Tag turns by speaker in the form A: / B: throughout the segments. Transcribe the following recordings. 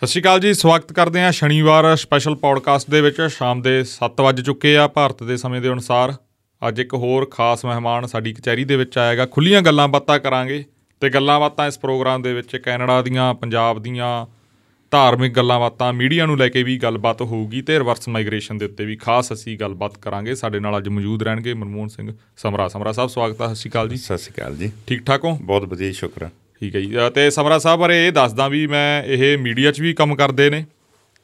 A: ਸਤਿ ਸ਼੍ਰੀ ਅਕਾਲ ਜੀ ਸਵਾਗਤ ਕਰਦੇ ਹਾਂ ਸ਼ਨੀਵਾਰ ਸਪੈਸ਼ਲ ਪੌਡਕਾਸਟ ਦੇ ਵਿੱਚ ਸ਼ਾਮ ਦੇ 7 ਵੱਜ ਚੁੱਕੇ ਆ ਭਾਰਤ ਦੇ ਸਮੇਂ ਦੇ ਅਨੁਸਾਰ ਅੱਜ ਇੱਕ ਹੋਰ ਖਾਸ ਮਹਿਮਾਨ ਸਾਡੀ ਕਚਹਿਰੀ ਦੇ ਵਿੱਚ ਆਏਗਾ ਖੁੱਲੀਆਂ ਗੱਲਾਂ ਬਾਤਾਂ ਕਰਾਂਗੇ ਤੇ ਗੱਲਾਂ ਬਾਤਾਂ ਇਸ ਪ੍ਰੋਗਰਾਮ ਦੇ ਵਿੱਚ ਕੈਨੇਡਾ ਦੀਆਂ ਪੰਜਾਬ ਦੀਆਂ ਧਾਰਮਿਕ ਗੱਲਾਂ ਬਾਤਾਂ ਮੀਡੀਆ ਨੂੰ ਲੈ ਕੇ ਵੀ ਗੱਲਬਾਤ ਹੋਊਗੀ ਤੇ ਰਿਵਰਸ ਮਾਈਗ੍ਰੇਸ਼ਨ ਦੇ ਉੱਤੇ ਵੀ ਖਾਸ ਅਸੀਂ ਗੱਲਬਾਤ ਕਰਾਂਗੇ ਸਾਡੇ ਨਾਲ ਅੱਜ ਮੌਜੂਦ ਰਹਿਣਗੇ ਮਨਮੋਹਨ ਸਿੰਘ ਸਮਰਾ ਸਮਰਾ ਸਾਹਿਬ ਸਵਾਗਤ ਹੈ ਸਤਿ ਸ਼੍ਰੀ ਅਕਾਲ ਜੀ
B: ਸਤਿ ਸ਼੍ਰੀ ਅਕਾਲ ਜੀ
A: ਠੀਕ ਠਾਕ ਹੋ
B: ਬਹੁਤ ਵਧੀਆ ਜੀ, ਸ਼ੁਕਰ ਆ।
A: ਠੀਕ ਹੈ ਜੀ ਅ, ਤੇ ਸਮਰਾ ਸਾਹਿਬ ਬਾਰੇ ਇਹ ਦੱਸਦਾ ਵੀ ਮੈਂ ਇਹ ਮੀਡੀਆ 'ਚ ਵੀ ਕੰਮ ਕਰਦੇ ਨੇ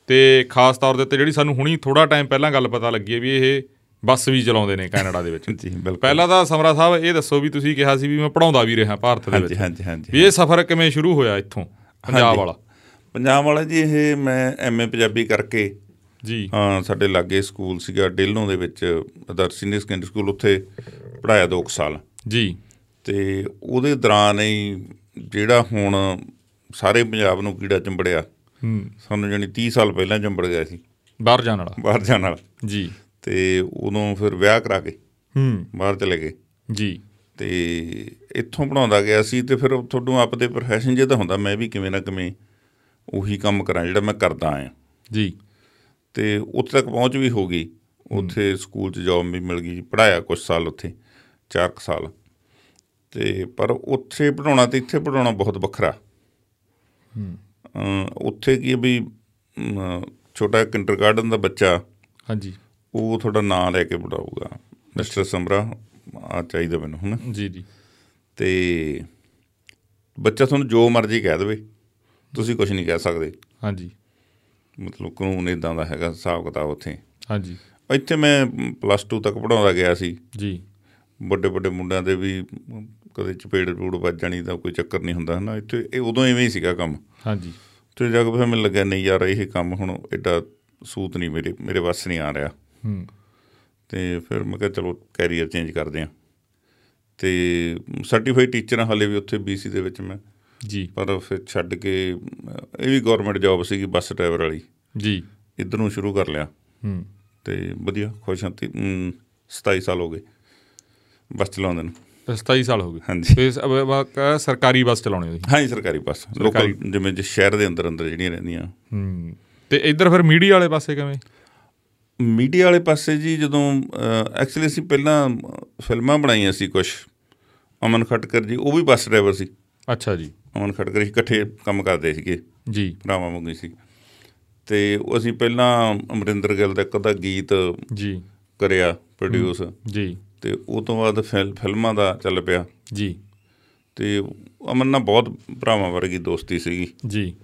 A: ਤੇ ਖਾਸ ਤੌਰ ਦੇ ਉੱਤੇ ਜਿਹੜੀ ਸਾਨੂੰ ਹੁਣੀ ਥੋੜਾ ਟਾਈਮ ਪਹਿਲਾਂ ਗੱਲ ਪਤਾ ਲੱਗੀ ਹੈ ਵੀ ਇਹ ਬੱਸ ਵੀ ਚਲਾਉਂਦੇ ਨੇ ਕੈਨੇਡਾ ਦੇ ਵਿੱਚ
B: ਜੀ ਬਿਲਕੁਲ
A: ਪਹਿਲਾਂ ਤਾਂ ਸਮਰਾ ਸਾਹਿਬ ਇਹ ਦੱਸੋ ਵੀ ਤੁਸੀਂ ਕਿਹਾ ਸੀ ਵੀ ਮੈਂ ਪੜਾਉਂਦਾ ਵੀ ਰਿਹਾ ਭਾਰਤ ਦੇ
B: ਹਾਂਜੀ
A: ਵਿੱਚ
B: ਹਾਂਜੀ ਹਾਂਜੀ
A: ਵੀ ਇਹ ਸਫ਼ਰ ਕਿਵੇਂ ਸ਼ੁਰੂ ਹੋਇਆ ਇੱਥੋਂ ਪੰਜਾਬ
B: ਹਾਂਜੀ।
A: ਵਾਲਾ
B: ਪੰਜਾਬ ਵਾਲਾ ਜੀ ਇਹ ਮੈਂ ਐਮਏ ਪੰਜਾਬੀ ਕਰਕੇ
A: ਜੀ
B: ਹਾਂ ਸਾਡੇ ਲਾਗੇ ਸਕੂਲ ਸੀਗਾ ਡੇਲੋਂ ਦੇ ਵਿੱਚ ਆਦਰਸ਼ ਸੀਨੀਅਰ ਸੈਕੰਡਰੀ ਸਕੂਲ ਉੱਥੇ ਪੜਾਇਆ 2 ਸਾਲ
A: ਜੀ
B: ਤੇ ਉਹਦੇ ਦੌਰਾਨ ਹੀ ਜਿਹੜਾ ਹੁਣ ਸਾਰੇ ਪੰਜਾਬ ਨੂੰ ਕੀੜਾ ਚੰਬੜਿਆ
A: ਹੂੰ
B: ਸਾਨੂੰ ਜਾਣੀ 30 ਸਾਲ ਪਹਿਲਾਂ ਚੰਬੜ ਗਿਆ ਸੀ
A: ਬਾਹਰ ਜਾਣ ਵਾਲਾ
B: ਬਾਹਰ ਜਾਣ ਵਾਲਾ
A: ਜੀ
B: ਤੇ ਉਦੋਂ ਫਿਰ ਵਿਆਹ ਕਰਾ ਕੇ
A: ਹੂੰ
B: ਬਾਹਰ ਚਲੇ ਗਏ
A: ਜੀ
B: ਤੇ ਇੱਥੋਂ ਬਣਾਉਂਦਾ ਗਿਆ ਸੀ ਤੇ ਫਿਰ ਤੁਹਾਨੂੰ ਆਪਦੇ profession ਜੇ ਤਾਂ ਹੁੰਦਾ ਮੈਂ ਵੀ ਕਿਵੇਂ ਨਾ ਕਿਵੇਂ ਉਹੀ ਕੰਮ ਕਰਾਂ ਜਿਹੜਾ ਮੈਂ ਕਰਦਾ ਆਂ
A: ਜੀ
B: ਤੇ ਉੱਥੇ ਤੱਕ ਪਹੁੰਚ ਵੀ ਹੋ ਗਈ ਉੱਥੇ ਸਕੂਲ 'ਚ ਜੌਬ ਵੀ ਮਿਲ ਗਈ ਪੜਾਇਆ ਕੁਝ ਸਾਲ ਉੱਥੇ 4 ਸਾਲ ਤੇ ਪਰ ਉੱਥੇ ਪੜਾਉਣਾ ਤੇ ਇੱਥੇ ਪੜਾਉਣਾ ਬਹੁਤ ਵੱਖਰਾ ਅਮ, ਉੱਥੇ ਕੀ ਹੈ ਵੀ ਅਮ, ਛੋਟਾ ਕਿੰਡਰਗਾਰਡਨ ਦਾ ਬੱਚਾ
A: ਹਾਂਜੀ
B: ਉਹ ਤੁਹਾਡਾ ਨਾਂ ਲੈ ਕੇ ਪੜਾਊਗਾ ਮਿਸਟਰ ਸਮਰਾ ਆ ਚਾਹੀਦਾ ਮੈਨੂੰ ਹੁਣ
A: ਜੀ ਜੀ
B: ਤੇ ਬੱਚਾ ਤੁਹਾਨੂੰ ਜੋ ਮਰਜ਼ੀ ਕਹਿ ਦੇਵੇ ਤੁਸੀਂ ਕੁਝ ਨਹੀਂ ਕਹਿ ਸਕਦੇ
A: ਹਾਂਜੀ
B: ਮਤਲਬ ਕਾਨੂੰਨ ਇਦਾਂ ਦਾ ਹੈਗਾ ਹਿਸਾਬ ਕਿਤਾਬ ਉੱਥੇ
A: ਹਾਂਜੀ
B: ਇੱਥੇ ਮੈਂ ਪਲੱਸ 2 ਤੱਕ ਪੜਾਉਂਦਾ ਗਿਆ ਸੀ
A: ਜੀ
B: ਵੱਡੇ ਵੱਡੇ ਮੁੰਡਿਆਂ ਦੇ ਵੀ ਅਮ, ਕਦੇ ਚਪੇੜ ਚਪੂੜ ਵੱਜ ਜਾਣੀ ਤਾਂ ਕੋਈ ਚੱਕਰ ਨਹੀਂ ਹੁੰਦਾ ਹਨਾ ਇੱਥੇ ਇਹ ਉਦੋਂ ਐਵੇਂ ਹੀ ਸੀਗਾ ਕੰਮ
A: ਹਾਂਜੀ
B: ਤੇ ਜਾ ਕੇ ਫਿਰ ਮੈਨੂੰ ਲੱਗਿਆ ਨਹੀਂ ਯਾਰ ਇਹ ਕੰਮ ਹੁਣ ਐਡਾ ਸੂਤ ਨਹੀਂ ਮੇਰੇ ਮੇਰੇ ਵੱਸ ਨਹੀਂ ਆ ਰਿਹਾ
A: ਹੂੰ
B: ਤੇ ਫਿਰ ਮੈਂ ਕਿਹਾ ਚਲੋ ਕੈਰੀਅਰ ਚੇਂਜ ਕਰਦੇ ਹਾਂ ਤੇ ਸਰਟੀਫਾਈਡ ਟੀਚਰ ਹਾਂ ਹਾਲੇ ਵੀ ਉੱਥੇ ਬੀਸੀ ਦੇ ਵਿੱਚ ਮੈਂ
A: ਜੀ
B: ਪਰ ਫਿਰ ਛੱਡ ਕੇ ਅਮ, ਇਹ ਵੀ ਗਵਰਨਮੈਂਟ ਜੌਬ ਸੀਗੀ ਬੱਸ ਡਰਾਈਵਰ ਵਾਲੀ
A: ਜੀ
B: ਇੱਧਰੋਂ ਸ਼ੁਰੂ ਕਰ ਲਿਆ
A: ਹੂੰ
B: ਤੇ ਵਧੀਆ ਖੁਸ਼ ਹਾਂ ਤੇ ਅਮ, 27 ਸਾਲ ਹੋ ਗਏ ਬੱਸ ਚਲਾਉਂਦੇ ਨੂੰ
A: 27 ਸਾਲ ਹੋ ਗਏ
B: ਹਾਂਜੀ।
A: ਤੇ ਸ- ਅਬ- ਅਬ- ਕ- ਸਰਕਾਰੀ ਬੱਸ ਚਲਾਉਣੀ ਹੋਈ
B: ਹਾਂਜੀ ਸਰਕਾਰੀ ਬੱਸ ਲੋਕਲ ਜਿਵੇਂ ਜੇ ਸ਼ਹਿਰ ਦੇ ਅੰਦਰ ਅੰਦਰ ਜਿਹੜੀਆਂ ਰਹਿੰਦੀਆਂ
A: ਹੂੰ ਤੇ ਇੱਧਰ ਫਿਰ ਮੀਡੀਆ ਵਾਲੇ ਪਾਸੇ ਕਿਵੇਂ
B: ਮੀਡੀਆ ਵਾਲੇ ਪਾਸੇ ਜੀ ਜਦੋਂ ਐਕਚੁਅਲੀ ਅਸੀਂ ਪਹਿਲਾਂ ਅ, ਫਿਲਮਾਂ ਬਣਾਈਆਂ ਸੀ ਕੁਝ ਅਮਨ ਖਟਕਰ ਜੀ ਉਹ ਵੀ ਬੱਸ ਡਰਾਈਵਰ ਸੀ
A: ਅੱਛਾ ਜੀ
B: ਅਮਨ ਖਟਕਰ ਅਸੀਂ ਇਕੱਠੇ ਕੰਮ ਕਰਦੇ ਸੀਗੇ
A: ਜੀ
B: ਭਰਾਵਾਂ ਵਾਂਗੂ ਸੀ ਤੇ ਉਹ ਅਸੀਂ ਪਹਿਲਾਂ ਅਮਰਿੰਦਰ ਗਿੱਲ ਦਾ ਇੱਕ ਅੱਧਾ ਗੀਤ
A: ਜੀ
B: ਕਰਿਆ ਪ੍ਰੋਡਿਊਸ
A: ਜੀ
B: ਤੇ ਉਹ ਤੋਂ ਬਾਅਦ ਫਿਲ- ਫਿਲਮਾਂ ਦਾ ਚੱਲ ਪਿਆ
A: ਜੀ
B: ਤੇ ਅਮਨ ਨਾਲ ਬਹੁਤ ਭਰਾਵਾਂ ਵਰਗੀ ਦੋਸਤੀ ਸੀਗੀ
A: ਜੀ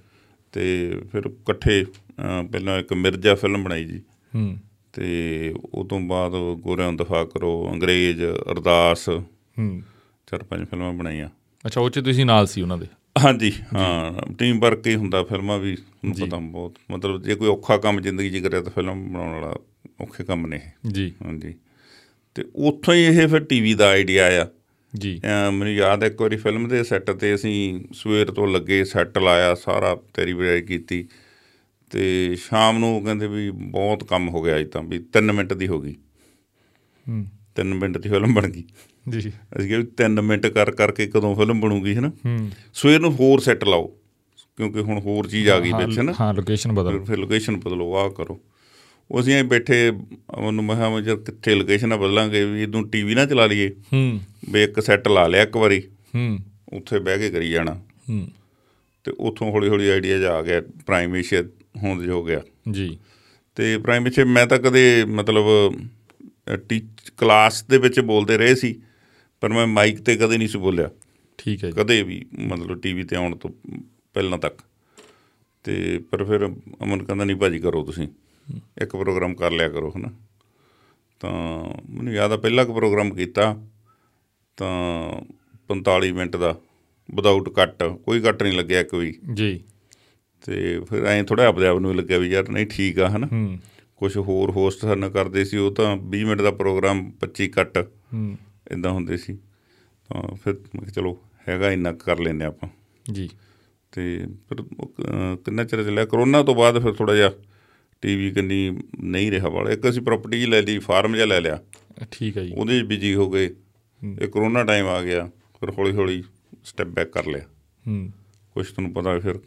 B: ਤੇ ਫਿਰ ਇਕੱਠੇ ਅਹ, ਪਹਿਲਾਂ ਇੱਕ ਮਿਰਜ਼ਾ ਫਿਲਮ ਬਣਾਈ ਜੀ
A: ਹੂੰ
B: ਤੇ ਉਹ ਤੋਂ ਬਾਅਦ ਗੋਰਿਆਂ ਨੂੰ ਦਫਾ ਕਰੋ ਅੰਗਰੇਜ਼ ਅਰਦਾਸ
A: ਹੂੰ
B: ਚਾਰ ਪੰਜ ਫਿਲਮਾਂ ਬਣਾਈਆਂ
A: ਅੱਛਾ ਉਹ ਚ ਤੁਸੀਂ ਨਾਲ ਸੀ ਉਹਨਾਂ ਦੇ
B: ਹਾਂਜੀ ਹਾਂ ਟੀਮ ਵਰਕ ਹੀ ਹੁੰਦਾ ਫਿਲਮਾਂ ਵੀ ਤੁਹਾਨੂੰ ਪਤਾ ਬਹੁਤ ਮਤਲਬ ਜੇ ਕੋਈ ਔਖਾ ਕੰਮ ਜ਼ਿੰਦਗੀ 'ਚ ਕਰਿਆ ਤਾਂ ਫਿਲਮ ਬਣਾਉਣ ਵਾਲਾ ਔਖੇ ਕੰਮ ਨੇ ਇਹ।
A: ਜੀ
B: ਹਾਂਜੀ ਤੇ ਉੱਥੋਂ ਹੀ ਇਹ ਫਿਰ ਟੀਵੀ ਦਾ ਆਈਡੀਆ ਆਇਆ
A: ਜੀ
B: ਅਮ ਮੈਨੂੰ ਯਾਦ ਹੈ ਇੱਕ ਵਾਰੀ ਫਿਲਮ ਦੇ ਸੈੱਟ ਤੇ ਅਸੀਂ ਸਵੇਰ ਤੋਂ ਲੱਗੇ ਸੈੱਟ ਲਾਇਆ ਸਾਰਾ ਤਿਆਰੀ ਬਿਆਰੀ ਕੀਤੀ ਤੇ ਸ਼ਾਮ ਨੂੰ ਉਹ ਕਹਿੰਦੇ ਵੀ ਬਹੁਤ ਕੰਮ ਹੋ ਗਿਆ ਅੱਜ ਤਾਂ ਵੀ 3 ਮਿੰਟ ਦੀ ਹੋ ਗਈ
A: ਹੂੰ
B: 3 ਮਿੰਟ ਦੀ ਫਿਲਮ ਬਣ ਗਈ
A: ਜੀ
B: ਅਸੀਂ ਕਿਹਾ ਵੀ 3 ਮਿੰਟ ਕਰ ਕਰਕੇ ਕਦੋਂ ਫਿਲਮ ਬਣੂਗੀ ਹੈ ਨਾ
A: ਹੂੰ
B: ਸਵੇਰ ਨੂੰ ਹੋਰ ਸੈੱਟ ਲਾਓ ਕਿਉਂਕਿ ਹੁਣ ਹੋਰ ਚੀਜ਼ ਆ ਗਈ
A: ਹਾਂ,
B: ਵਿੱਚ ਹੈ ਨਾ
A: ਹਾਂ ਲੋਕੇਸ਼ਨ ਬਦਲ
B: ਫਿਰ- ਫਿਰ ਲੋਕੇਸ਼ਨ ਬਦਲੋ ਆਹ ਕਰੋ ਉਹ ਅਸੀਂ ਐਂ ਬੈਠੇ ਉਹਨੂੰ ਮਹਾ ਮਜਰ ਕਿੱਥੇ ਲੋਕੇਸ਼ਨ ਬਦਲਾਂਗੇ ਵੀ ਇਦੋਂ ਟੀਵੀ ਨਾ ਚਲਾ ਲਈਏ
A: ਹੂੰ
B: ਵੀ ਇੱਕ ਸੈੱਟ ਲਾ ਲਿਆ ਇੱਕ ਵਾਰੀ
A: ਹੂੰ
B: ਉੱਥੇ ਬਹਿ ਕੇ ਕਰੀ ਜਾਣਾ
A: ਹੂੰ
B: ਤੇ ਉੱਥੋਂ ਹੌਲੀ ਹੌਲੀ ਆਈਡੀਆ ਜਾ ਆ ਗਿਆ ਪ੍ਰਾਈਮ ਏਸ਼ੀਆ ਹੋਂਦ ਹੋ ਗਿਆ
A: ਜੀ
B: ਤੇ ਪ੍ਰਾਈਮ ਏਸ਼ੀਆ ਮੈਂ ਤਾਂ ਕਦੇ ਮਤਲਬ ਟੀਚ ਕਲਾਸ ਦੇ ਵਿੱਚ ਬੋਲਦੇ ਰਹੇ ਸੀ ਪਰ ਮੈਂ ਮਾਈਕ ਤੇ ਕਦੇ ਨਹੀਂ ਸੀ ਬੋਲਿਆ
A: ਠੀਕ ਹੈ ਜੀ
B: ਕਦੇ ਵੀ ਮਤਲਬ ਟੀਵੀ ਤੇ ਆਉਣ ਤੋਂ ਪਹਿਲਾਂ ਤੱਕ ਤੇ ਪਰ ਫਿਰ ਅਮਨ ਕਹਿੰਦਾ ਨਹੀਂ ਭਾਜੀ ਕਰੋ ਤੁਸੀਂ ਇੱਕ ਪ੍ਰੋਗਰਾਮ ਕਰ ਲਿਆ ਕਰੋ ਹਨਾ ਤਾਂ ਮੈਨੂੰ ਯਾਦ ਆ ਪਹਿਲਾ ਕੁ ਪ੍ਰੋਗਰਾਮ ਕੀਤਾ ਤਾਂ 45 ਮਿੰਟ ਦਾ ਵਿਦਆਊਟ ਕੱਟ ਕੋਈ ਕੱਟ ਨਹੀਂ ਲੱਗਿਆ ਇੱਕ ਵੀ
A: ਜੀ
B: ਤੇ ਫਿਰ ਐਂ ਥੋੜਾ ਆਪਦੇ ਆਪ ਨੂੰ ਲੱਗਿਆ ਵੀ ਯਾਰ ਨਹੀਂ ਠੀਕ ਆ ਹਨਾ
A: ਹੂੰ
B: ਕੁਝ ਹੋਰ ਹੋਸਟ ਸਾਨੂੰ ਕਰਦੇ ਸੀ ਉਹ ਤਾਂ 20 ਮਿੰਟ ਦਾ ਪ੍ਰੋਗਰਾਮ 25 ਕੱਟ
A: ਹੂੰ
B: ਇਦਾਂ ਹੁੰਦੇ ਸੀ ਤਾਂ ਫਿਰ ਮੈਂ ਕਿਹਾ ਚਲੋ ਹੈਗਾ ਇੰਨਾ ਕੁ ਕਰ ਲੈਨੇ ਆਪਾਂ
A: ਜੀ
B: ਤੇ ਫਿਰ ਉਹ ਕ- ਅਹ ਕਿੰਨਾ ਚਿਰ ਚੱਲਿਆ ਕਰੋਨਾ ਤੋਂ ਬਾਅਦ ਫਿਰ ਥੋੜਾ ਜਿਹਾ ਟੀਵੀ ਕੰਨੀ ਨਹੀਂ ਰਿਹਾ ਵਾਲਾ ਇੱਕ ਅਸੀਂ ਪ੍ਰਾਪਰਟੀ ਲੈ ਲਈ ਫਾਰਮ ਜਿਹਾ ਲੈ ਲਿਆ
A: ਠੀਕ ਹੈ ਜੀ
B: ਉਹਦੇ 'ਚ ਬਿਜੀ ਹੋ ਗਏ ਇਹ ਕਰੋਨਾ ਟਾਈਮ ਆ ਗਿਆ ਫਿਰ ਹੌਲੀ ਹੌਲੀ ਸਟੈਪ ਬੈਕ ਕਰ ਲਿਆ
A: ਹੂੰ
B: ਕੁਝ ਤੁਹਾਨੂੰ ਪਤਾ ਫਿਰ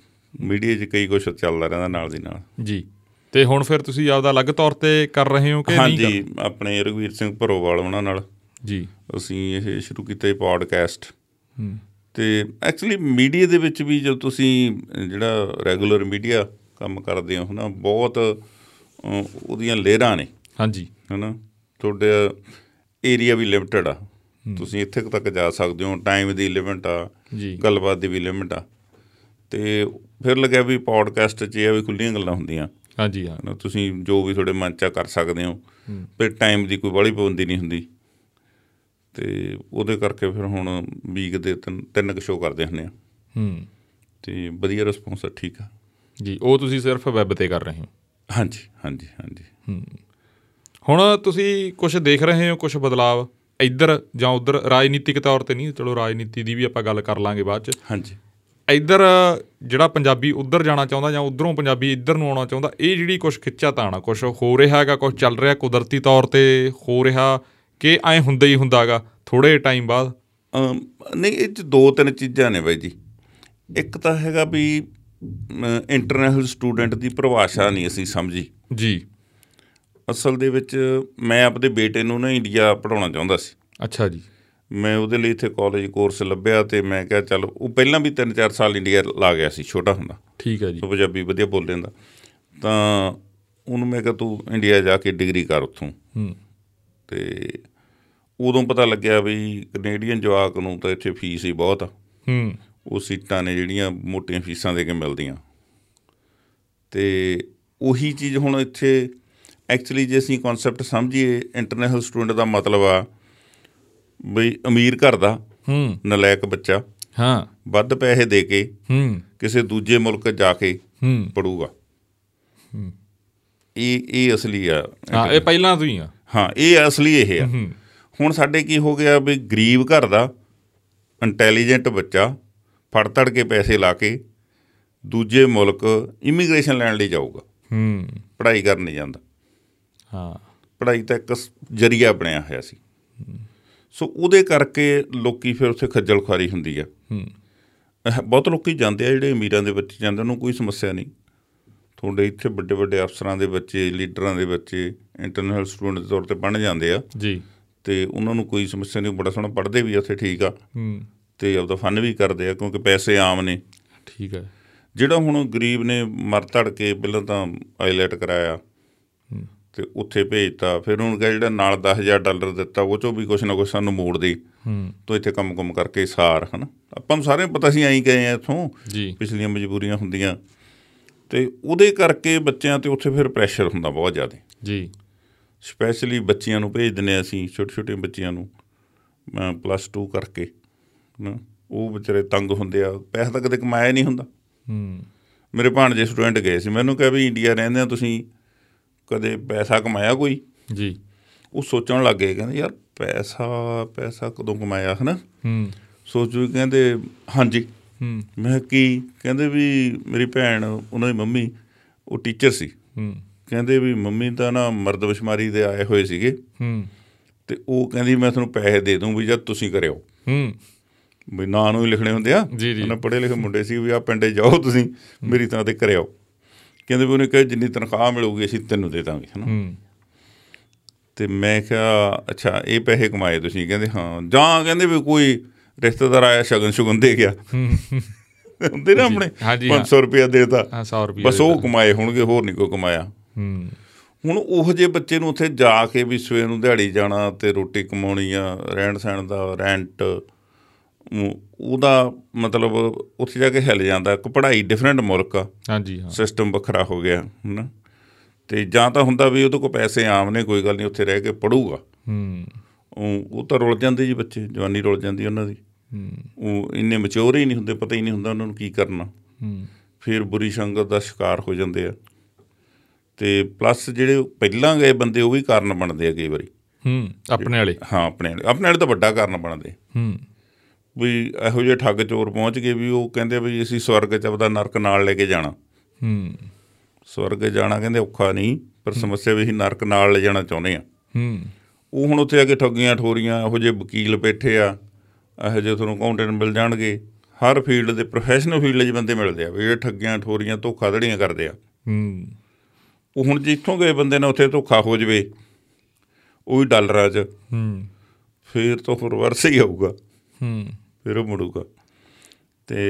B: ਮੀਡੀਆ 'ਚ ਕਈ ਕੁਝ ਚੱਲਦਾ ਰਹਿੰਦਾ ਨਾਲ ਦੀ ਨਾਲ
A: ਜੀ ਤੇ ਹੁਣ ਫਿਰ ਤੁਸੀਂ ਆਪਦਾ ਅਲੱਗ ਤੌਰ ਤੇ ਕਰ ਰਹੇ ਹੋ ਕਿ ਨਹੀਂ ਕਰ
B: ਹਾਂਜੀ ਆਪਣੇ ਰਘਵੀਰ ਸਿੰਘ ਭਰੋਵਾਲ ਉਹਨਾਂ ਨਾਲ
A: ਜੀ
B: ਅਸੀਂ ਇਹ ਸ਼ੁਰੂ ਕੀਤਾ ਇਹ ਪੋਡਕਾਸਟ
A: ਹੂੰ
B: ਤੇ ਐਕਚੁਅਲੀ ਮੀਡੀਆ ਦੇ ਵਿੱਚ ਵੀ ਜਦੋਂ ਤੁਸੀਂ ਜਿਹੜਾ ਰੈਗੂਲਰ ਮੀਡੀਆ ਕੰਮ ਕਰਦੇ ਹੋ ਨਾ ਬਹੁਤ ਅ, ਉਹਦੀਆਂ ਲੇਅਰਾਂ ਨੇ
A: ਹਾਂਜੀ
B: ਹਨਾ ਤੁਹਾਡੇ ਏਰੀਆ ਵੀ ਲਿਮਟਿਡ ਆ ਤੁਸੀਂ ਇੱਥੇ ਕੁ ਤੱਕ ਜਾ ਸਕਦੇ ਹੋ ਟਾਈਮ ਦੀ ਲਿਮਟ ਆ
A: ਜੀ
B: ਗੱਲਬਾਤ ਦੀ ਵੀ ਲਿਮਟ ਆ ਤੇ ਫਿਰ ਲੱਗਿਆ ਵੀ ਪੋਡਕਾਸਟ 'ਚ ਇਹ ਆ ਵੀ ਖੁੱਲੀਆਂ ਗੱਲਾਂ ਹੁੰਦੀਆਂ
A: ਹਾਂਜੀ ਹਾਂ
B: ਹਨਾ ਤੁਸੀਂ ਜੋ ਵੀ ਤੁਹਾਡੇ ਮਨ 'ਚ ਆ ਕਰ ਸਕਦੇ ਹੋ ਫਿਰ ਟਾਈਮ ਦੀ ਕੋਈ ਬਾਹਲੀ ਪਾਬੰਦੀ ਨਹੀਂ ਹੁੰਦੀ ਤੇ ਉਹਦੇ ਕਰਕੇ ਫਿਰ ਹੁਣ ਵੀਕ ਦੇ ਤਿੰਨ ਤਿੰਨ ਕੁ ਸ਼ੋਅ ਕਰਦੇ ਹੁੰਦੇ ਆ
A: ਹੂੰ
B: ਤੇ ਵਧੀਆ ਰਿਸਪੌਂਸ ਆ ਠੀਕ ਆ
A: ਜੀ ਉਹ ਤੁਸੀਂ ਸਿਰਫ ਵੈਬ ਤੇ ਕਰ ਰਹੇ ਹੋ
B: ਹਾਂਜੀ ਹਾਂਜੀ ਹਾਂਜੀ
A: ਹੁਣ ਤੁਸੀਂ ਕੁਝ ਦੇਖ ਰਹੇ ਹੋ ਕੁਝ ਬਦਲਾਵ ਇੱਧਰ ਜਾਂ ਉੱਧਰ ਰਾਜਨੀਤਿਕ ਤੌਰ ਤੇ ਨਹੀਂ ਚਲੋ ਰਾਜਨੀਤੀ ਦੀ ਵੀ ਆਪਾਂ ਗੱਲ ਕਰ ਲਾਂਗੇ ਬਾਅਦ ਚ
B: ਹਾਂਜੀ
A: ਇੱਧਰ ਜਿਹੜਾ ਪੰਜਾਬੀ ਉੱਧਰ ਜਾਣਾ ਚਾਹੁੰਦਾ ਜਾਂ ਉੱਧਰੋਂ ਪੰਜਾਬੀ ਇੱਧਰ ਨੂੰ ਆਉਣਾ ਚਾਹੁੰਦਾ ਇਹ ਜਿਹੜੀ ਕੁਝ ਖਿੱਚਾ ਤਾਣਾ ਕੁਝ ਹੋ ਰਿਹਾ ਹੈਗਾ ਕੁਝ ਚੱਲ ਰਿਹਾ ਕੁਦਰਤੀ ਤੌਰ ਤੇ ਹੋ ਰਿਹਾ ਕਿ ਐ ਹੁੰਦਾ ਹੀ ਹੁੰਦਾਗਾ ਥੋੜੇ ਟਾਈਮ ਬਾਅਦ
B: ਅਮ, ਨਹੀਂ ਇਹ 'ਚ ਦੋ ਤਿੰਨ ਚੀਜ਼ਾਂ ਨੇ ਬਾਈ ਜੀ ਇੱਕ ਤਾਂ ਹੈਗਾ ਵੀ ਇੰਟਰਨੈਸ਼ਨਲ ਸਟੂਡੈਂਟ ਦੀ ਪਰਿਭਾਸ਼ਾ ਨਹੀਂ ਅਸੀਂ ਸਮਝੀ
A: ਜੀ
B: ਅਸਲ ਦੇ ਵਿੱਚ ਮੈਂ ਆਪਦੇ ਬੇਟੇ ਨੂੰ ਨਾ ਇੰਡੀਆ ਪੜਾਉਣਾ ਚਾਹੁੰਦਾ ਸੀ
A: ਅੱਛਾ ਜੀ
B: ਮੈਂ ਉਹਦੇ ਲਈ ਇੱਥੇ ਕਾਲਜ ਕੋਰਸ ਲੱਭਿਆ ਤੇ ਮੈਂ ਕਿਹਾ ਚੱਲ ਉਹ ਪਹਿਲਾਂ ਵੀ 3-4 ਸਾਲ ਇੰਡੀਆ ਲਾ ਗਿਆ ਸੀ ਛੋਟਾ ਹੁੰਦਾ
A: ਠੀਕ ਹੈ ਜੀ
B: ਉਹ ਪੰਜਾਬੀ ਵਧੀਆ ਬੋਲ ਲੈਂਦਾ ਤਾਂ ਉਹਨੂੰ ਮੈਂ ਕਿਹਾ ਤੂੰ ਇੰਡੀਆ ਜਾ ਕੇ ਡਿਗਰੀ ਕਰ ਉੱਥੋਂ
A: ਹੂੰ
B: ਤੇ ਉਦੋਂ ਪਤਾ ਲੱਗਿਆ ਵੀ ਕੈਨੇਡੀਅਨ ਜਵਾਕ ਨੂੰ ਤਾਂ ਇੱਥੇ ਫੀਸ ਹੀ ਬਹੁਤ ਆ
A: ਹੂੰ
B: ਉਹ ਸੀਟਾਂ ਨੇ ਜਿਹੜੀਆਂ ਮੋਟੀਆਂ ਫੀਸਾਂ ਦੇ ਕੇ ਮਿਲਦੀਆਂ ਤੇ ਉਹੀ ਚੀਜ਼ ਹੁਣ ਇੱਥੇ ਐਕਚੁਅਲੀ ਜੇ ਅਸੀਂ ਕਨਸੈਪਟ ਸਮਝੀਏ ਇੰਟਰਨੈਸ਼ਨਲ ਸਟੂਡੈਂਟ ਦਾ ਮਤਲਬ ਆ ਬਈ ਅਮੀਰ ਘਰ ਦਾ
A: ਹੂੰ
B: ਨਲਾਇਕ ਬੱਚਾ
A: ਹਾਂ
B: ਵੱਧ ਪੈਸੇ ਦੇ ਕੇ
A: ਹੂੰ
B: ਕਿਸੇ ਦੂਜੇ ਮੁਲਕ ਜਾ ਕੇ
A: ਹੂੰ
B: ਪੜੂਗਾ ਇਹ ਇਹ ਅਸਲੀ ਆ
A: ਹਾਂ ਇਹ ਪਹਿਲਾਂ ਤੋਂ ਹੀ ਆ
B: ਹਾਂ ਇਹ ਅਸਲੀ ਇਹ ਆ
A: ਹੂੰ
B: ਹੁਣ ਸਾਡੇ ਕੀ ਹੋ ਗਿਆ ਵੀ ਗਰੀਬ ਘਰ ਦਾ ਇੰਟੈਲੀਜੈਂਟ ਬੱਚਾ ਫੜ ਤੜ ਕੇ ਪੈਸੇ ਲਾ ਕੇ ਦੂਜੇ ਮੁਲਕ ਇਮੀਗ੍ਰੇਸ਼ਨ ਲੈਣ ਲਈ ਜਾਊਗਾ
A: ਹੂੰ
B: ਪੜ੍ਹਾਈ ਕਰਨ ਨਹੀਂ ਜਾਂਦਾ
A: ਹਾਂ
B: ਪੜ੍ਹਾਈ ਤਾਂ ਇੱਕ ਸ- ਜ਼ਰੀਆ ਬਣਿਆ ਹੋਇਆ ਸੀ ਸੋ ਉਹਦੇ ਕਰਕੇ ਲੋਕੀ ਫਿਰ ਉੱਥੇ ਖੱਜਲ ਖੁਆਰੀ ਹੁੰਦੀ ਆ
A: ਹੂੰ
B: ਅਹ ਬਹੁਤ ਲੋਕੀ ਜਾਂਦੇ ਆ ਜਿਹੜੇ ਅਮੀਰਾਂ ਦੇ ਬੱਚੇ ਜਾਂਦੇ ਉਹਨੂੰ ਕੋਈ ਸਮੱਸਿਆ ਨਹੀਂ ਤੁਹਾਡੇ ਇੱਥੇ ਵੱਡੇ ਵੱਡੇ ਅਫਸਰਾਂ ਦੇ ਬੱਚੇ ਲੀਡਰਾਂ ਦੇ ਬੱਚੇ ਇੰਟਰਨੈਸ਼ਨਲ ਸਟੂਡੈਂਟ ਦੇ ਤੌਰ ਤੇ ਪੜ੍ਹਨ ਜਾਂਦੇ ਆ
A: ਜੀ
B: ਤੇ ਉਹਨਾਂ ਨੂੰ ਕੋਈ ਸਮੱਸਿਆ ਨਹੀਂ ਬੜਾ ਸੋਹਣਾ ਪੜ੍ਹਦੇ ਵੀ ਆ ਉੱਥੇ ਠੀਕ ਆ
A: ਹੂੰ
B: ਤੇ ਆਪਦਾ ਫਨ ਵੀ ਕਰਦੇ ਆ ਕਿਉਂਕਿ ਪੈਸੇ ਆਮ ਨੇ
A: ਠੀਕ ਹੈ
B: ਜਿਹੜਾ ਹੁਣ ਗਰੀਬ ਨੇ ਮਰ ਧੜ ਕੇ ਪਹਿਲਾਂ ਤਾਂ ਆਈਲੈਟ ਕਰਾਇਆ ਤੇ ਉੱਥੇ ਭੇਜਤਾ ਫਿਰ ਉਹਨੂੰ ਕਿਹਾ ਜਿਹੜਾ ਨਾਲ 10000 ਡਾਲਰ ਦਿੱਤਾ ਉਹ ਚੋਂ ਵੀ ਕੁਛ ਨਾ ਕੁਛ ਸਾਨੂੰ ਮੋੜ ਦੇ
A: ਹੂੰ
B: ਤੋ ਇੱਥੇ ਕੰਮ-ਕੰਮ ਕਰਕੇ ਸਾਰ ਹਨ ਆਪਾਂ ਨੂੰ ਸਾਰਿਆਂ ਨੂੰ ਪਤਾ ਸੀ ਐਂ ਗਏ ਆ ਇੱਥੋਂ
A: ਜੀ
B: ਪਿਛਲੀਆਂ ਮਜਬੂਰੀਆਂ ਹੁੰਦੀਆਂ ਤੇ ਉਹਦੇ ਕਰਕੇ ਬੱਚਿਆਂ ਤੇ ਉੱਥੇ ਫਿਰ ਪ੍ਰੈਸ਼ਰ ਹੁੰਦਾ ਬਹੁਤ ਜ਼ਿਆਦਾ
A: ਜੀ
B: ਸਪੈਸ਼ਲੀ ਬੱਚਿਆਂ ਨੂੰ ਭੇਜ ਦਿੰਦੇ ਹਾਂ ਅਸੀਂ ਛੋਟੇ-ਛੋਟੇ ਬੱਚਿਆਂ ਨੂੰ ਪਲੱਸ 2 ਕਰਕੇ ਨਾ ਉਹ ਵਿਚਾਰੇ ਤੰਗ ਹੁੰਦੇ ਆ ਪੈਸਾ ਤਾਂ ਕਦੇ ਕਮਾਇਆ ਨਹੀਂ ਹੁੰਦਾ
A: ਹੂੰ
B: ਮੇਰੇ ਭਾਣਜੇ ਸਟੂਡੈਂਟ ਗਏ ਸੀ ਮੈਨੂੰ ਕਿਹਾ ਵੀ ਇੰਡੀਆ ਰਹਿੰਦੇ ਆ ਤੁਸੀਂ ਕਦੇ ਪੈਸਾ ਕਮਾਇਆ ਕੋਈ
A: ਜੀ
B: ਉਹ ਸੋਚਣ ਲੱਗ ਗਏ ਕਹਿੰਦੇ ਯਾਰ ਪੈਸਾ ਪੈਸਾ ਕਦੋਂ ਕਮਾਇਆ ਹਨਾ
A: ਹੂੰ
B: ਸੋਚੂ ਕਹਿੰਦੇ ਹਾਂਜੀ
A: ਹੂੰ
B: ਮੈਂ ਕਿਹਾ ਕੀ ਕਹਿੰਦੇ ਵੀ ਮੇਰੀ ਭੈਣ ਉਹਨਾਂ ਦੀ ਮੰਮੀ ਉਹ ਟੀਚਰ ਸੀ
A: ਹੂੰ
B: ਕਹਿੰਦੇ ਵੀ ਮੰਮੀ ਤਾਂ ਨਾ ਮਰਦਵਸ਼ਮਾਰੀ ਦੇ ਆਏ ਹੋਏ ਸੀਗੇ
A: ਹੂੰ
B: ਤੇ ਉਹ ਕਹਿੰਦੀ ਮੈਂ ਤੁਹਾਨੂੰ ਪੈਸੇ ਦੇ ਦੂੰ ਵੀ ਜਦ ਤੁਸੀਂ ਕਰਿਓ
A: ਹੂੰ
B: ਵੀ ਨਾਂ ਨੂੰ ਹੀ ਲਿਖਣੇ ਹੁੰਦੇ ਆ
A: ਜੀ, ਜੀ।
B: ਉਹਨਾਂ ਪੜ੍ਹੇ ਲਿਖੇ ਮੁੰਡੇ ਸੀ ਵੀ ਆ ਪਿੰਡੇ ਜਾਓ ਤੁਸੀਂ ਮੇਰੀ ਥਾਂ ਤੇ ਕਰਿਓ ਕਹਿੰਦੇ ਵੀ ਉਹਨੇ ਕਿਹਾ ਜਿੰਨੀ ਤਨਖਾਹ ਮਿਲੂਗੀ ਅਸੀਂ ਤੈਨੂੰ ਦੇ ਦਾਂਗੇ ਹਨਾ
A: ਹੂੰ
B: ਤੇ ਮੈਂ ਕਿਹਾ ਅੱਛਾ ਇਹ ਪੈਸੇ ਕਮਾਏ ਤੁਸੀਂ ਕਹਿੰਦੇ ਹਾਂ ਜਾਂ ਕਹਿੰਦੇ ਵੀ ਕੋਈ ਰਿਸ਼ਤੇਦਾਰ ਆਇਆ ਸ਼ਗਨ ਸ਼ੁਗਨ ਦੇ ਗਿਆ ਹੁੰਦੇ ਨਾ ਆਪਣੇ
A: ਹਾਂਜੀ, ਹਾਂ।
B: 500 ਰੁਪਇਆ ਦੇਤਾ
A: ਹਾਂ 100 ਰੁਪਏ
B: ਬਸ ਉਹ ਕਮਾਏ ਹੋਣਗੇ ਹੋਰ ਨਹੀਂ ਕੋਈ ਕਮਾਇਆ
A: ਹੂੰ
B: ਹੁਣ ਉਹੋ ਜਿਹੇ ਬੱਚੇ ਨੂੰ ਉੱਥੇ ਜਾ ਕੇ ਵੀ ਸਵੇਰ ਨੂੰ ਦਿਹਾੜੀ ਜਾਣਾ ਤੇ ਰੋਟੀ ਕਮਾਉਣੀ ਆ ਰਹਿਣ ਸਹਿਣ ਦਾ ਰੈਂਟ ਉਹ- ਉਹਦਾ ਮਤਲਬ ਉੱਥੇ ਜਾ ਕੇ ਹਿੱਲ ਜਾਂਦਾ ਇੱਕ ਪੜ੍ਹਾਈ ਡਿਫਰੈਂਟ ਮੁਲਕ ਆ
A: ਹਾਂਜੀ ਹਾਂ
B: ਸਿਸਟਮ ਵੱਖਰਾ ਹੋ ਗਿਆ ਹਨਾ ਤੇ ਜਾਂ ਤਾਂ ਹੁੰਦਾ ਵੀ ਉਹਦੇ ਕੋਲ ਪੈਸੇ ਆਮ ਨੇ ਕੋਈ ਗੱਲ ਨਹੀਂ ਉੱਥੇ ਰਹਿ ਕੇ ਪੜੂਗਾ
A: ਹੂੰ
B: ਉਹ ਉਹ ਤਾਂ ਰੁਲ ਜਾਂਦੇ ਜੀ ਬੱਚੇ ਜਵਾਨੀ ਰੁਲ ਜਾਂਦੀ ਉਹਨਾਂ ਦੀ
A: ਹੂੰ
B: ਉਹ ਇੰਨੇ ਮੈਚੋਰ ਹੀ ਨਹੀਂ ਹੁੰਦੇ ਪਤਾ ਹੀ ਨਹੀਂ ਹੁੰਦਾ ਉਹਨਾਂ ਨੂੰ ਕੀ ਕਰਨਾ
A: ਹੂੰ
B: ਫਿਰ ਬੁਰੀ ਸੰਗਤ ਦਾ ਸ਼ਿਕਾਰ ਹੋ ਜਾਂਦੇ ਆ ਤੇ ਪਲੱਸ ਜਿਹੜੇ ਪਹਿਲਾਂ ਗਏ ਬੰਦੇ ਉਹ ਵੀ ਕਾਰਨ ਬਣਦੇ ਆ ਕਈ ਵਾਰੀ
A: ਹੂੰ ਆਪਣੇ ਵਾਲੇ
B: ਹਾਂ ਆਪਣੇ ਵਾਲੇ ਆਪਣੇ ਵਾਲੇ ਤਾਂ ਵੱਡਾ ਕਾਰਨ ਬਣਦੇ
A: ਹੂੰ
B: ਵੀ ਇਹੋ ਜਿਹੇ ਠੱਗ ਚੋਰ ਪਹੁੰਚ ਗਏ ਵੀ ਉਹ ਕਹਿੰਦੇ ਵੀ ਅਸੀਂ ਸਵਰਗ ਚ ਆਪਦਾ ਨਰਕ ਨਾਲ ਲੈ ਕੇ ਜਾਣਾ
A: ਹੂੰ
B: ਸਵਰਗ ਜਾਣਾ ਕਹਿੰਦੇ ਔਖਾ ਨਹੀਂ ਪਰ ਸਮੱਸਿਆ ਵੀ ਅਸੀਂ ਨਰਕ ਨਾਲ ਲੈ ਜਾਣਾ ਚਾਹੁੰਦੇ ਆ
A: ਹੂੰ
B: ਉਹ ਹੁਣ ਉੱਥੇ ਆ ਕੇ ਠੱਗੀਆਂ ਠੋਰੀਆਂ ਇਹੋ ਜਿਹੇ ਵਕੀਲ ਬੈਠੇ ਆ ਇਹੋ ਜਿਹੇ ਤੁਹਾਨੂੰ ਅਕਾਊਂਟੈਂਟ ਮਿਲ ਜਾਣਗੇ ਹਰ ਫੀਲਡ ਦੇ ਪ੍ਰੋਫੈਸ਼ਨਲ ਫੀਲਡ 'ਚ ਬੰਦੇ ਮਿਲਦੇ ਆ ਵੀ ਜਿਹੜੇ ਠੱਗੀਆਂ ਠੋਰੀਆਂ ਧੋਖਾਧੜੀਆਂ ਕਰਦੇ ਆ
A: ਹੂੰ
B: ਉਹ ਹੁਣ ਜਿੱਥੋਂ ਗਏ ਬੰਦੇ ਨਾਲ ਉੱਥੇ ਧੋਖਾ ਹੋ ਜਵੇ ਉਹ ਵੀ ਡਾਲਰਾਂ 'ਚ
A: ਹੂੰ
B: ਫੇਰ ਤਾਂ ਹੋਰ ਵਰਸ ਹੀ ਆਊਗਾ
A: ਹੂੰ
B: ਫਿਰ ਉਹ ਮੁੜੂਗਾ ਤੇ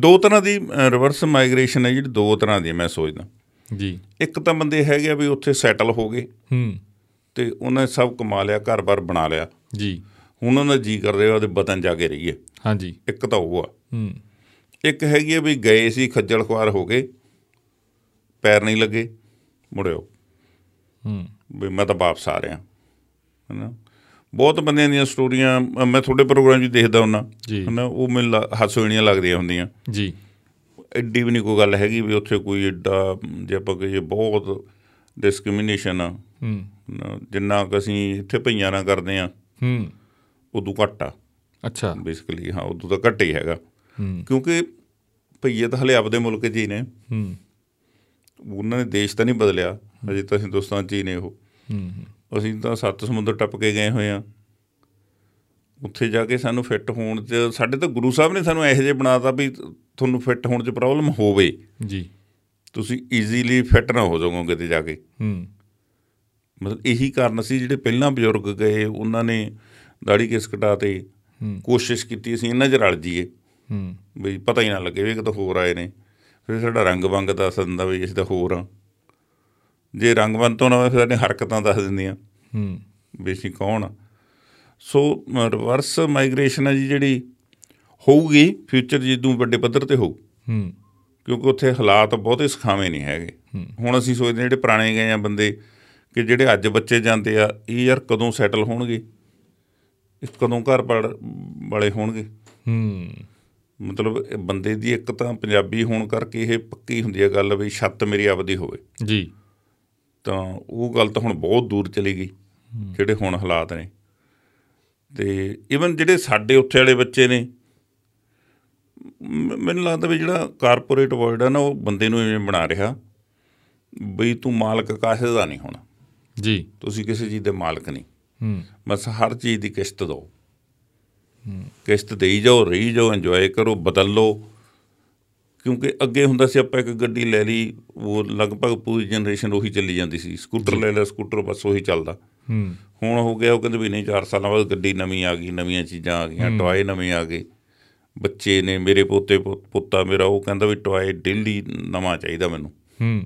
B: ਦੋ ਤਰ੍ਹਾਂ ਦੀ ਰਿਵਰਸ ਮਾਈਗ੍ਰੇਸ਼ਨ ਹੈ ਜਿਹੜੀ ਦੋ ਤਰ੍ਹਾਂ ਦੀ ਹੈ ਮੈਂ ਸੋਚਦਾ
A: ਜੀ
B: ਇੱਕ ਤਾਂ ਬੰਦੇ ਹੈਗੇ ਆ ਵੀ ਉੱਥੇ ਸੈਟਲ ਹੋ ਗਏ
A: ਹੂੰ
B: ਤੇ ਉਹਨਾਂ ਨੇ ਸਭ ਕਮਾ ਲਿਆ ਘਰ-ਬਾਰ ਬਣਾ ਲਿਆ
A: ਜੀ
B: ਹੁਣ ਉਹਨਾਂ ਦਾ ਜੀ ਕਰਦੇ ਆ ਉਹਦੇ ਵਤਨ ਜਾ ਕੇ ਰਹੀਏ
A: ਹਾਂਜੀ
B: ਇੱਕ ਤਾਂ ਉਹ ਆ
A: ਹੂੰ
B: ਇੱਕ ਹੈਗੀ ਆ ਵੀ ਗਏ ਸੀ ਖੱਜਲ ਖੁਆਰ ਹੋ ਗਏ ਪੈਰ ਨਹੀਂ ਲੱਗੇ ਮੁੜਿਓ
A: ਹੂੰ
B: ਵੀ ਮੈਂ ਤਾਂ ਵਾਪਸ ਆ ਰਿਹਾ ਹਨਾ ਬਹੁਤ ਬੰਦਿਆਂ ਦੀਆਂ ਸਟੋਰੀਆਂ ਅ, ਮੈਂ ਤੁਹਾਡੇ ਪ੍ਰੋਗਰਾਮ 'ਚ ਦੇਖਦਾ ਹੁੰਦਾ
A: ਜੀ।
B: ਹਨਾ ਉਹ ਮੈਨੂੰ ਲਾ- ਹਾਸੋਹੀਣੀਆਂ ਲੱਗਦੀਆਂ ਹੁੰਦੀਆਂ
A: ਜੀ
B: ਐਡੀ ਵੀ ਨਹੀਂ ਕੋਈ ਗੱਲ ਹੈਗੀ ਵੀ ਉੱਥੇ ਕੋਈ ਐਡਾ ਅਮ, ਜੇ ਆਪਾਂ ਕਹੀਏ ਬਹੁਤ ਡਿਸਕ੍ਰਿਮੀਨੇਸ਼ਨ ਆ
A: ਹੂੰ
B: ਨਾ, ਜਿੰਨਾ ਕੁ ਅਸੀਂ ਇੱਥੇ ਭਈਆਂ ਨਾਲ ਕਰਦੇ ਆ
A: ਹੂੰ
B: ਉਦੋਂ ਘੱਟ ਆ
A: ਅੱਛਾ
B: ਬੇਸਿਕਲੀ ਹਾਂ ਉਦੋਂ ਤਾਂ ਘੱਟ ਹੀ ਹੈਗਾ
A: ਹੂੰ
B: ਕਿਉਂਕਿ ਭਈਏ ਤਾਂ ਹਲੇ ਆਪਦੇ ਮੁਲਕ 'ਚ ਹੀ ਨੇ
A: ਹੂੰ
B: ਉਹਨਾਂ ਨੇ ਦੇਸ਼ ਤਾਂ ਨਹੀਂ ਬਦਲਿਆ ਅਜੇ ਤਾਂ ਹਿੰਦੁਸਤਾਨ 'ਚ ਹੀ ਨੇ ਉਹ
A: ਹੂੰ
B: ਅਸੀਂ ਤਾਂ ਸੱਤ ਸਮੁੰਦਰ ਟੱਪ ਕੇ ਗਏ ਹੋਏ ਆ ਉੱਥੇ ਜਾ ਕੇ ਸਾਨੂੰ ਫਿੱਟ ਹੋਣ 'ਚ ਸਾਡੇ ਤਾਂ ਗੁਰੂ ਸਾਹਿਬ ਨੇ ਸਾਨੂੰ ਇਹੋ ਜਿਹੇ ਬਣਾਤਾ ਵੀ ਤੁਹਾਨੂੰ ਫਿੱਟ ਹੋਣ 'ਚ ਪ੍ਰੋਬਲਮ ਹੋਵੇ
A: ਜੀ
B: ਤੁਸੀਂ ਈਜ਼ੀਲੀ ਫਿੱਟ ਨਾ ਹੋ ਜਾਓਗੇ ਕਿਤੇ ਜਾ ਕੇ
A: ਹੂੰ
B: ਮਤਲਬ ਇਹੀ ਕਾਰਨ ਸੀ ਜਿਹੜੇ ਪਹਿਲਾਂ ਬਜ਼ੁਰਗ ਗਏ ਉਹਨਾਂ ਨੇ ਦਾੜੀ ਕੇਸ ਕਟਾ ਤੇ
A: ਹੂੰ।
B: ਕੋਸ਼ਿਸ਼ ਕੀਤੀ ਅਸੀਂ ਇਹਨਾਂ 'ਚ ਰਲ ਜਾਈਏ
A: ਹੂੰ
B: ਵੀ ਪਤਾ ਹੀ ਨਾ ਲੱਗੇ ਵੀ ਕਿਤੇ ਹੋਰ ਆਏ ਨੇ ਫਿਰ ਸਾਡਾ ਰੰਗ ਬੰਗ ਦੱਸ ਦਿੰਦਾ ਵੀ ਅਸੀਂ ਤਾਂ ਹੋਰ ਆ ਜੇ ਰੰਗ ਬੰਗ ਤੋਂ ਨਾ ਹੋਵੇ ਫਿਰ ਸਾਡੀਆਂ ਹਰਕਤਾਂ ਦੱਸ ਦਿੰਦੀਆਂ
A: ਹੂੰ
B: ਵੀ ਅਸੀਂ ਕੌਣ ਆ ਸੋ ਰਿਵਰਸ ਮਾਈਗ੍ਰੇਸ਼ਨ ਹੈ ਜੀ ਜਿਹੜੀ ਹੋਊਗੀ ਫਿਊਚਰ ਜਿੱਦੋਂ ਵੱਡੇ ਪੱਧਰ ਤੇ ਹੋਊ
A: ਹੂੰ
B: ਕਿਉਂਕਿ ਉੱਥੇ ਹਾਲਾਤ ਬਹੁਤੇ ਸਖਾਵੇਂ ਨਹੀਂ ਹੈਗੇ ਹੁਣ ਅਸੀਂ ਸੋਚਦੇ ਹਾਂ ਜਿਹੜੇ ਪੁਰਾਣੇ ਗਏ ਆ ਬੰਦੇ ਕਿ ਜਿਹੜੇ ਅੱਜ ਬੱਚੇ ਜਾਂਦੇ ਆ ਇਹ ਯਾਰ ਕਦੋਂ ਸੈਟਲ ਹੋਣਗੇ ਇਹ ਕਦੋਂ ਘਰ ਪੜ- ਵਾਲੇ ਹੋਣਗੇ
A: ਹੂੰ
B: ਮਤਲਬ ਇਹ ਬੰਦੇ ਦੀ ਇੱਕ ਤਾਂ ਪੰਜਾਬੀ ਹੋਣ ਕਰਕੇ ਇਹ ਪੱਕੀ ਹੁੰਦੀ ਹੈ ਗੱਲ ਵੀ ਛੱਤ ਮੇਰੀ ਆਪਦੀ ਹੋਵੇ
A: ਜੀ
B: ਤਾਂ ਉਹ ਗੱਲ ਤਾਂ ਹੁਣ ਬਹੁਤ ਦੂਰ ਚਲੀ ਗਈ ਜਿਹੜੇ ਹੁਣ ਹਾਲਾਤ ਨੇ ਤੇ ਇਵਨ ਜਿਹੜੇ ਸਾਡੇ ਉੱਥੇ ਵਾਲੇ ਬੱਚੇ ਨੇ ਮ- ਮੈਨੂੰ ਲੱਗਦਾ ਵੀ ਜਿਹੜਾ ਕਾਰਪੋਰੇਟ ਵਰਲਡ ਆ ਨਾ ਉਹ ਬੰਦੇ ਨੂੰ ਇਵੇਂ ਬਣਾ ਰਿਹਾ ਬਈ ਤੂੰ ਮਾਲਕ ਕਾਹੇ ਦਾ ਨਹੀਂ ਹੁਣ
A: ਜੀ
B: ਤੁਸੀਂ ਕਿਸੇ ਚੀਜ਼ ਦੇ ਮਾਲਕ ਨਹੀਂ
A: ਹੂੰ
B: ਬਸ ਹਰ ਚੀਜ਼ ਦੀ ਕਿਸ਼ਤ ਦਿਓ ਕਿਸ਼ਤ ਦੇਈ ਜਾਓ ਰਹੀ ਜਾਓ ਇੰਜੋਏ ਕਰੋ ਬਦਲ ਲਓ ਕਿਉਂਕਿ ਅੱਗੇ ਹੁੰਦਾ ਸੀ ਆਪਾਂ ਇੱਕ ਗੱਡੀ ਲੈ ਲਈ ਉਹ ਲਗਭਗ ਪੂਰੀ ਜਨਰੇਸ਼ਨ ਉਹੀ ਚੱਲੀ ਜਾਂਦੀ ਸੀ ਸਕੂਟਰ ਲੈ ਲਿਆ ਸਕੂਟਰ ਬਸ ਉਹੀ ਚੱਲਦਾ
A: ਹੂੰ
B: ਹੁਣ ਹੋ ਗਿਆ ਉਹ ਕਹਿੰਦੇ ਵੀ ਨਹੀਂ 4 ਸਾਲਾਂ ਬਾਅਦ ਗੱਡੀ ਨਵੀਂ ਆ ਗਈ ਨਵੀਆਂ ਚੀਜ਼ਾਂ ਆ ਗਈਆਂ ਟੋਏ ਨਵੇਂ ਆ ਗਏ ਬੱਚੇ ਨੇ ਮੇਰੇ ਪੋਤੇ ਪੋ- ਪੋਤਾ ਮੇਰਾ ਉਹ ਕਹਿੰਦਾ ਵੀ ਟੋਏ ਡੇਲੀ ਨਵਾਂ ਚਾਹੀਦਾ ਮੈਨੂੰ
A: ਹੂੰ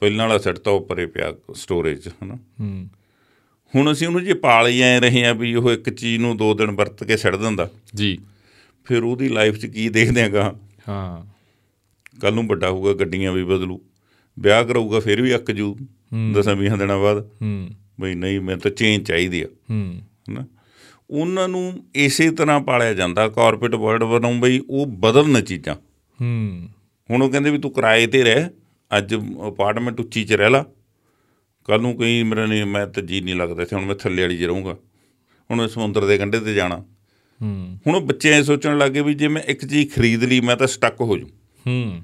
B: ਪਹਿਲਾਂ ਵਾਲਾ ਸੈੱਟ ਤਾਂ ਉਹ ਪਰੇ ਪਿਆ ਸਟੋਰੇਜ 'ਚ ਹਨਾ
A: ਹੂੰ
B: ਹੁਣ ਅਸੀਂ ਉਹਨੂੰ ਜੇ ਪਾਲ ਹੀ ਐ ਰਹੇ ਆ ਵੀ ਉਹ ਇੱਕ ਚੀਜ਼ ਨੂੰ ਦੋ ਦਿਨ ਵਰਤ ਕੇ ਛੱਡ ਦਿੰਦਾ
A: ਜੀ
B: ਫਿਰ ਉਹਦੀ ਲਾਈਫ 'ਚ ਕੀ ਦੇਖਦੇ ਆਗਾ
A: ਹਾਂ
B: ਕੱਲ ਨੂੰ ਵੱਡਾ ਹੋਊਗਾ ਗੱਡੀਆਂ ਵੀ ਬਦਲੂ ਵਿਆਹ ਕਰਾਊਗਾ ਫਿਰ ਵੀ ਅੱਕ ਜੂ ਦਸਾਂ ਵੀਹਾਂ ਦਿਨਾਂ ਬਾਅਦ
A: ਹੂੰ
B: ਬਈ ਨਹੀਂ ਮੈਨੂੰ ਤਾਂ ਚੇਂਜ ਚਾਹੀਦੀ ਆ
A: ਹੂੰ
B: ਹਨਾ ਉਹਨਾਂ ਨੂੰ ਇਸੇ ਤਰ੍ਹਾਂ ਪਾਲਿਆ ਜਾਂਦਾ ਕਾਰਪੋਰੇਟ ਵਰਲਡ ਵੱਲੋਂ ਬਈ ਉਹ ਬਦਲਣ ਚੀਜ਼ਾਂ
A: ਹੂੰ
B: ਹੁਣ ਉਹ ਕਹਿੰਦੇ ਵੀ ਤੂੰ ਕਿਰਾਏ ਤੇ ਰਹਿ ਅੱਜ ਅਪਾਰਟਮੈਂਟ ਉੱਚੀ 'ਚ ਰਹਿ ਲਾ ਕੱਲ ਨੂੰ ਕਈ ਮੇਰਾ ਨਹੀਂ ਮੈਂ ਤਾਂ ਜੀ ਨਹੀਂ ਲੱਗਦਾ ਇੱਥੇ ਹੁਣ ਮੈਂ ਥੱਲੇ ਵਾਲੀ 'ਚ ਰਹੂੰਗਾ ਹੁਣ ਮੈਂ ਸਮੁੰਦਰ ਦੇ ਕੰਢੇ ਤੇ ਜਾਣਾ
A: ਹੂੰ
B: ਹੁਣ ਉਹ ਬੱਚੇ ਐ ਸੋਚਣ ਲੱਗੇ ਵੀ ਜੇ ਮੈਂ ਇੱਕ ਚੀਜ਼ ਖਰੀਦ ਲਈ ਮੈਂ ਤਾਂ ਸਟਕ ਹੋ ਜੂ
A: ਹੂੰ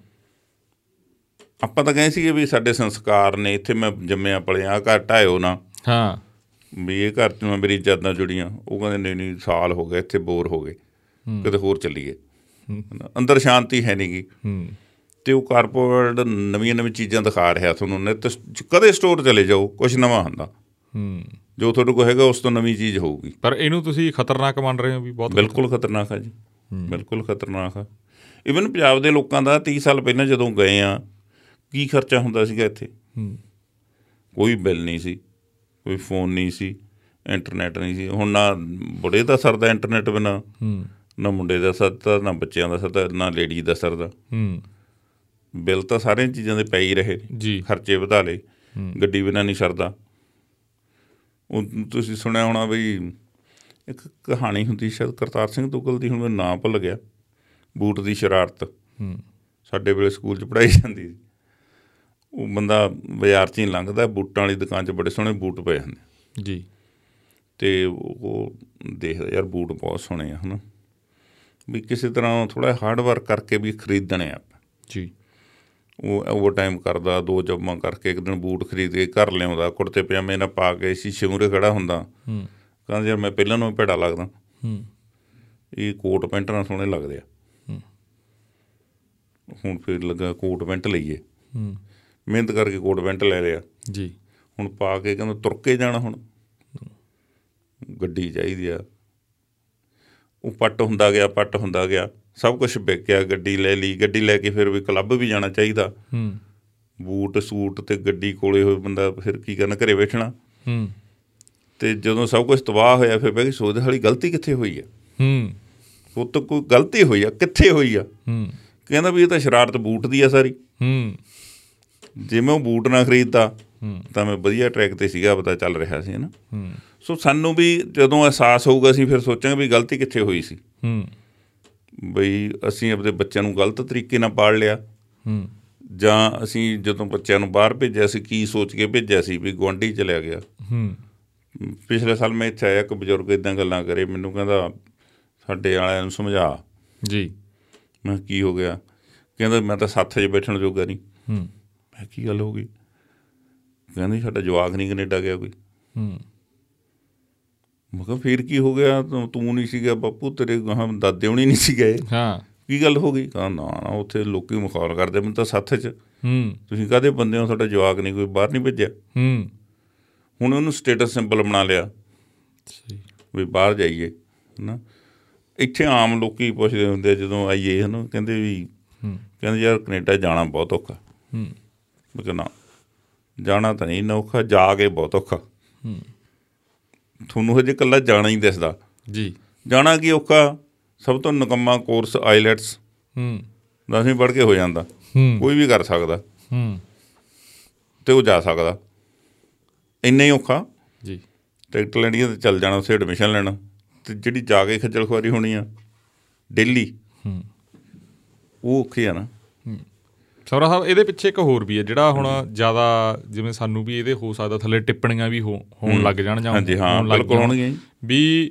B: ਆਪਾਂ ਤਾਂ ਕਹੇ ਸੀਗੇ ਵੀ ਸਾਡੇ ਸੰਸਕਾਰ ਨੇ ਇੱਥੇ ਮੈਂ ਜੰਮਿਆ ਪਲਿਆ ਆਹ ਘਰ ਢਾਇਓ ਨਾ
A: ਹਾਂ
B: ਵੀ ਇਹ ਘਰ 'ਚ ਮੈਂ ਮੇਰੀ ਯਾਦਾਂ ਜੁੜੀਆਂ ਉਹ ਕਹਿੰਦੇ ਨਹੀਂ ਨਹੀਂ ਸਾਲ ਹੋ ਗਏ ਇੱਥੇ ਬੋਰ ਹੋ ਗਏ ਕਿਤੇ ਹੋਰ ਚੱਲੀਏ ਹਨਾ, ਅੰਦਰ ਸ਼ਾਂਤੀ ਹੈ ਨਹੀਂਗੀ
A: ਹੂੰ
B: ਤੇ ਉਹ ਕਾਰਪੋਰੇਟ ਨਵੀਆਂ ਨਵੀਆਂ ਚੀਜ਼ਾਂ ਦਿਖਾ ਰਿਹਾ ਤੁਹਾਨੂੰ ਨੇ ਤੇ ਕਦੇ ਸਟੋਰ ਚਲੇ ਜਾਓ ਕੁਝ ਨਵਾਂ ਹੁੰਦਾ
A: ਹੂੰ
B: ਜੋ ਤੁਹਾਡੇ ਕੋਲ ਹੈਗਾ ਉਸ ਤੋਂ ਨਵੀਂ ਚੀਜ਼ ਹੋਊਗੀ
A: ਪਰ ਇਹਨੂੰ ਤੁਸੀਂ ਖਤਰਨਾਕ ਮੰਨ ਰਹੇ ਹੋ ਵੀ ਬਹੁਤ
B: ਬਿਲਕੁਲ ਖਤਰਨਾਕ ਆ ਜੀ ਬਿਲਕੁਲ ਖਤਰਨਾਕ ਆ ਇਵਨ ਪੰਜਾਬ ਦੇ ਲੋਕਾਂ ਦਾ 30 ਸਾਲ ਪਹਿਲਾਂ ਜਦੋਂ ਗਏ ਆ ਕੀ ਖਰਚਾ ਹੁੰਦਾ ਸੀਗਾ ਇੱਥੇ
A: ਹੂੰ
B: ਕੋਈ ਬਿੱਲ ਨਹੀਂ ਸੀ ਕੋਈ ਫੋਨ ਨਹੀਂ ਸੀ ਇੰਟਰਨੈਟ ਨਹੀਂ ਸੀ ਹੁਣ ਨਾ ਬੁੜੇ ਦਾ ਸਰਦਾ ਇੰਟਰਨੈਟ ਬਿਨਾ
A: ਹੂੰ
B: ਨਾ ਮੁੰਡੇ ਦਾ ਸਰਦਾ ਨਾ ਬੱਚਿਆਂ ਦਾ ਸਰਦਾ ਨਾ ਲੇਡੀ ਦਾ ਸਰਦਾ
A: ਹੂੰ
B: ਬਿੱਲ ਤਾਂ ਸਾਰੀਆਂ ਚੀਜ਼ਾਂ ਦੇ ਪੈ ਹੀ ਰਹੇ ਨੇ।
A: ਜੀ
B: ਖਰਚੇ ਵਧਾ ਲਏ ਗੱਡੀ ਬਿਨਾ ਨਹੀਂ ਸਰਦਾ ਉਹ ਤੁਸੀਂ ਸੁਣਿਆ ਹੋਣਾ ਬਈ ਇੱਕ ਕਹਾਣੀ ਹੁੰਦੀ ਸ਼ਾਇਦ ਕਰਤਾਰ ਸਿੰਘ ਦੁੱਗਲ ਦੀ ਹੁਣ ਮੈਂ ਨਾਂ ਭੁੱਲ ਗਿਆ ਬੂਟ ਦੀ ਸ਼ਰਾਰਤ
A: ਹੂੰ
B: ਸਾਡੇ ਵੇਲੇ ਸਕੂਲ 'ਚ ਪੜਾਈ ਜਾਂਦੀ ਸੀ ਉਹ ਬੰਦਾ ਬਾਜ਼ਾਰ 'ਚ ਹੀ ਲੰਘਦਾ ਬੂਟਾਂ ਵਾਲੀ ਦੁਕਾਨ 'ਚ ਬੜੇ ਸੋਹਣੇ ਬੂਟ ਪਏ ਹੁੰਦੇ
A: ਜੀ
B: ਤੇ ਉਹ ਦੇਖਦਾ ਯਾਰ ਬੂਟ ਬਹੁਤ ਸੋਹਣੇ ਆ ਹਨਾ ਵੀ ਕਿਸੇ ਤਰ੍ਹਾਂ ਥੋੜਾ ਹਾਰਡ ਵਰਕ ਕਰਕੇ ਵੀ ਖਰੀਦਣੇ ਆ
A: ਜੀ
B: ਉਹ ਓਵਰ ਟਾਈਮ ਕਰਦਾ ਦੋ ਜਮਾਂ ਕਰਕੇ ਇੱਕ ਦਿਨ ਬੂਟ ਖਰੀਦ ਕੇ ਘਰ ਲਿਆਉਂਦਾ ਕੁੜਤੇ ਪਜਾਮੇ ਨਾਲ ਪਾ ਕੇ ਸ਼ੀਸ਼ੇ ਮੂਹਰੇ ਖੜਾ ਹੁੰਦਾ
A: ਹੂੰ
B: ਕਹਿੰਦਾ ਯਾਰ ਮੈਂ ਪਹਿਲਾਂ ਨੂੰ ਭੇੜਾ ਲੱਗਦਾ
A: ਹੂੰ
B: ਇਹ ਕੋਟ ਪੈਂਟ ਨਾਲ ਸੋਹਣੇ ਲੱਗਦੇ ਆ ਹੁਣ ਫਿਰ ਲੱਗਾ ਕੋਟ ਪੈਂਟ ਲਈਏ
A: ਹੂੰ
B: ਮਿਹਨਤ ਕਰਕੇ ਕੋਟ ਪੈਂਟ ਲੈ ਲਿਆ
A: ਜੀ
B: ਹੁਣ ਪਾ ਕੇ ਕਹਿੰਦਾ ਤੁਰ ਕੇ ਜਾਣਾ ਹੁਣ ਗੱਡੀ ਚਾਹੀਦੀ ਆ ਉਹ ਪੱਟ ਹੁੰਦਾ ਗਿਆ ਪੱਟ ਹੁੰਦਾ ਗਿਆ ਸਭ ਕੁਝ ਵੇਚਿਆ ਗੱਡੀ ਲੈ ਲਈ ਗੱਡੀ ਲੈ ਕੇ ਫਿਰ ਵੀ ਕਲੱਬ ਵੀ ਜਾਣਾ ਚਾਹੀਦਾ
A: ਹੂੰ
B: ਬੂਟ ਸੂਟ ਤੇ ਗੱਡੀ ਕੋਲੇ ਹੋਏ ਬੰਦਾ ਫਿਰ ਕੀ ਕਰਨਾ ਘਰੇ ਬੈਠਣਾ
A: ਹੂੰ
B: ਤੇ ਜਦੋਂ ਸਭ ਕੁਝ ਤਬਾਹ ਹੋਇਆ ਫਿਰ ਬਹਿ ਕੇ ਸੋਚਦੇ ਹਾਲੀ ਗਲਤੀ ਕਿੱਥੇ ਹੋਈ ਆ
A: ਹੂੰ
B: ਉਹ ਤਾਂ ਕੋਈ ਗਲਤੀ ਹੋਈ ਆ ਕਿੱਥੇ ਹੋਈ ਆ
A: ਹੂੰ
B: ਕਹਿੰਦਾ ਵੀ ਇਹ ਤਾਂ ਸ਼ਰਾਰਤ ਬੂਟ ਦੀ ਆ ਸਾਰੀ
A: ਹੂੰ
B: ਜੇ ਮੈਂ ਉਹ ਬੂਟ ਨਾ ਖਰੀਦਦਾ
A: ਹੂੰ।
B: ਤਾਂ ਮੈਂ ਵਧੀਆ ਟਰੈਕ ਤੇ ਸੀਗਾ ਪਤਾ ਚੱਲ ਰਿਹਾ ਸੀ ਨਾ
A: ਹੂੰ
B: ਸੋ ਸਾਨੂੰ ਵੀ ਜਦੋਂ ਅਹਿਸਾਸ ਹੋਊਗਾ ਅਸੀਂ ਫਿਰ ਸੋਚਾਂਗੇ ਵੀ ਗਲਤੀ ਕਿੱਥੇ ਹੋਈ ਸੀ
A: ਹੂੰ
B: ਬਈ ਅਸੀਂ ਆਪਣੇ ਬੱਚਿਆਂ ਨੂੰ ਗਲਤ ਤਰੀਕੇ ਨਾਲ ਪਾਲ ਲਿਆ
A: ਹੂੰ
B: ਜਾਂ ਅਸੀਂ ਜਦੋਂ ਬੱਚਿਆਂ ਨੂੰ ਬਾਹਰ ਭੇਜਿਆ ਸੀ ਕੀ ਸੋਚ ਕੇ ਭੇਜਿਆ ਸੀ ਵੀ ਗੁਆਂਢੀ ਚਲਿਆ ਗਿਆ
A: ਹੂੰ
B: ਪਿਛਲੇ ਸਾਲ ਮੈਂ ਇੱਥੇ ਆਇਆ ਇੱਕ ਬਜ਼ੁਰਗ ਇਦਾਂ ਗੱਲਾਂ ਕਰੇ ਮੈਨੂੰ ਕਹਿੰਦਾ ਸਾਡੇ ਵਾਲਿਆਂ ਨੂੰ ਸਮਝਾ
A: ਜੀ
B: ਮੈਂ ਕਿਹਾ, ਕੀ ਹੋ ਗਿਆ ਕਹਿੰਦਾ ਮੈਂ ਤਾਂ ਸੱਥ 'ਚ ਬੈਠਣ ਜੋਗਾ ਨਹੀਂ
A: ਹੂੰ
B: ਮੈਂ ਕੀ ਗੱਲ ਹੋ ਗਈ ਕਹਿੰਦੀ ਸਾਡਾ ਜਵਾਕ ਨਹੀਂ ਕੈਨੇਡਾ ਗਿਆ ਕੋਈ
A: ਹੂੰ
B: ਮੈਂ ਕਿਹਾ ਫੇਰ ਕੀ ਹੋ ਗਿਆ ਤੂੰ ਤੂੰ ਨਹੀਂ ਸੀਗਾ ਬਾਪੂ ਤੇਰੇ ਗਾਂ ਦਾਦੇ ਹੁਣੀ ਨਹੀਂ ਸੀ ਗਏ
A: ਹਾਂ
B: ਕੀ ਗੱਲ ਹੋ ਗਈ ਕਹਿੰਦਾ ਨਾ ਨਾ ਉੱਥੇ ਲੋਕੀ ਮਖੌਲ ਕਰਦੇ ਮੈਨੂੰ ਤਾਂ ਸੱਥ 'ਚ
A: ਹੂੰ
B: ਤੁਸੀਂ ਕਾਹਦੇ ਬੰਦੇ ਹੋ ਸਾਡਾ ਜਵਾਕ ਨਹੀਂ ਕੋਈ ਬਾਹਰ ਨਹੀਂ ਭੇਜਿਆ
A: ਹੂੰ
B: ਹੁਣ ਉਹਨੂੰ ਸਟੇਟਸ ਸਿੰਬਲ ਬਣਾ ਲਿਆ
A: ਸਹੀ
B: ਵੀ ਬਾਹਰ ਜਾਈਏ ਹਨਾ ਇੱਥੇ ਆਮ ਲੋਕੀ ਪੁੱਛਦੇ ਹੁੰਦੇ ਆ ਜਦੋਂ ਆਈਏ ਹਨਾ ਕਹਿੰਦੇ ਵੀ
A: ਹੂੰ
B: ਕਹਿੰਦੇ ਯਾਰ ਕੈਨੇਡਾ ਜਾਣਾ ਬਹੁਤ ਔਖਾ
A: ਹੂੰ
B: ਮੈਂ ਕਿਹਾ ਨਾ ਜਾਣਾ ਤਾਂ ਨਹੀਂ ਇੰਨਾ ਔਖਾ ਜਾ ਕੇ ਬਹੁਤ ਔਖਾ
A: ਹੂੰ
B: ਤੁਹਾਨੂੰ ਹਜੇ ਇਕੱਲਾ ਜਾਣਾ ਹੀ ਦਿਸਦਾ
A: ਜੀ
B: ਜਾਣਾ ਕੀ ਔਖਾ ਸਭ ਤੋਂ ਨਿਕੰਮਾ ਕੋਰਸ ਆਈਲੈਟਸ
A: ਹੂੰ
B: ਦਸਵੀਂ ਪੜ੍ਹ ਕੇ ਹੋ ਜਾਂਦਾ
A: ਹੂੰ
B: ਕੋਈ ਵੀ ਕਰ ਸਕਦਾ
A: ਹੂੰ
B: ਤੇ ਉਹ ਜਾ ਸਕਦਾ ਇੰਨਾ ਹੀ ਔਖਾ
A: ਜੀ
B: ਟਿਕਟ ਲੈਣੀ ਆ ਤੇ ਚੱਲ ਜਾਣਾ ਉਸੇ ਐਡਮਿਸ਼ਨ ਲੈਣਾ ਤੇ ਜਿਹੜੀ ਜਾ ਕੇ ਖੱਜਲ ਖੁਆਰੀ ਹੋਣੀ ਆ ਡੇਲੀ
A: ਹੂੰ
B: ਉਹ ਔਖੀ ਆ ਨਾ
A: ਸੌਰਾ ਸਾਹਿਬ ਇਹਦੇ ਪਿੱਛੇ ਇੱਕ ਹੋਰ ਵੀ ਹੈ ਜਿਹੜਾ ਹੁਣ ਜ਼ਿਆਦਾ ਜਿਵੇਂ ਸਾਨੂੰ ਵੀ ਇਹਦੇ ਹੋ ਸਕਦਾ ਥੱਲੇ ਟਿੱਪਣੀਆਂ ਵੀ ਹੋ- ਹੋਣ ਲੱਗ ਜਾਣ ਜਾਂ
B: ਹਾਂਜੀ, ਹਾਂ,
A: ਹੋਣ ਲੱਗ
B: ਬਿਲਕੁਲ
A: ਜਾਣ।
B: ਹੋਣਗੀਆਂ ਜੀ।
A: ਵੀ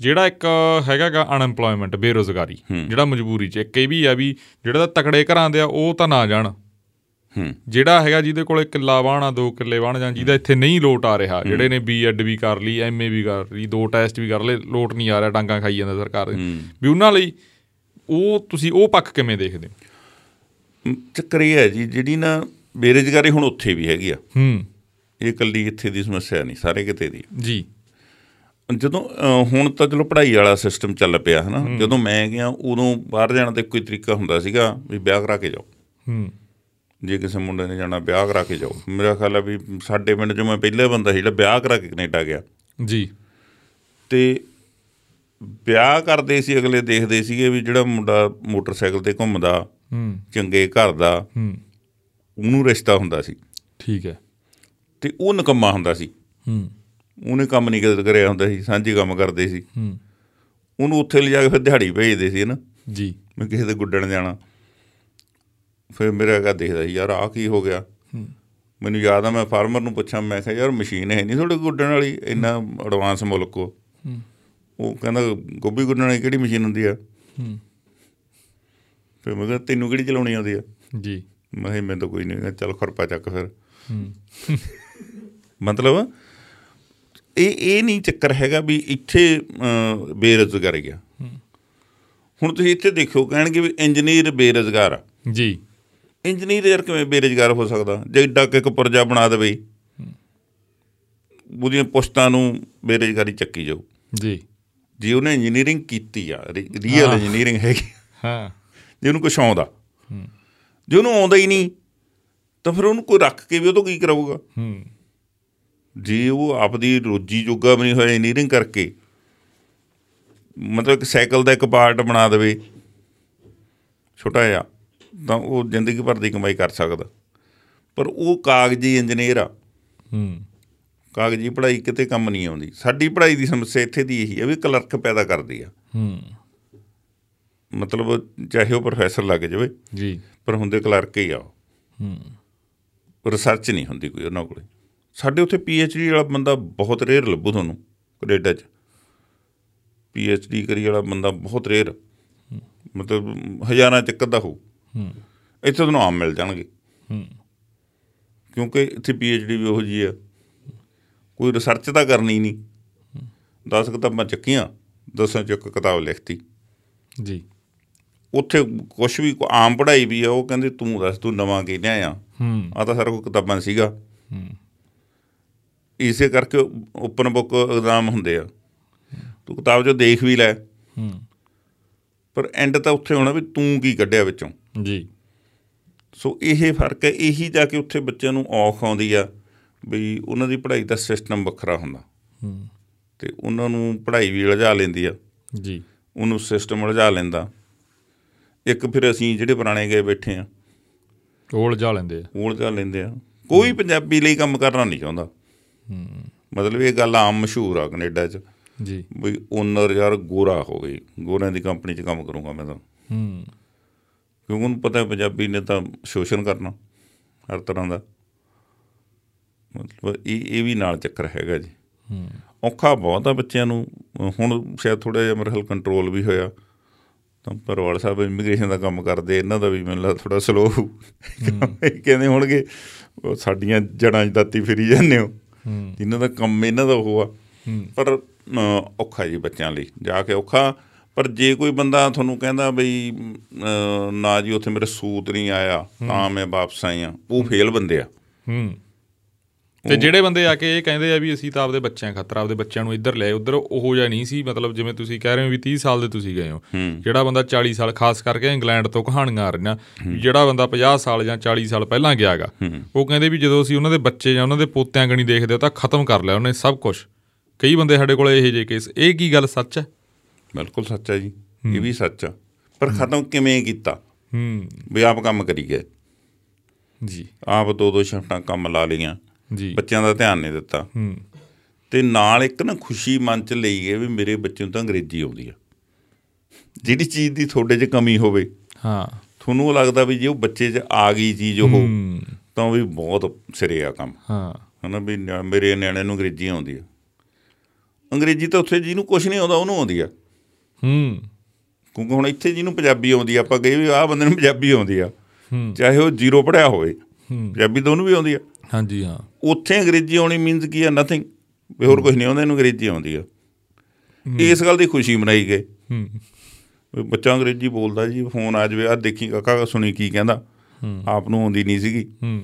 A: ਜਿਹੜਾ ਇੱਕ ਹੈਗਾਗਾ ਅਨਐਮਪਲੋਇਮੈਂਟ ਬੇਰੋਜ਼ਗਾਰੀ ਜਿਹੜਾ ਮਜਬੂਰੀ ਚ ਇੱਕ ਇਹ ਵੀ ਆ ਵੀ ਜਿਹੜਾ ਤਾਂ ਤਕੜੇ ਘਰਾਂ ਦੇ ਆ ਉਹ ਤਾਂ ਨਾ ਜਾਣ
B: ਹੂੰ
A: ਜਿਹੜਾ ਹੈਗਾ ਜਿਹਦੇ ਕੋਲ ਕਿੱਲਾ ਵਾਹਣਾ ਦੋ ਕਿੱਲੇ ਵਾਹਣ ਜਾਂ ਜਿਹਦਾ ਇੱਥੇ ਨਹੀਂ ਲੋਟ ਆ ਰਿਹਾ ਜਿਹੜੇ ਨੇ ਬੀਐਡ ਵੀ ਕਰ ਲਈ ਐਮਏ ਵੀ ਕਰ ਲਈ ਦੋ ਟੈਸਟ ਵੀ ਕਰ ਲਏ ਲੋਟ ਨਹੀਂ ਆ ਰਿਹਾ ਡਾਂਗਾ ਖਾਈ ਜਾਂਦਾ ਸਰਕਾਰ ਦੇ ਵੀ ਉਹਨਾਂ ਲਈ ਉਹ ਤੁਸੀਂ ਉਹ ਪੱਖ ਕਿਵੇਂ ਦੇਖਦੇ ਹੋ
B: ਚੱਕਰ ਇਹ ਹੈ ਜੀ ਜਿਹੜੀ ਨਾ ਬੇਰੁਜ਼ਗਾਰੀ ਹੁਣ ਉੱਥੇ ਵੀ ਹੈਗੀ ਆ
A: ਹੂੰ
B: ਇਹ ਇਕੱਲੀ ਇੱਥੇ ਦੀ ਸਮੱਸਿਆ ਨਹੀਂ ਸਾਰੇ ਕਿਤੇ ਦੀ
A: ਜੀ
B: ਜਦੋਂ ਅ, ਹੁਣ ਤਾਂ ਚਲੋ ਪੜ੍ਹਾਈ ਵਾਲਾ ਸਿਸਟਮ ਚੱਲ ਪਿਆ ਹਨਾ ਜਦੋਂ ਮੈਂ ਗਿਆ ਉਦੋਂ ਬਾਹਰ ਜਾਣ ਦਾ ਕੋਈ ਤਰੀਕਾ ਹੁੰਦਾ ਸੀਗਾ ਵੀ ਵਿਆਹ ਕਰਾ ਕੇ ਜਾਓ
A: ਹੂੰ
B: ਜੇ ਕਿਸੇ ਮੁੰਡੇ ਨੇ ਜਾਣਾ ਵਿਆਹ ਕਰਾ ਕੇ ਜਾਓ ਮੇਰਾ ਖਿਆਲ ਆ ਵੀ ਸਾਡੇ ਪਿੰਡ 'ਚ ਮੈਂ ਪਹਿਲਾ ਬੰਦਾ ਸੀ ਜਿਹੜਾ ਵਿਆਹ ਕਰਾ ਕੇ ਕੈਨੇਡਾ ਗਿਆ
A: ਜੀ
B: ਤੇ ਵਿਆਹ ਕਰਦੇ ਸੀ ਅਗਲੇ ਦੇਖਦੇ ਸੀਗੇ ਵੀ ਜਿਹੜਾ ਮੁੰਡਾ ਮੋਟਰਸਾਈਕਲ ਤੇ ਘੁੰਮਦਾ
A: ਹੂੰ
B: ਚੰਗੇ ਘਰ ਦਾ
A: ਹੂੰ
B: ਉਹਨੂੰ ਰਿਸ਼ਤਾ ਹੁੰਦਾ ਸੀ
A: ਠੀਕ ਹੈ
B: ਤੇ ਉਹ ਨਿਕੰਮਾ ਹੁੰਦਾ ਸੀ
A: ਹੂੰ
B: ਉਹਨੇ ਕੰਮ ਨਹੀਂ ਕਦੇ ਕਰਿਆ ਹੁੰਦਾ ਸੀ ਸਾਂਝੇ ਕੰਮ ਕਰਦੇ ਸੀ
A: ਹੂੰ
B: ਉਹਨੂੰ ਉੱਥੇ ਲਿਜਾ ਕੇ ਫਿਰ ਦਿਹਾੜੀ ਭੇਜਦੇ ਸੀ ਨਾ
A: ਜੀ
B: ਮੈਂ ਕਿਸੇ ਦੇ ਗੁੱਡਣ ਜਾਣਾ ਫਿਰ ਮੇਰਾ ਕਾ ਦੇਖਦਾ ਸੀ, ਯਾਰ ਆਹ ਕੀ ਹੋ ਗਿਆ ਮੈਨੂੰ ਯਾਦ ਆ ਮੈਂ ਫਾਰਮਰ ਨੂੰ ਪੁੱਛਾਂ ਮੈਂ ਕਿਹਾ ਯਾਰ ਮਸ਼ੀਨ ਹੈ ਨਹੀਂ ਤੁਹਾਡੇ ਕੋਲ ਗੁੱਡਣ ਵਾਲੀ ਇੰਨਾ ਐਡਵਾਂਸ ਮੁਲਕ ਉਹ
A: ਹੂੰ।
B: ਉਹ ਕਹਿੰਦਾ ਗੋਭੀ ਗੁੱਡਣ ਵਾਲੀ ਕਿਹੜੀ ਮਸ਼ੀਨ ਹੁੰਦੀ ਆ
A: ਹੂੰ
B: ਫਿਰ ਮੈਂ ਕਿਹਾ ਤੈਨੂੰ ਕਿਹੜੀ ਚਲਾਉਣੀ ਆਉਂਦੀ ਆ
A: ਜੀ
B: ਮੈਂ ਕਿਹਾ ਮੈਨੂੰ ਤਾਂ ਕੋਈ ਨਹੀਂ ਕਹਿੰਦਾ ਚੱਲ ਖਰਪਾ ਚੱਕ ਫਿਰ
A: ਹੂੰ
B: ਮਤਲਬ ਇਹ ਇਹ ਨਹੀਂ ਚੱਕਰ ਹੈਗਾ ਵੀ ਇੱਥੇ ਅਮ, ਬੇਰੁਜ਼ਗਾਰੀ ਗਿਆ ਹੁਣ ਤੁਸੀਂ ਇੱਥੇ ਦੇਖੋ ਕਹਿਣਗੇ ਵੀ ਇੰਜੀਨੀਅਰ ਬੇਰੁਜ਼ਗਾਰ ਆ
A: ਜੀ
B: ਇੰਜੀਨੀਅਰ ਯਾਰ ਕਿਵੇਂ ਬੇਰੁਜ਼ਗਾਰ ਹੋ ਸਕਦਾ ਜੇ ਏਡਾ ਕੁ ਇੱਕ ਪੁਰਜਾ ਬਣਾ ਦੇਵੇ ਉਹਦੀਆਂ ਪੁਸਤਾਂ ਨੂੰ ਬੇਰੁਜ਼ਗਾਰੀ ਚੱਕੀ ਜਾਊ
A: ਜੀ
B: ਜੇ ਉਹਨੇ ਇੰਜੀਨੀਅਰਿੰਗ ਕੀਤੀ ਆ ਰੀਅਲ
A: ਹਾਂ।
B: ਇੰਜੀਨੀਅਰਿੰਗ ਹੈਗੀ
A: ਹਾਂ
B: ਜੇ ਉਹਨੂੰ ਕੁਛ ਆਉਂਦਾ ਜੇ ਉਹਨੂੰ ਆਉਂਦਾ ਹੀ ਨਹੀਂ ਤਾਂ ਫਿਰ ਉਹਨੂੰ ਕੋਈ ਰੱਖ ਕੇ ਵੀ ਉਹ ਤੋਂ ਕੀ ਕਰਾਊਗਾ
A: ਹੂੰ
B: ਜੇ ਉਹ ਆਪਦੀ ਰੋਜੀ ਜੋਗਾ ਬਣੀ ਹੋਇਆ ਇੰਜੀਨੀਅਰਿੰਗ ਕਰਕੇ ਮਤਲਬ ਕਿ ਸਾਈਕਲ ਦਾ ਇੱਕ ਪਾਰਟ ਬਣਾ ਦੇਵੇ ਛੋਟਾ ਜਿਹਾ ਤਾਂ ਉਹ ਜ਼ਿੰਦਗੀ ਭਰ ਦੀ ਕਮਾਈ ਕਰ ਸਕਦਾ ਪਰ ਉਹ ਕਾਗਜ਼ੀ ਇੰਜੀਨੀਅਰ ਆ
A: ਹੂੰ
B: ਕਾਗਜ਼ੀ ਪੜ੍ਹਾਈ ਕਿਤੇ ਕੰਮ ਨਹੀਂ ਆਉਂਦੀ ਸਾਡੀ ਪੜ੍ਹਾਈ ਦੀ ਸਮੱਸਿਆ ਇੱਥੇ ਦੀ ਇਹੀ ਹੈ ਵੀ ਕਲਰਕ ਪੈਦਾ ਕਰਦੀ ਆ
A: ਹੂੰ
B: ਮਤਲਬ ਚਾਹੇ ਉਹ ਪ੍ਰੋਫੈਸਰ ਲੱਗ ਜਾਵੇ
A: ਜੀ
B: ਪਰ ਹੁੰਦੇ ਕਲਰਕ ਹੀ ਆ ਉਹ।
A: ਹੂੰ
B: ਰਿਸਰਚ ਨਹੀਂ ਹੁੰਦੀ ਕੋਈ ਉਹਨਾਂ ਕੋਲੇ ਸਾਡੇ ਉੱਥੇ ਡੀ ਵਾਲਾ ਬੰਦਾ ਬਹੁਤ ਰੇਅਰ ਲੱਭੂ ਤੁਹਾਨੂੰ ਕੈਨੇਡਾ 'ਚ ਡੀ ਕਰੀ ਵਾਲਾ ਬੰਦਾ ਬਹੁਤ ਰੇਅਰ ਮਤਲਬ ਹਜ਼ਾਰਾਂ ਚ ਇੱਕ ਅੱਧਾ ਹੋਊ
A: ਹੂੰ
B: ਇੱਥੇ ਤੁਹਾਨੂੰ ਆਮ ਮਿਲ ਜਾਣਗੇ
A: ਹੂੰ
B: ਕਿਉਂਕਿ ਇੱਥੇ ਡੀ ਵੀ ਉਹੋ ਜੀ ਆ ਕੋਈ ਰਿਸਰਚ ਤਾਂ ਕਰਨੀ ਨਹੀਂ 10 ਕਿਤਾਬਾਂ ਚੱਕੀਆਂ ਦਸਾਂ ਚ ਇੱਕ ਕਿਤਾਬ ਲਿਖਤੀ
A: ਜੀ
B: ਉੱਥੇ ਕੁਝ ਵੀ ਕੋ- ਆਮ ਪੜ੍ਹਾਈ ਵੀ ਆ ਉਹ ਕਹਿੰਦੇ ਤੂੰ ਦੱਸ ਤੂੰ ਨਵਾਂ ਕੀ ਲਿਆ ਆ
A: ਹੂੰ
B: ਆ ਤਾਂ ਸਾਰਾ ਕੁਝ ਕਿਤਾਬਾਂ 'ਚ ਸੀਗਾ
A: ਹੂੰ।
B: ਇਸੇ ਕਰਕੇ ਓਪਨ ਬੁੱਕ ਐਗਜ਼ਾਮ ਹੁੰਦੇ ਆ ਤੂੰ ਕਿਤਾਬ 'ਚੋਂ ਦੇਖ ਵੀ ਲੈ
A: ਹੂੰ
B: ਪਰ ਐਂਡ ਤਾਂ ਉੱਥੇ ਹੋਣਾ ਵੀ ਤੂੰ ਕੀ ਕੱਢਿਆ ਵਿੱਚੋਂ
A: ਜੀ
B: ਸੋ ਇਹ ਫਰਕ ਹੈ ਇਹੀ ਜਾ ਕੇ ਉੱਥੇ ਬੱਚਿਆਂ ਨੂੰ ਔਖ ਆਉਂਦੀ ਆ ਵੀ ਉਹਨਾਂ ਦੀ ਪੜ੍ਹਾਈ ਦਾ ਸਿਸਟਮ ਵੱਖਰਾ ਹੁੰਦਾ
A: ਹੂੰ
B: ਤੇ ਉਹਨਾਂ ਨੂੰ ਪੜ੍ਹਾਈ ਵੀ ਲਜਾ ਲੈਂਦੀ ਆ
A: ਜੀ
B: ਉਹਨੂੰ ਸਿਸਟਮ ਲਜਾ ਲੈਂਦਾ ਇੱਕ ਫਿਰ ਅਸੀਂ ਜਿਹੜੇ ਪੁਰਾਣੇ ਗਏ ਬੈਠੇ ਆ
A: ਉਹ ਲਜਾ ਲੈਂਦੇ ਆ
B: ਉਹ ਲਜਾ ਲੈਂਦੇ ਆ ਕੋਈ ਪੰਜਾਬੀ ਲਈ ਕੰਮ ਕਰਨਾ ਨਹੀਂ ਚਾਹੁੰਦਾ
A: ਹੂੰ
B: ਮਤਲਬ ਇਹ ਗੱਲ ਆਮ ਮਸ਼ਹੂਰ ਆ ਕੈਨੇਡਾ 'ਚ
A: ਜੀ
B: ਵੀ ਓਨਰ ਯਾਰ ਗੋਰਾ ਹੋ ਗਈ ਗੋਰਿਆਂ ਦੀ ਕੰਪਨੀ 'ਚ ਕੰਮ ਕਰੂੰਗਾ ਮੈਂ ਤਾਂ
A: ਹੂੰ
B: ਕਿਉਂਕਿ ਉਹਨੂੰ ਪਤਾ ਹੈ ਪੰਜਾਬੀ ਨੇ ਤਾਂ ਸ਼ੋਸ਼ਣ ਕਰਨਾ ਹਰ ਤਰ੍ਹਾਂ ਦਾ ਮਤਲਬ ਇਹ ਇਹ ਵੀ ਨਾਲ ਚੱਕਰ ਹੈਗਾ ਜੀ
A: ਹੂੰ
B: ਔਖਾ ਬਹੁਤ ਆ ਬੱਚਿਆਂ ਨੂੰ ਅਹ ਹੁਣ ਸ਼ਾਇਦ ਥੋੜਾ ਜਿਹਾ ਮਰਹਲ ਕੰਟਰੋਲ ਵੀ ਹੋਇਆ ਤਾਂ ਪਰਵਾਲ ਸਾਹਿਬ ਇਮੀਗ੍ਰੇਸ਼ਨ ਦਾ ਕੰਮ ਕਰਦੇ ਇਹਨਾਂ ਦਾ ਵੀ ਮੈਨੂੰ ਲੱਗਦਾ ਥੋੜਾ ਸਲੋ ਕਹਿੰਦੇ ਹੋਣਗੇ ਉਹ ਸਾਡੀਆਂ ਜੜਾਂ 'ਚ ਦਾਤੀ ਫਿਰੀ ਜਾਂਦੇ ਹੋ
A: ਹੂੰ।
B: ਇਹਨਾਂ ਦਾ ਕੰਮ ਇਹਨਾਂ ਦਾ ਉਹ ਆ
A: ਹੂੰ।
B: ਪਰ ਅਹ, ਔਖਾ ਜੀ ਬੱਚਿਆਂ ਲਈ ਜਾ ਕੇ ਔਖਾ ਪਰ ਜੇ ਕੋਈ ਬੰਦਾ ਤੁਹਾਨੂੰ ਕਹਿੰਦਾ ਬਈ ਅਹ, ਨਾ ਜੀ ਉੱਥੇ ਮੇਰੇ ਸੂਤ ਨਹੀਂ ਆਇਆ ਤਾਂ ਮੈਂ ਵਾਪਸ ਆਈ ਆ ਉਹ ਫੇਲ ਬੰਦੇ ਆ
A: ਹੂੰ ਤੇ ਜਿਹੜੇ ਬੰਦੇ ਆ ਕੇ ਇਹ ਕਹਿੰਦੇ ਆ ਵੀ ਅਸੀਂ ਤਾਂ ਆਪਦੇ ਬੱਚਿਆਂ ਖਾਤਰ ਆਪਦੇ ਬੱਚਿਆਂ ਨੂੰ ਇੱਧਰ ਲਿਆਏ ਉੱਧਰ ਉਹੋ ਜਿਹਾ ਨਹੀਂ ਸੀ ਮਤਲਬ ਜਿਵੇਂ ਤੁਸੀਂ ਕਹਿ ਰਹੇ ਹੋ ਵੀ 30 ਸਾਲ ਦੇ ਤੁਸੀਂ ਗਏ ਹੋ ਜਿਹੜਾ ਬੰਦਾ 40 ਸਾਲ ਖਾਸ ਕਰਕੇ ਇੰਗਲੈਂਡ ਤੋਂ ਕਹਾਣੀਆਂ ਆ ਰਹੀਆਂ ਵੀ ਜਿਹੜਾ ਬੰਦਾ 50 ਸਾਲ ਜਾਂ 40 ਸਾਲ ਪਹਿਲਾਂ ਗਿਆਗਾ ਉਹ ਕਹਿੰਦੇ ਵੀ ਜਦੋਂ ਅਸੀਂ ਉਹਨਾਂ ਦੇ ਬੱਚੇ ਜਾਂ ਉਹਨਾਂ ਦੇ ਪੋਤਿਆਂ ਗਣੀ ਦੇਖਦੇ ਹੋ ਤਾਂ ਖਤਮ ਕਰ ਲਿਆ ਉਹਨੇ ਸਭ ਕੁਝ ਕਈ ਬੰਦੇ ਸਾਡੇ ਕੋਲ ਇਹੋ ਜਿਹੇ ਕੇਸ ਇਹ ਕੀ ਗੱਲ ਸੱਚ ਹੈ
B: ਬਿਲਕੁਲ ਸੱਚ ਆ ਜੀ ਇਹ ਵੀ ਸੱਚ ਆ ਪਰ ਖਤਮ ਕਿਵੇਂ ਕੀਤਾ
A: ਹੂੰ
B: ਵੀ ਆਪ ਕੰਮ ਕਰੀ ਗਏ
A: ਜੀ
B: ਆਪ ਦੋ ਦੋ ਸ਼ਿਫਟਾਂ ਕੰਮ ਲਾ ਲਈਆਂ
A: ਜੀ
B: ਬੱਚਿਆਂ ਦਾ ਧਿਆਨ ਨਹੀਂ ਦਿੱਤਾ
A: ਹੂੰ
B: ਤੇ ਨਾਲ ਇੱਕ ਨਾ ਖੁਸ਼ੀ ਮਨ ਚ ਲਈ ਗਏ ਵੀ ਮੇਰੇ ਬੱਚੇ ਨੂੰ ਤਾਂ ਅੰਗਰੇਜ਼ੀ ਆਉਂਦੀ ਆ ਜਿਹੜੀ ਚੀਜ਼ ਦੀ ਤੁਹਾਡੇ 'ਚ ਕਮੀ ਹੋਵੇ
A: ਹਾਂ
B: ਤੁਹਾਨੂੰ ਉਹ ਲੱਗਦਾ ਵੀ ਜੇ ਉਹ ਬੱਚੇ 'ਚ ਆ ਗਈ ਚੀਜ਼ ਉਹ
A: ਹੂੰ
B: ਤਾਂ ਉਹ ਵੀ ਬਹੁਤ ਸਿਰੇ ਆ ਕੰਮ
A: ਹਾਂ
B: ਹਨਾ ਵੀ ਨਿਆ- ਮੇਰੇ ਨਿਆਣੇ ਨੂੰ ਅੰਗਰੇਜ਼ੀ ਆਉਂਦੀ ਆ ਅੰਗਰੇਜ਼ੀ ਤਾਂ ਉੱਥੇ ਜਿਹਨੂੰ ਕੁਝ ਨਹੀਂ ਆਉਂਦਾ ਉਹਨੂੰ ਆਉਂਦੀ ਆ
A: ਹੂੰ
B: ਕਿਉਂਕਿ ਹੁਣ ਇੱਥੇ ਜਿਹਨੂੰ ਪੰਜਾਬੀ ਆਉਂਦੀ ਆ ਆਪਾਂ ਕਹੇ ਵੀ ਆਹ ਬੰਦੇ ਨੂੰ ਪੰਜਾਬੀ ਆਉਂਦੀ ਆ
A: ਹੂੰ।
B: ਚਾਹੇ ਉਹ ਜ਼ੀਰੋ ਪੜਿਆ ਹੋਵੇ
A: ਹੂੰ
B: ਪੰਜਾਬੀ ਤਾਂ ਉਹਨੂੰ ਵੀ ਆਉਂਦੀ ਆ
A: ਹਾਂਜੀ ਹਾਂ
B: ਉੱਥੇ ਅੰਗਰੇਜ਼ੀ ਆਉਣੀ ਮੀਨਸ ਕੀ ਆ ਨਥਿੰਗ ਵੀ ਹੋਰ ਕੁਝ ਨਹੀਂ ਆਉਂਦਾ ਇਹਨੂੰ ਅੰਗਰੇਜ਼ੀ ਆਉਂਦੀ ਆ ਇਸ ਗੱਲ ਦੀ ਖੁਸ਼ੀ ਮਨਾਈ ਗਏ
A: ਹੂੰ
B: ਵੀ ਬੱਚਾ ਅੰਗਰੇਜ਼ੀ ਬੋਲਦਾ ਜੀ ਫੋਨ ਆ ਜਾਵੇ ਆ ਦੇਖੀ ਕਾਕਾ ਸੁਣੀ ਕੀ ਕਹਿੰਦਾ ਆਪ ਨੂੰ ਆਉਂਦੀ ਨਹੀਂ ਸੀਗੀ
A: ਹੂੰ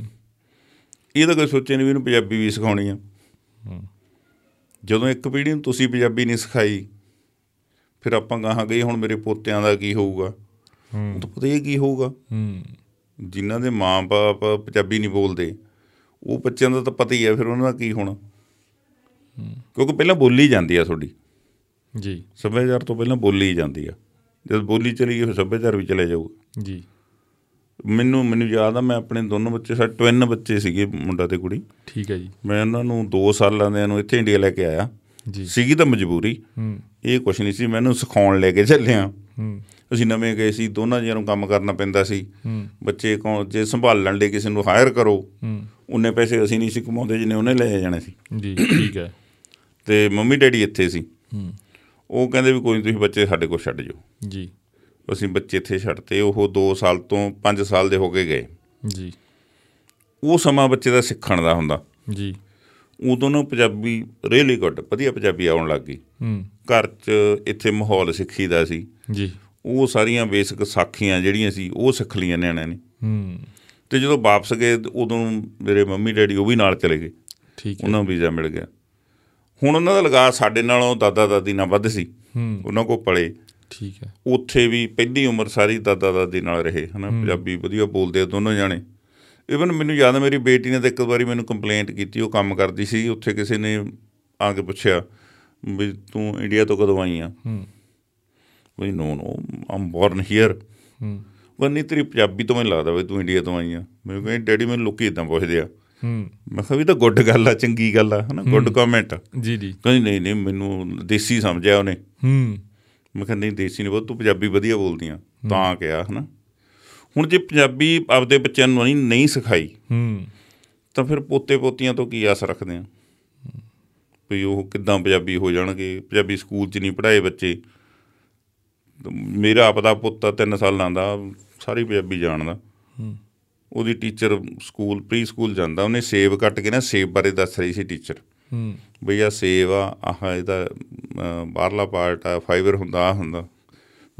B: ਇਹ ਤਾਂ ਕੋਈ ਸੋਚੇ ਨਹੀਂ ਵੀ ਇਹਨੂੰ ਪੰਜਾਬੀ ਵੀ ਸਿਖਾਉਣੀ ਆ ਜਦੋਂ ਇੱਕ ਪੀੜ੍ਹੀ ਨੂੰ ਤੁਸੀਂ ਪੰਜਾਬੀ ਨਹੀਂ ਸਿਖਾਈ ਫਿਰ ਆਪਾਂ ਗਾਹਾਂ ਗਏ ਹੁਣ ਮੇਰੇ ਪੋਤਿਆਂ ਦਾ ਕੀ ਹੋਊਗਾ
A: ਹੂੰ।
B: ਤਾਂ ਪਤਾ ਹੀ ਕੀ ਹੋਊਗਾ
A: ਹੂੰ
B: ਜਿਨ੍ਹਾਂ ਦੇ ਮਾਂ-ਬਾਪ ਪੰਜਾਬੀ ਨਹੀਂ ਬੋਲਦੇ ਉਹ ਬੱਚਿਆਂ ਦਾ ਤਾਂ ਪਤਾ ਹੀ ਹੈ ਫਿਰ ਉਹਨਾਂ ਦਾ ਕੀ ਹੋਣਾ ਕਿਉਂਕਿ ਪਹਿਲਾਂ ਬੋਲੀ ਜਾਂਦੀ ਆ ਤੁਹਾਡੀ
A: ਜੀ
B: ਸੱਭਿਆਚਾਰ ਤੋਂ ਪਹਿਲਾਂ ਬੋਲੀ ਜਾਂਦੀ ਆ ਜਦ ਬੋਲੀ ਚਲੀ ਗਈ ਫਿਰ ਸੱਭਿਆਚਾਰ ਵੀ ਚਲੇ ਜਾਊਗਾ
A: ਜੀ
B: ਮੈਨੂੰ ਮੈਨੂੰ ਯਾਦ ਆ ਮੈਂ ਆਪਣੇ ਦੋਨੋਂ ਬੱਚੇ ਸਾਡੇ ਟਵਿਨ ਬੱਚੇ ਸੀਗੇ ਮੁੰਡਾ ਤੇ ਕੁੜੀ
A: ਠੀਕ ਹੈ ਜੀ
B: ਮੈਂ ਉਹਨਾਂ ਨੂੰ 2 ਸਾਲਾਂ ਦੇ ਨੂੰ ਇੱਥੇ ਇੰਡੀਆ ਲੈ ਕੇ ਆਇਆ
A: ਜੀ
B: ਸੀਗੀ ਤਾਂ ਮਜਬੂਰੀ
A: ਹੂੰ
B: ਇਹ ਕੁਛ ਨਹੀਂ ਸੀ ਮੈਨੂੰ ਸਿਖਾਉਣ ਲੈ ਕੇ ਚੱਲਿਆ
A: ਹੂੰ
B: ਅਸੀਂ ਨਵੇਂ ਗਏ ਸੀ ਦੋਨਾਂ ਜੀਆਂ ਨੂੰ ਕੰਮ ਕਰਨਾ ਪੈਂਦਾ ਸੀ
A: ਹੂੰ
B: ਬੱਚੇ ਕੌਣ ਜੇ ਸੰਭਾਲਣ ਲਈ ਕਿਸੇ ਨੂੰ ਹਾਇਰ ਕਰੋ
A: ਹੂੰ
B: ਉਨੇ ਪੈਸੇ ਅਸੀਂ ਨਹੀਂ ਸੀ ਕਮਾਉਂਦੇ ਜਿੰਨੇ ਉਹਨੇ ਲੈ ਜਾਣੇ ਸੀ
A: ਜੀ ਠੀਕ ਹੈ
B: ਤੇ ਮੰਮੀ ਡੈਡੀ ਇੱਥੇ ਸੀ
A: ਹੂੰ
B: ਉਹ ਕਹਿੰਦੇ ਵੀ ਕੋਈ ਨਹੀਂ ਤੁਸੀਂ ਬੱਚੇ ਸਾਡੇ ਕੋਲ ਛੱਡ ਜਾਓ
A: ਜੀ
B: ਅਸੀਂ ਬੱਚੇ ਇੱਥੇ ਛੱਡਤੇ ਉਹ 2 ਸਾਲ ਤੋਂ 5 ਸਾਲ ਦੇ ਹੋ ਕੇ ਗਏ
A: ਜੀ
B: ਉਹ ਸਮਾਂ ਬੱਚੇ ਦਾ ਸਿੱਖਣ ਦਾ ਹੁੰਦਾ
A: ਜੀ
B: ਉਦੋਂ ਨੂੰ ਪੰਜਾਬੀ ਰੀਅਲੀ ਗੁੱਡ ਵਧੀਆ ਪੰਜਾਬੀ ਆਉਣ ਲੱਗ ਗਈ
A: ਹੂੰ
B: ਘਰ 'ਚ ਇੱਥੇ ਮਾਹੌਲ ਸਿੱਖੀ ਦਾ ਸੀ
A: ਜੀ
B: ਉਹ ਸਾਰੀਆਂ ਬੇਸਿਕ ਸਾਖੀਆਂ ਜਿਹੜੀਆਂ ਸੀ ਉਹ ਸਿੱਖ ਲਈਆਂ ਨਿਆਣਿਆਂ ਨੇ
A: ਹੂੰ
B: ਤੇ ਜਦੋਂ ਵਾਪਸ ਗਏ ਤੇ ਉਦੋਂ ਮੇਰੇ ਮੰਮੀ ਡੈਡੀ ਉਹ ਵੀ ਨਾਲ ਚਲੇ ਗਏ
A: ਠੀਕ ਹੈ
B: ਉਹਨਾਂ ਨੂੰ ਵੀਜ਼ਾ ਮਿਲ ਗਿਆ ਹੁਣ ਉਹਨਾਂ ਦਾ ਲਗਾ ਸਾਡੇ ਨਾਲੋਂ ਦਾਦਾ ਦਾਦੀ ਨਾਲ ਵੱਧ ਸੀ
A: ਹੂੰ
B: ਉਹਨਾਂ ਕੋ ਪਲੇ
A: ਠੀਕ ਹੈ
B: ਉੱਥੇ ਵੀ ਪਹਿਲੀ ਉਮਰ ਸਾਰੀ ਦਾਦਾ ਦਾਦੀ ਨਾਲ ਰਹੇ ਹਨਾ ਪੰਜਾਬੀ ਵਧੀਆ ਬੋਲਦੇ ਆ ਦੋਨੋਂ ਜਾਣੇ ਇਵਨ ਮੈਨੂੰ ਯਾਦ ਆ ਮੇਰੀ ਬੇਟੀ ਨੇ ਤਾਂ ਇੱਕ ਵਾਰੀ ਮੈਨੂੰ ਕੰਪਲੇਂਟ ਕੀਤੀ ਉਹ ਕੰਮ ਕਰਦੀ ਸੀ ਉੱਥੇ ਕਿਸੇ ਨੇ ਆ ਕੇ ਪੁੱਛਿਆ ਵੀ ਤੂੰ ਇੰਡੀਆ ਤੋਂ ਕਦੋਂ ਆਈ ਆ
A: ਹੂੰ
B: ਵੀ no no I'm born here
A: ਹੂੰ
B: ਨਹੀਂ ਤੇਰੀ ਪੰਜਾਬੀ ਤੋਂ ਮੈਨੂੰ ਲੱਗਦਾ ਵੀ ਤੂੰ ਇੰਡੀਆ ਤੋਂ ਆਈ ਆ ਮੈਨੂੰ ਕਹਿੰਦੀ ਡੈਡੀ ਮੈਨੂੰ ਲੋਕੀ ਇਦਾਂ ਪੁੱਛਦੇ ਆ
A: ਹੂੰ
B: ਮੈਂ ਕਿਹਾ ਵੀ ਇਹ ਤਾਂ ਗੁੱਡ ਗੱਲ ਆ ਚੰਗੀ ਗੱਲ ਆ ਹਨਾ ਗੁੱਡ ਕਮੈਂਟ
A: ਜੀ ਜੀ
B: ਕਹਿੰਦੀ ਨਹੀਂ ਨਹੀਂ ਮੈਨੂੰ ਦੇਸੀ ਸਮਝਿਆ ਉਹਨੇ
A: ਹੂੰ
B: ਮੈਂ ਕਿਹਾ ਨਹੀਂ ਦੇਸੀ ਨਹੀਂ ਬਹੁਤ ਤੂੰ ਪੰਜਾਬੀ ਵਧੀਆ ਬੋਲਦੀ ਆ ਤਾਂ ਕਿਹਾ ਹਨਾ ਹੁਣ ਜੇ ਪੰਜਾਬੀ ਆਪਦੇ ਬੱਚਿਆਂ ਨੂੰ ਨਹੀਂ ਨਹੀਂ ਸਿਖਾਈ
A: ਹੂੰ
B: ਤਾਂ ਫਿਰ ਪੋਤੇ ਪੋਤੀਆਂ ਤੋਂ ਕੀ ਆਸ ਰੱਖਦੇ ਆ ਵੀ ਉਹ ਕਿੱਦਾਂ ਪੰਜਾਬੀ ਹੋ ਜਾਣਗੇ ਪੰਜਾਬੀ ਸਕੂਲ 'ਚ ਨਹੀਂ ਪੜ੍ਹਾਏ ਬੱਚੇ ਤਾਂ ਮੇਰਾ ਆਪਦਾ ਪੁੱਤ 3 ਸਾਲਾਂ ਦਾ ਸਾਰੀ ਪੰਜਾਬੀ ਜਾਣਦਾ
A: ਹੂੰ।
B: ਉਹਦੀ ਟੀਚਰ ਸਕੂਲ ਪ੍ਰੀ ਸਕੂਲ ਜਾਂਦਾ ਉਹਨੇ ਸੇਵ ਕੱਟ ਕੇ ਨਾ ਸੇਵ ਬਾਰੇ ਦੱਸ ਰਹੀ ਸੀ ਟੀਚਰ
A: ਹੂੰ
B: ਵੀ ਆਹ ਸੇਵ ਆ ਆਹ ਇਹਦਾ ਅਮ, ਬਾਹਰਲਾ ਪਾਰਟ ਆ ਫਾਈਬਰ ਹੁੰਦਾ ਆ ਹੁੰਦਾ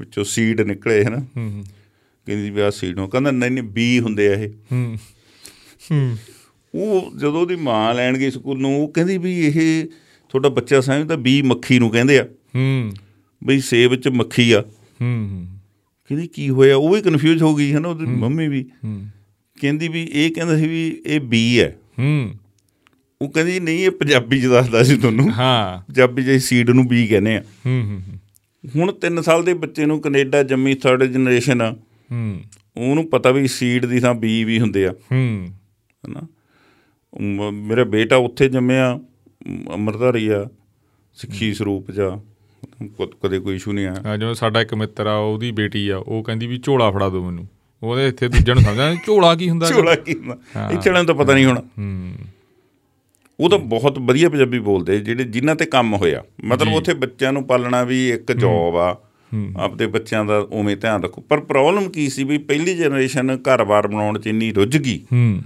B: ਵਿੱਚੋਂ ਸੀਡ ਨਿਕਲੇ ਹਨਾ
A: ਹੂੰ ਹੂੰ,
B: ਕਹਿੰਦੀ ਵੀ ਆਹ ਸੀਡ ਹੋ ਕਹਿੰਦਾ ਨਹੀਂ ਨਹੀਂ ਬੀ ਹੁੰਦੇ ਆ ਇਹ
A: ਹੂੰ ਹੂੰ
B: ਉਹ ਜਦੋਂ ਉਹਦੀ ਮਾਂ ਲੈਣ ਗਈ ਸਕੂਲ ਨੂੰ ਉਹ ਕਹਿੰਦੀ ਵੀ ਇਹ ਤੁਹਾਡਾ ਬੱਚਾ ਸਮਝਦਾ ਬੀ ਮੱਖੀ ਨੂੰ ਕਹਿੰਦੇ ਆ
A: ਹੂੰ
B: ਬਈ ਸੇਬ ਵਿੱਚ ਮੱਖੀ ਆ
A: ਹੂੰ
B: ਕਹਿੰਦੀ ਕੀ ਹੋਇਆ ਉਹ ਵੀ ਕਨਫਿਊਜ਼ ਹੋ ਗਈ ਹਨਾ ਉਹਦੀ ਮੰਮੀ ਵੀ
A: ਹੂੰ
B: ਕਹਿੰਦੀ ਵੀ ਇਹ ਕਹਿੰਦਾ ਸੀ ਵੀ ਇਹ ਬੀ ਹੈ
A: ਹੂੰ
B: ਉਹ ਕਹਿੰਦੀ ਨਹੀਂ ਇਹ ਪੰਜਾਬੀ ਚ ਦੱਸਦਾ ਸੀ ਤੁਹਾਨੂੰ
A: ਹਾਂ
B: ਪੰਜਾਬੀ ਚ ਸੀਡ ਨੂੰ ਬੀ ਕਹਿੰਦੇ ਆ
A: ਹੂੰ ਹੂੰ ਹੂੰ,
B: ਹੁਣ 3 ਸਾਲ ਦੇ ਬੱਚੇ ਨੂੰ ਕੈਨੇਡਾ ਜੰਮੀ ਥਰਡ ਜਨਰੇਸ਼ਨ ਆ
A: ਹੂੰ
B: ਉਹਨੂੰ ਪਤਾ ਵੀ ਸੀਡ ਦੀ ਥਾਂ ਬੀ ਵੀ ਹੁੰਦੇ ਆ
A: ਹੂੰ
B: ਹਨਾ ਮ- ਮੇਰਾ ਬੇਟਾ ਉੱਥੇ ਜੰਮਿਆ ਮ- ਅੰਮ੍ਰਿਤਧਾਰੀ ਆ ਸਿੱਖੀ ਸਰੂਪ ਜਾ ਕਦ- ਕਦੇ ਕੋਈ ਇਸ਼ੂ ਨਹੀਂ ਆਇਆ
A: ਹਾਂ, ਜਿਵੇਂ ਸਾਡਾ ਇੱਕ ਮਿੱਤਰ ਆ ਉਹਦੀ ਬੇਟੀ ਆ ਉਹ ਕਹਿੰਦੀ ਵੀ ਝੋਲਾ ਫੜਾ ਦਿਓ ਮੈਨੂੰ ਉਹਦੇ ਇੱਥੇ ਦੂਜੇ ਨੂੰ ਸਮਝਾਂ ਝੋਲਾ ਕੀ ਹੁੰਦਾ
B: ਝੋਲਾ ਕੀ
A: ਹਾਂ।
B: ਇਹ ਚੜਨ ਤਾਂ ਪਤਾ ਨਹੀਂ ਹੋਣਾ
A: ਹੂੰ
B: ਉਹ ਤਾਂ ਬਹੁਤ ਵਧੀਆ ਪੰਜਾਬੀ ਬੋਲਦੇ ਜਿਹੜੇ ਜਿਨ੍ਹਾਂ ਤੇ ਕੰਮ ਹੋਇਆ ਮਤਲਬ ਉੱਥੇ ਬੱਚਿਆਂ ਨੂੰ ਪਾਲਣਾ ਵੀ ਇੱਕ ਜੌਬ ਆ ਆਪਦੇ ਬੱਚਿਆਂ ਦਾ ਉਵੇਂ ਧਿਆਨ ਰੱਖੋ ਪਰ ਪ੍ਰੋਬਲਮ ਕੀ ਸੀ ਵੀ ਪਹਿਲੀ ਜਨਰੇਸ਼ਨ ਘਰ-ਬਾਰ ਬਣਾਉਣ 'ਚ ਇੰਨੀ ਰੁੱਝ ਗਈ
A: ਹੂੰ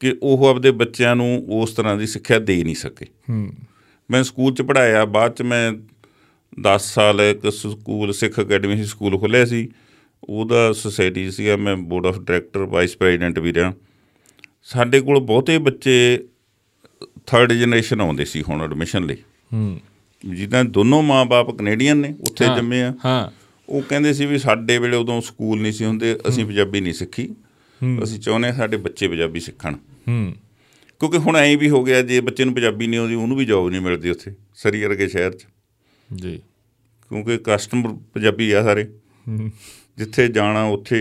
B: ਕਿ ਉਹ ਆਪਦੇ ਬੱਚਿਆਂ ਨੂੰ ਉਸ ਤਰ੍ਹਾਂ ਦੀ ਸਿੱਖਿਆ ਦੇ ਨਹੀਂ ਸਕੇ
A: ਹੂੰ
B: ਮੈਂ ਸਕੂਲ 'ਚ ਪੜਾਇਆ ਬਾਅਦ 'ਚ ਮੈਂ 10 ਸਾਲ ਇੱਕ ਸਕੂਲ ਸਿੱਖ ਅਕੈਡਮੀ ਸੀ ਸਕੂਲ ਖੋਲ੍ਹਿਆ ਸੀ ਉਹਦਾ ਸੁਸਾਇਟੀ ਸੀਗਾ ਮੈਂ board of director vice president ਵੀ ਰਿਹਾ ਸਾਡੇ ਕੋਲ ਬਹੁਤੇ ਬੱਚੇ ਥਰਡ ਜਨਰੇਸ਼ਨ ਆਉਂਦੇ ਸੀ ਹੁਣ ਐਡਮਿਸ਼ਨ ਲਈ
A: ਹੂੰ
B: ਜਿੱਦਾਂ ਦੋਨੋਂ ਮਾਪੇ ਕੈਨੇਡੀਅਨ ਨੇ ਉੱਥੇ
A: ਹਾਂ,
B: ਜੰਮੇ ਆ
A: ਹਾਂ
B: ਉਹ ਕਹਿੰਦੇ ਸੀ ਵੀ ਸਾਡੇ ਵੇਲੇ ਉਦੋਂ ਸਕੂਲ ਨਹੀਂ ਸੀ ਹੁੰਦੇ ਅਸੀਂ ਪੰਜਾਬੀ ਨਹੀਂ ਸਿੱਖੀ ਅਸੀਂ ਚਾਹੁੰਦੇ ਹਾਂ ਸਾਡੇ ਬੱਚੇ ਪੰਜਾਬੀ ਸਿੱਖਣ
A: ਹੂੰ
B: ਕਿਉਂਕਿ ਹੁਣ ਐਂ ਵੀ ਹੋ ਗਿਆ ਜੇ ਬੱਚੇ ਨੂੰ ਪੰਜਾਬੀ ਨਹੀਂ ਆਉਂਦੀ ਉਹਨੂੰ ਵੀ ਜੌਬ ਨਹੀਂ ਮਿਲਦੀ ਉੱਥੇ ਸਰੀ ਵਰਗੇ ਸ਼ਹਿਰ 'ਚ
A: ਜੀ
B: ਕਿਉਂਕਿ ਕਸਟਮਰ ਪੰਜਾਬੀ ਆ ਸਾਰੇ
A: ਹੂੰ
B: ਜਿੱਥੇ ਜਾਣਾ ਉੱਥੇ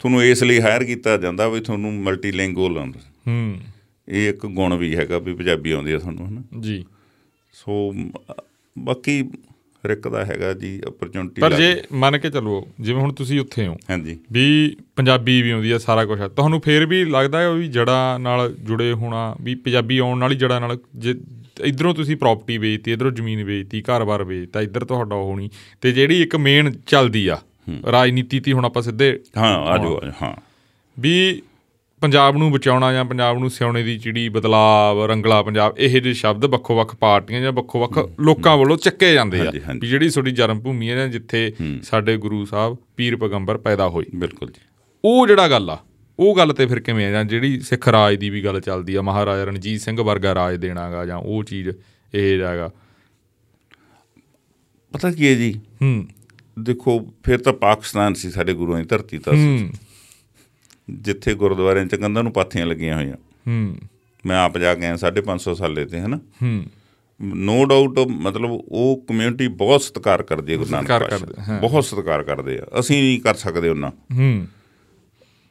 B: ਤੁਹਾਨੂੰ ਇਸ ਲਈ ਹਾਇਰ ਕੀਤਾ ਜਾਂਦਾ ਵੀ ਤੁਹਾਨੂੰ ਮਲਟੀ ਲੈਂਗੁਅਲ ਆਉਂਦਾ
A: ਹੂੰ
B: ਇਹ ਇੱਕ ਗੁਣ ਵੀ ਹੈਗਾ ਵੀ ਪੰਜਾਬੀ ਆਉਂਦੀ ਆ ਤੁਹਾਨੂੰ ਹਨਾ
A: ਜੀ
B: ਸੋ ਮ, ਬਾਕੀ ਹਰ ਇੱਕ ਦਾ ਹੈਗਾ ਜੀ ਓਪਰਚੁਨਿਟੀ
A: ਪਰ ਜੇ ਮੰਨ ਕੇ ਚੱਲੋ ਜਿਵੇਂ ਹੁਣ ਤੁਸੀਂ ਉੱਥੇ ਹੋ
B: ਹਾਂਜੀ
A: ਵੀ ਪੰਜਾਬੀ ਵੀ ਆਉਂਦੀ ਆ ਸਾਰਾ ਕੁਝ ਆ ਤੁਹਾਨੂੰ ਫੇਰ ਵੀ ਲੱਗਦਾ ਹੈ ਵੀ ਜੜ੍ਹਾਂ ਨਾਲ ਜੁੜੇ ਹੋਣਾ ਵੀ ਪੰਜਾਬੀ ਆਉਣ ਨਾਲ ਹੀ ਜੜ੍ਹਾਂ ਨਾਲ ਜੇ ਇਧਰੋਂ ਤੁਸੀਂ ਪ੍ਰਾਪਰਟੀ ਵੇਚਤੀ ਇਧਰੋਂ ਜ਼ਮੀਨ ਵੇਚਤੀ ਘਰ-ਬਾਰ ਵੇਚਤਾ ਇਧਰ ਤੁਹਾਡਾ ਉਹ ਹੋਣੀ ਤੇ ਜਿਹੜੀ ਇੱਕ ਮੇਨ ਚੱਲਦੀ ਆ ਰਾਜਨੀਤੀ ਤੀ ਹੁਣ ਆਪਾਂ ਸਿੱਧੇ
B: ਹਾਂ ਆ ਜਾਓ ਆ ਜਾਓ, ਹਾਂ
A: ਵੀ ਪੰਜਾਬ ਨੂੰ ਬਚਾਉਣਾ ਜਾਂ ਪੰਜਾਬ ਨੂੰ ਸਿਉਣੇ ਦੀ ਚਿੜੀ ਬਦਲਾਵ ਰੰਗਲਾ ਪੰਜਾਬ ਇਹ ਜਿਹੇ ਸ਼ਬਦ ਵੱਖੋ-ਵੱਖ ਪਾਰਟੀਆਂ ਜਾਂ ਵੱਖੋ-ਵੱਖ ਲੋਕਾਂ ਵੱਲੋਂ ਚੱਕੇ ਜਾਂਦੇ ਆ
B: ਹਾਂਜੀ, ਹਾਂਜੀ।
A: ਵੀ ਜਿਹੜੀ ਤੁਹਾਡੀ ਜਨਮ ਭੂਮੀ ਹੈ ਜਾਂ ਜਿੱਥੇ ਸਾਡੇ ਗੁਰੂ ਸਾਹਿਬ ਪੀਰ ਪੈਗੰਬਰ ਪੈਦਾ ਹੋਏ
B: ਬਿਲਕੁਲ ਜੀ
A: ਉਹ ਜਿਹੜਾ ਗੱਲ ਆ ਉਹ ਗੱਲ ਤੇ ਫਿਰ ਕਿਵੇਂ ਆ ਜਾਂ ਜਿਹੜੀ ਸਿੱਖ ਰਾਜ ਦੀ ਵੀ ਗੱਲ ਚੱਲਦੀ ਆ ਮਹਾਰਾਜਾ ਰਣਜੀਤ ਸਿੰਘ ਵਰਗਾ ਰਾਜ ਦੇਣਾਗਾ ਜਾਂ ਉਹ ਚੀਜ਼ ਇਹ ਜਾਗਾ
B: ਪਤਾ ਕੀ ਹੈ ਜੀ
A: ਹੂੰ
B: ਦੇਖੋ ਫਿਰ ਤਾਂ ਪਾਕਿਸਤਾਨ ਸੀ ਸਾਡੇ ਗੁਰੂਆਂ ਦੀ ਧਰਤੀ ਤਾਂ
A: ਹੂੰ
B: ਜਿੱਥੇ ਗੁਰਦੁਆਰਿਆਂ 'ਚ ਕੰਧਾਂ ਨੂੰ ਪਾਥੀਆਂ ਲੱਗੀਆਂ ਹੋਈਆਂ
A: ਹੂੰ
B: ਮੈਂ ਆਪ ਜਾ ਕੇ ਆਇਆ 550 ਸਾਲੇ ਤੇ ਹਨਾ
A: ਹੂੰ
B: ਨੋ ਡਾਊਟ ਮਤਲਬ ਉਹ ਕਮਿਊਨਿਟੀ ਬਹੁਤ ਸਤਿਕਾਰ ਕਰਦੀ ਹੈ ਗੁਰੂ ਨਾਨਕ
A: ਸਤਿਕਾਰ
B: ਪਾਤਸ਼ਾਹ
A: ਕਰਦੇ,
B: ਦਾ।
A: ਹਾਂ।
B: ਬਹੁਤ ਸਤਿਕਾਰ ਕਰਦੇ ਆ ਅਸੀਂ ਨਹੀਂ ਕਰ ਸਕਦੇ ਉਹਨਾਂ
A: ਹੂੰ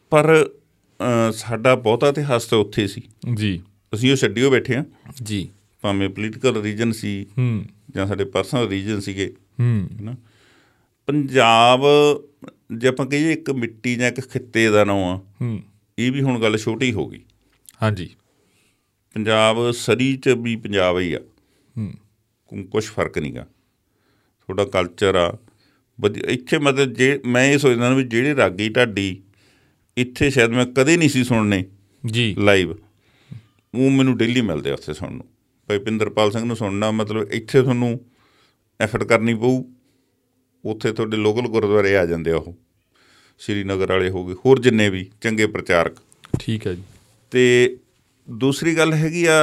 B: ਪਰ ਅ, ਸਾਡਾ ਬਹੁਤਾ ਇਤਿਹਾਸ ਤਾਂ ਉੱਥੇ ਸੀ
A: ਜੀ
B: ਅਸੀਂ ਉਹ ਛੱਡਿਓ ਬੈਠੇ ਆ
A: ਜੀ
B: ਭਾਵੇਂ ਪੋਲੀਟੀਕਲ ਰੀਜਨ ਸੀ
A: ਹੂੰ
B: ਜਾਂ ਸਾਡੇ ਪਰਸਨਲ ਰੀਜਨ ਸੀਗੇ
A: ਹੂੰ
B: ਹੈਨਾ ਪੰਜਾਬ ਜੇ ਆਪਾਂ ਕਹੀਏ ਇੱਕ ਮਿੱਟੀ ਜਾਂ ਇੱਕ ਖਿੱਤੇ ਦਾ ਨਾਂ ਆ
A: ਹੂੰ
B: ਇਹ ਵੀ ਹੁਣ ਗੱਲ ਛੋਟੀ ਹੋ ਗਈ
A: ਹਾਂਜੀ
B: ਪੰਜਾਬ ਸਰੀ ਚ ਵੀ ਪੰਜਾਬ ਹੀ ਆ
A: ਹੂੰ
B: ਕੁ- ਕੁਛ ਫਰਕ ਨਹੀਂਗਾ ਤੁਹਾਡਾ ਕਲਚਰ ਆ ਵਧੀਆ ਇੱਥੇ ਮਤਲਬ ਜੇ ਮੈਂ ਇਹ ਸੋਚਦਾ ਨਾ ਵੀ ਜਿਹੜੇ ਰਾਗੀ ਢਾਡੀ ਇੱਥੇ ਸ਼ਾਇਦ ਮੈਂ ਕਦੇ ਨਹੀਂ ਸੀ ਸੁਣਨੇ
A: ਜੀ
B: ਲਾਈਵ ਉਹ ਮੈਨੂੰ ਡੇਲੀ ਮਿਲਦੇ ਆ ਉੱਥੇ ਸੁਣਨ ਨੂੰ ਭਾਈ ਪਿੰਦਰਪਾਲ ਸਿੰਘ ਨੂੰ ਸੁਣਨਾ ਮਤਲਬ ਇੱਥੇ ਤੁਹਾਨੂੰ ਐਫਰਟ ਕਰਨੀ ਪਊ ਉੱਥੇ ਤੁਹਾਡੇ ਲੋਕਲ ਗੁਰਦੁਆਰੇ ਆ ਜਾਂਦੇ ਆ ਉਹ ਸ਼੍ਰੀਨਗਰ ਵਾਲੇ ਹੋ ਗਏ ਹੋਰ ਜਿੰਨੇ ਵੀ ਚੰਗੇ ਪ੍ਰਚਾਰਕ
A: ਠੀਕ ਹੈ ਜੀ
B: ਤੇ ਦੂਸਰੀ ਗੱਲ ਹੈਗੀ ਆ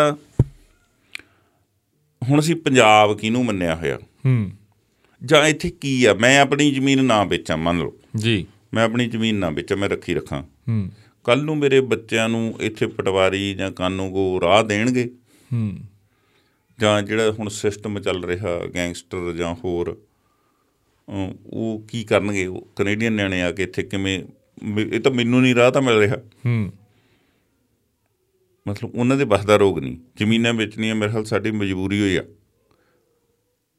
B: ਹੁਣ ਅਸੀਂ ਪੰਜਾਬ ਕਿਹਨੂੰ ਮੰਨਿਆ ਹੋਇਆ
A: ਹੂੰ
B: ਜਾਂ ਇੱਥੇ ਕੀ ਆ ਮੈਂ ਆਪਣੀ ਜ਼ਮੀਨ ਨਾ ਵੇਚਾਂ ਮੰਨ ਲਓ
A: ਜੀ
B: ਮੈਂ ਆਪਣੀ ਜ਼ਮੀਨ ਨਾ ਵੇਚਾਂ ਮੈਂ ਰੱਖੀ ਰੱਖਾਂ
A: ਹੂੰ
B: ਕੱਲ ਨੂੰ ਮੇਰੇ ਬੱਚਿਆਂ ਨੂੰ ਇੱਥੇ ਪਟਵਾਰੀ ਜਾਂ ਕਾਨੂੰਗੋ ਰਾਹ ਦੇਣਗੇ
A: ਹੂੰ
B: ਜਾਂ ਜਿਹੜਾ ਹੁਣ ਸਿਸਟਮ ਚੱਲ ਰਿਹਾ ਗੈਂਗਸਟਰ ਜਾਂ ਹੋਰ ਅਮ ਉਹ ਕੀ ਕਰਨਗੇ ਉਹ ਕੈਨੇਡੀਅਨ ਨਿਆਣੇ ਆ ਕੇ ਇੱਥੇ ਕਿਵੇਂ ਮੇ- ਇਹ ਤਾਂ ਮੈਨੂੰ ਨਹੀਂ ਰਾਹ ਤਾਂ ਮਿਲ ਰਿਹਾ
A: ਹੂੰ
B: ਮਤਲਬ ਉਹਨਾਂ ਦੇ ਬਸ ਦਾ ਰੋਗ ਨਹੀਂ ਜ਼ਮੀਨਾਂ ਵੇਚਣੀਆਂ ਮੇਰੇ ਹਾਲ ਸਾਡੀ ਮਜਬੂਰੀ ਹੋਈ ਆ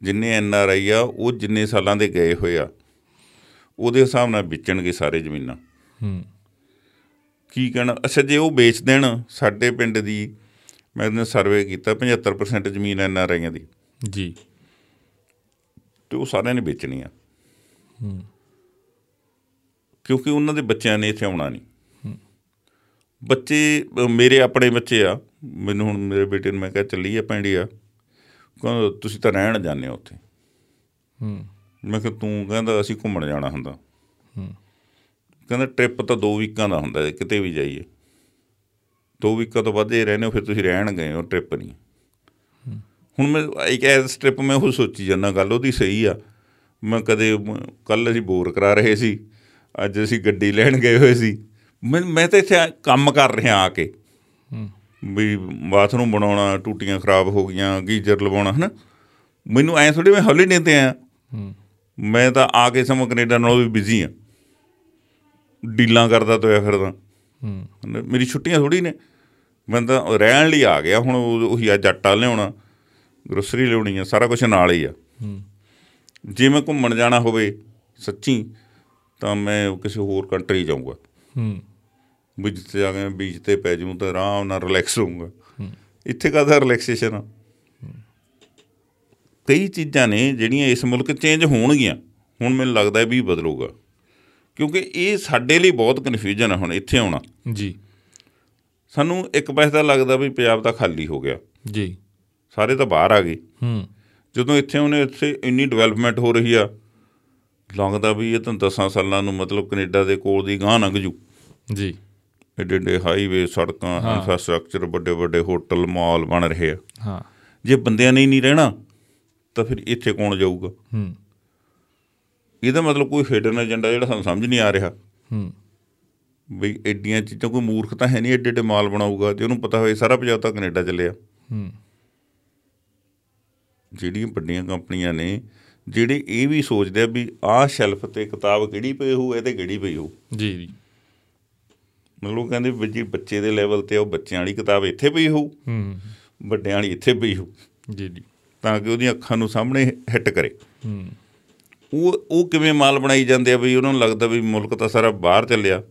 B: ਜਿੰਨੇ ਐਨ ਆਰ ਆਈ ਆ ਉਹ ਜਿੰਨੇ ਸਾਲਾਂ ਦੇ ਗਏ ਹੋਏ ਆ ਉਹਦੇ ਹਿਸਾਬ ਨਾਲ ਵੇਚਣਗੇ ਸਾਰੇ ਜ਼ਮੀਨਾਂ
A: ਹੂੰ
B: ਕੀ ਕਹਿਣਾ ਅੱਛਾ ਜੇ ਉਹ ਵੇਚ ਦੇਣ ਸਾਡੇ ਪਿੰਡ ਦੀ ਮੈਂ ਇਹਨੇ ਸਰਵੇ ਕੀਤਾ 75% ਜ਼ਮੀਨ ਐਨ ਆਰ ਆਈਆਂ ਦੀ
A: ਜੀ
B: ਤੇ ਉਹ ਸਾਰਿਆਂ ਨੇ ਵੇਚਣੀ ਆ
A: ਹੂੰ
B: ਕਿਉਂਕਿ ਉਹਨਾਂ ਦੇ ਬੱਚਿਆਂ ਨੇ ਇੱਥੇ ਆਉਣਾ ਨਹੀਂ ਬੱਚੇ ਅ, ਮੇਰੇ ਆਪਣੇ ਬੱਚੇ ਆ ਮੈਨੂੰ ਹੁਣ ਮੇਰੇ ਬੇਟੇ ਨੂੰ ਮੈਂ ਕਿਹਾ ਚੱਲੀ ਆ ਪੈਂਡੀ ਆ ਕਹਿੰਦਾ ਤੁਸੀਂ ਤਾਂ ਰਹਿਣ ਜਾਂਦੇ ਹੋ ਉੱਥੇ
A: ਹੂੰ
B: ਮੈਂ ਕਿਹਾ ਤੂੰ ਕਹਿੰਦਾ ਅਸੀਂ ਘੁੰਮਣ ਜਾਣਾ ਹੁੰਦਾ ਕਹਿੰਦਾ ਟ੍ਰਿਪ ਤਾਂ 2 ਵੀਕਾਂ ਦਾ ਹੁੰਦਾ ਹੈ, ਕਿਤੇ ਵੀ ਜਾਈਏ 2 ਵੀਕਾਂ ਤੋਂ ਵੱਧ ਜੇ ਰਹਿੰਦੇ ਹੋ ਫਿਰ ਤੁਸੀਂ ਰਹਿਣ ਗਏ ਹੋ ਟ੍ਰਿਪ ਨਹੀਂ ਹੁਣ ਮੈਂ ਇੱਕ ਐਸ ਟ੍ਰਿਪ ਮੈਂ ਉਹ ਸੋਚੀ ਜਾਂਦਾ ਗੱਲ ਉਹਦੀ ਸਹੀ ਆ ਮੈਂ ਕਦੇ ਕੱਲ ਅਸੀਂ ਬੋਰ ਕਰਾ ਰਹੇ ਸੀ ਅੱਜ ਅਸੀਂ ਗੱਡੀ ਲੈਣ ਗਏ ਹੋਏ ਸੀ ਮੈਂ ਮੈਂ ਤਾਂ ਇੱਥੇ ਆ- ਕੰਮ ਕਰ ਰਿਹਾ ਆ ਕੇ
A: ਹੂੰ
B: ਵੀ ਬਾਥਰੂਮ ਬਣਾਉਣਾ ਟੂਟੀਆਂ ਖਰਾਬ ਹੋ ਗਈਆਂ ਗੀਜ਼ਰ ਲਵਾਉਣਾ ਹਨਾ ਮੈਨੂੰ ਐ ਥੋੜੀ ਮੈਂ ਹੌਲੀ ਨਹੀਂ ਤੇ ਆਇਆ
A: ਹੂੰ
B: ਮੈਂ ਤਾਂ ਆ ਕੇ ਸਮਾਂ ਕੈਨੇਡਾ ਨਾਲੋਂ ਵੀ ਬਿਜ਼ੀ ਆ ਡੀਲਾਂ ਕਰਦਾ ਤੋਇਆ ਫਿਰਦਾ
A: ਹੂੰ
B: ਨ- ਮੇਰੀ ਛੁੱਟੀਆਂ ਥੋੜੀ ਨੇ ਮੈਂ ਤਾਂ ਰਹਿਣ ਲਈ ਆ ਗਿਆ ਹੁਣ ਉਹ- ਉਹੀ ਆ ਜੱਟਾ ਲਿਆਉਣਾ ਗਰੋਸਰੀ ਲਿਆਉਣੀ ਆ ਸਾਰਾ ਕੁਝ ਨਾਲ ਹੀ ਆ
A: ਹੂੰ
B: ਜੇ ਮੈਂ ਘੁੰਮਣ ਜਾਣਾ ਹੋਵੇ ਸੱਚੀ ਤਾਂ ਮੈਂ ਕਿਸੇ ਹੋਰ ਕੰਟਰੀ ਜਾਊਂਗਾ
A: ਹੂੰ
B: ਵੀ ਜਿੱਥੇ ਜਾ ਕੇ ਮੈਂ ਬੀਚ ਤੇ ਪੈ ਜਾਊਂ ਤਾਂ ਆਰਾਮ ਨਾਲ ਰਿਲੈਕਸ ਹੋਊਂਗਾ ਇੱਥੇ ਕਾਹਦਾ ਰਿਲੈਕਸੇਸ਼ਨ ਆ ਕਈ ਚੀਜ਼ਾਂ ਨੇ ਜਿਹੜੀਆਂ ਇਸ ਮੁਲਕ ਚੇਂਜ ਹੋਣਗੀਆਂ ਹੁਣ ਮੈਨੂੰ ਲੱਗਦਾ ਵੀ ਬਦਲੂਗਾ ਕਿਉਂਕਿ ਇਹ ਸਾਡੇ ਲਈ ਬਹੁਤ ਕਨਫਿਊਜ਼ਨ ਆ ਹੁਣ ਇੱਥੇ ਆਉਣਾ
A: ਜੀ
B: ਸਾਨੂੰ ਇੱਕ ਪਾਸੇ ਤਾਂ ਲੱਗਦਾ ਵੀ ਪੰਜਾਬ ਤਾਂ ਖਾਲੀ ਹੋ ਗਿਆ
A: ਜੀ
B: ਸਾਰੇ ਤਾਂ ਬਾਹਰ ਆ ਗਏ
A: ਹੂੰ
B: ਜਦੋਂ ਇੱਥੇ ਉਹਨੇ ਇੱਥੇ ਇੰਨੀ ਡਿਵੈਲਪਮੈਂਟ ਹੋ ਰਹੀ ਆ ਲੱਗਦਾ ਵੀ ਇਹ ਤਾਂ 10 ਸਾਲਾਂ ਨੂੰ ਮਤਲਬ ਕੈਨੇਡਾ ਦੇ ਕੋਲ ਦੀ ਗਾਂ ਲੰਘ ਜੂ
A: ਜੀ
B: ਏਡੇ ਏਡੇ ਹਾਈਵੇ ਸੜਕਾਂ ਇਨਫਰਾਸਟ੍ਰਕਚਰ ਵੱਡੇ ਵੱਡੇ ਹੋਟਲ ਮਾਲ ਬਣ ਰਹੇ ਆ
A: ਹਾਂ
B: ਜੇ ਬੰਦਿਆਂ ਨੇ ਹੀ ਨਹੀਂ ਰਹਿਣਾ ਤਾਂ ਫਿਰ ਇੱਥੇ ਕੌਣ ਜਾਊਗਾ
A: ਹੂੰ
B: ਇਹਦਾ ਮਤਲਬ ਕੋਈ ਹਿਡਨ ਏਜੰਡਾ ਜਿਹੜਾ ਸਾਨੂੰ ਸਮਝ ਨਹੀਂ ਆ ਰਿਹਾ
A: ਹੂੰ
B: ਵੀ ਐਡੀਆਂ ਚੀਜ਼ਾਂ ਕੋਈ ਮੂਰਖ ਤਾਂ ਹੈ ਨਹੀਂ ਏਡੇ ਏਡੇ ਮਾਲ ਬਣਾਊਗਾ ਜੇ ਉਹਨੂੰ ਪਤਾ ਹੋਵੇ ਸਾਰਾ ਪੰਜਾਬ ਤਾਂ ਕੈਨੇਡਾ ਚੱਲਿਆ
A: ਹੂੰ
B: ਜਿਹੜੀਆਂ ਵੱਡੀਆਂ ਕੰਪਨੀਆਂ ਨੇ ਜਿਹੜੇ ਇਹ ਵੀ ਸੋਚਦੇ ਆ ਵੀ ਆਹ ਸ਼ੈਲਫ ਤੇ ਕਿਤਾਬ ਕਿਹੜੀ ਪਈ ਹੋਊ ਇਹ ਤੇ ਕਿਹੜੀ ਪਈ ਹੋਊ
A: ਜੀ ਜੀ
B: ਮਤਲਬ ਉਹ ਕਹਿੰਦੇ ਵੀ ਜੀ ਬੱਚੇ ਦੇ ਲੈਵਲ ਤੇ ਆ, ਉਹ ਬੱਚਿਆਂ ਵਾਲੀ ਕਿਤਾਬ ਇੱਥੇ ਪਈ ਹੋਊ
A: ਹੂੰ
B: ਵੱਡਿਆਂ ਵਾਲੀ ਇੱਥੇ ਪਈ ਹੋਊ
A: ਜੀ ਜੀ
B: ਤਾਂ ਕਿ ਉਹਦੀਆਂ ਅੱਖਾਂ ਨੂੰ ਸਾਹਮਣੇ ਹਿੱਟ ਕਰੇ
A: ਹੂੰ
B: ਉਹ ਉਹ ਕਿਵੇਂ ਮਾਲ ਬਣਾਈ ਜਾਂਦੇ ਆ ਵੀ ਉਹਨਾਂ ਨੂੰ ਲੱਗਦਾ ਵੀ ਮੁਲਕ ਤਾਂ ਸਾਰਾ ਬਾਹਰ ਚੱਲਿਆ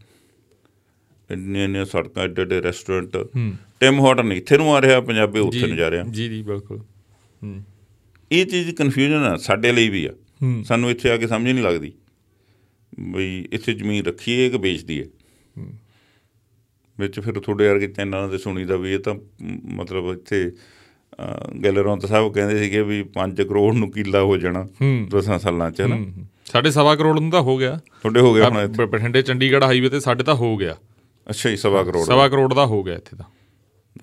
B: ਇੰਨੀਆਂ ਇੰਨੀਆਂ ਸੜਕਾਂ ਏਡੇ ਏਡੇ ਰੈਸਟੋਰੈਂਟ
A: ਹੂੰ
B: ਟਿਮ ਹਾਟਨ ਇੱਥੇ ਨੂੰ ਆ ਰਿਹਾ ਪੰਜਾਬੀ ਉੱਥੇ ਨੂੰ ਜਾ ਰਿਹਾ
A: ਜੀ ਜੀ ਬਿਲਕੁਲ ਹੂੰ
B: ਇਹ ਚੀਜ਼ ਕਨਫਿਊਜ਼ਨ ਆ ਸਾਡੇ ਲਈ ਵੀ ਆ
A: ਹੂੰ
B: ਸਾਨੂੰ ਇੱਥੇ ਆ ਕੇ ਸਮਝ ਨਹੀਂ ਲੱਗਦੀ ਵੀ ਇੱਥੇ ਜ਼ਮੀਨ ਰੱਖੀਏ ਕਿ ਵੇਚਦੀਏ ਵਿੱਚ ਫਿਰ ਤੁਹਾਡੇ ਵਰਗੇ ਚੈਨਲਾਂ ਦੇ ਸੁਣੀਦਾ ਵੀ ਇਹ ਤਾਂ ਮ, ਮਤਲਬ ਇੱਥੇ ਅ, ਗੈਲਰੋਂਤ ਸਾਹਿਬ ਕਹਿੰਦੇ ਸੀਗੇ ਵੀ 5 ਕਰੋੜ ਨੂੰ ਕਿੱਲਾ ਹੋ ਜਾਣਾ
A: ਹੂੰ।
B: 10 ਸਾਲਾਂ ਚ ਹੈ ਨਾ
A: ਹੂੰ। ਸਾਢੇ ਸਵਾ ਕਰੋੜ ਨੂੰ ਤਾਂ ਹੋ ਗਿਆ
B: ਤੁਹਾਡੇ ਹੋ ਗਏ ਹੁਣ ਇੱਥੇ
A: ਬ- ਬਠਿੰਡੇ ਚੰਡੀਗੜ੍ਹ ਹਾਈਵੇ ਤੇ ਸਾਡੇ ਤਾਂ ਹੋ ਗਿਆ
B: ਅੱਛਾ ਜੀ ਸਵਾ ਕਰੋੜ
A: ਸਵਾ ਕਰੋੜ ਦਾ ਹੋ ਗਿਆ ਇੱਥੇ ਤਾਂ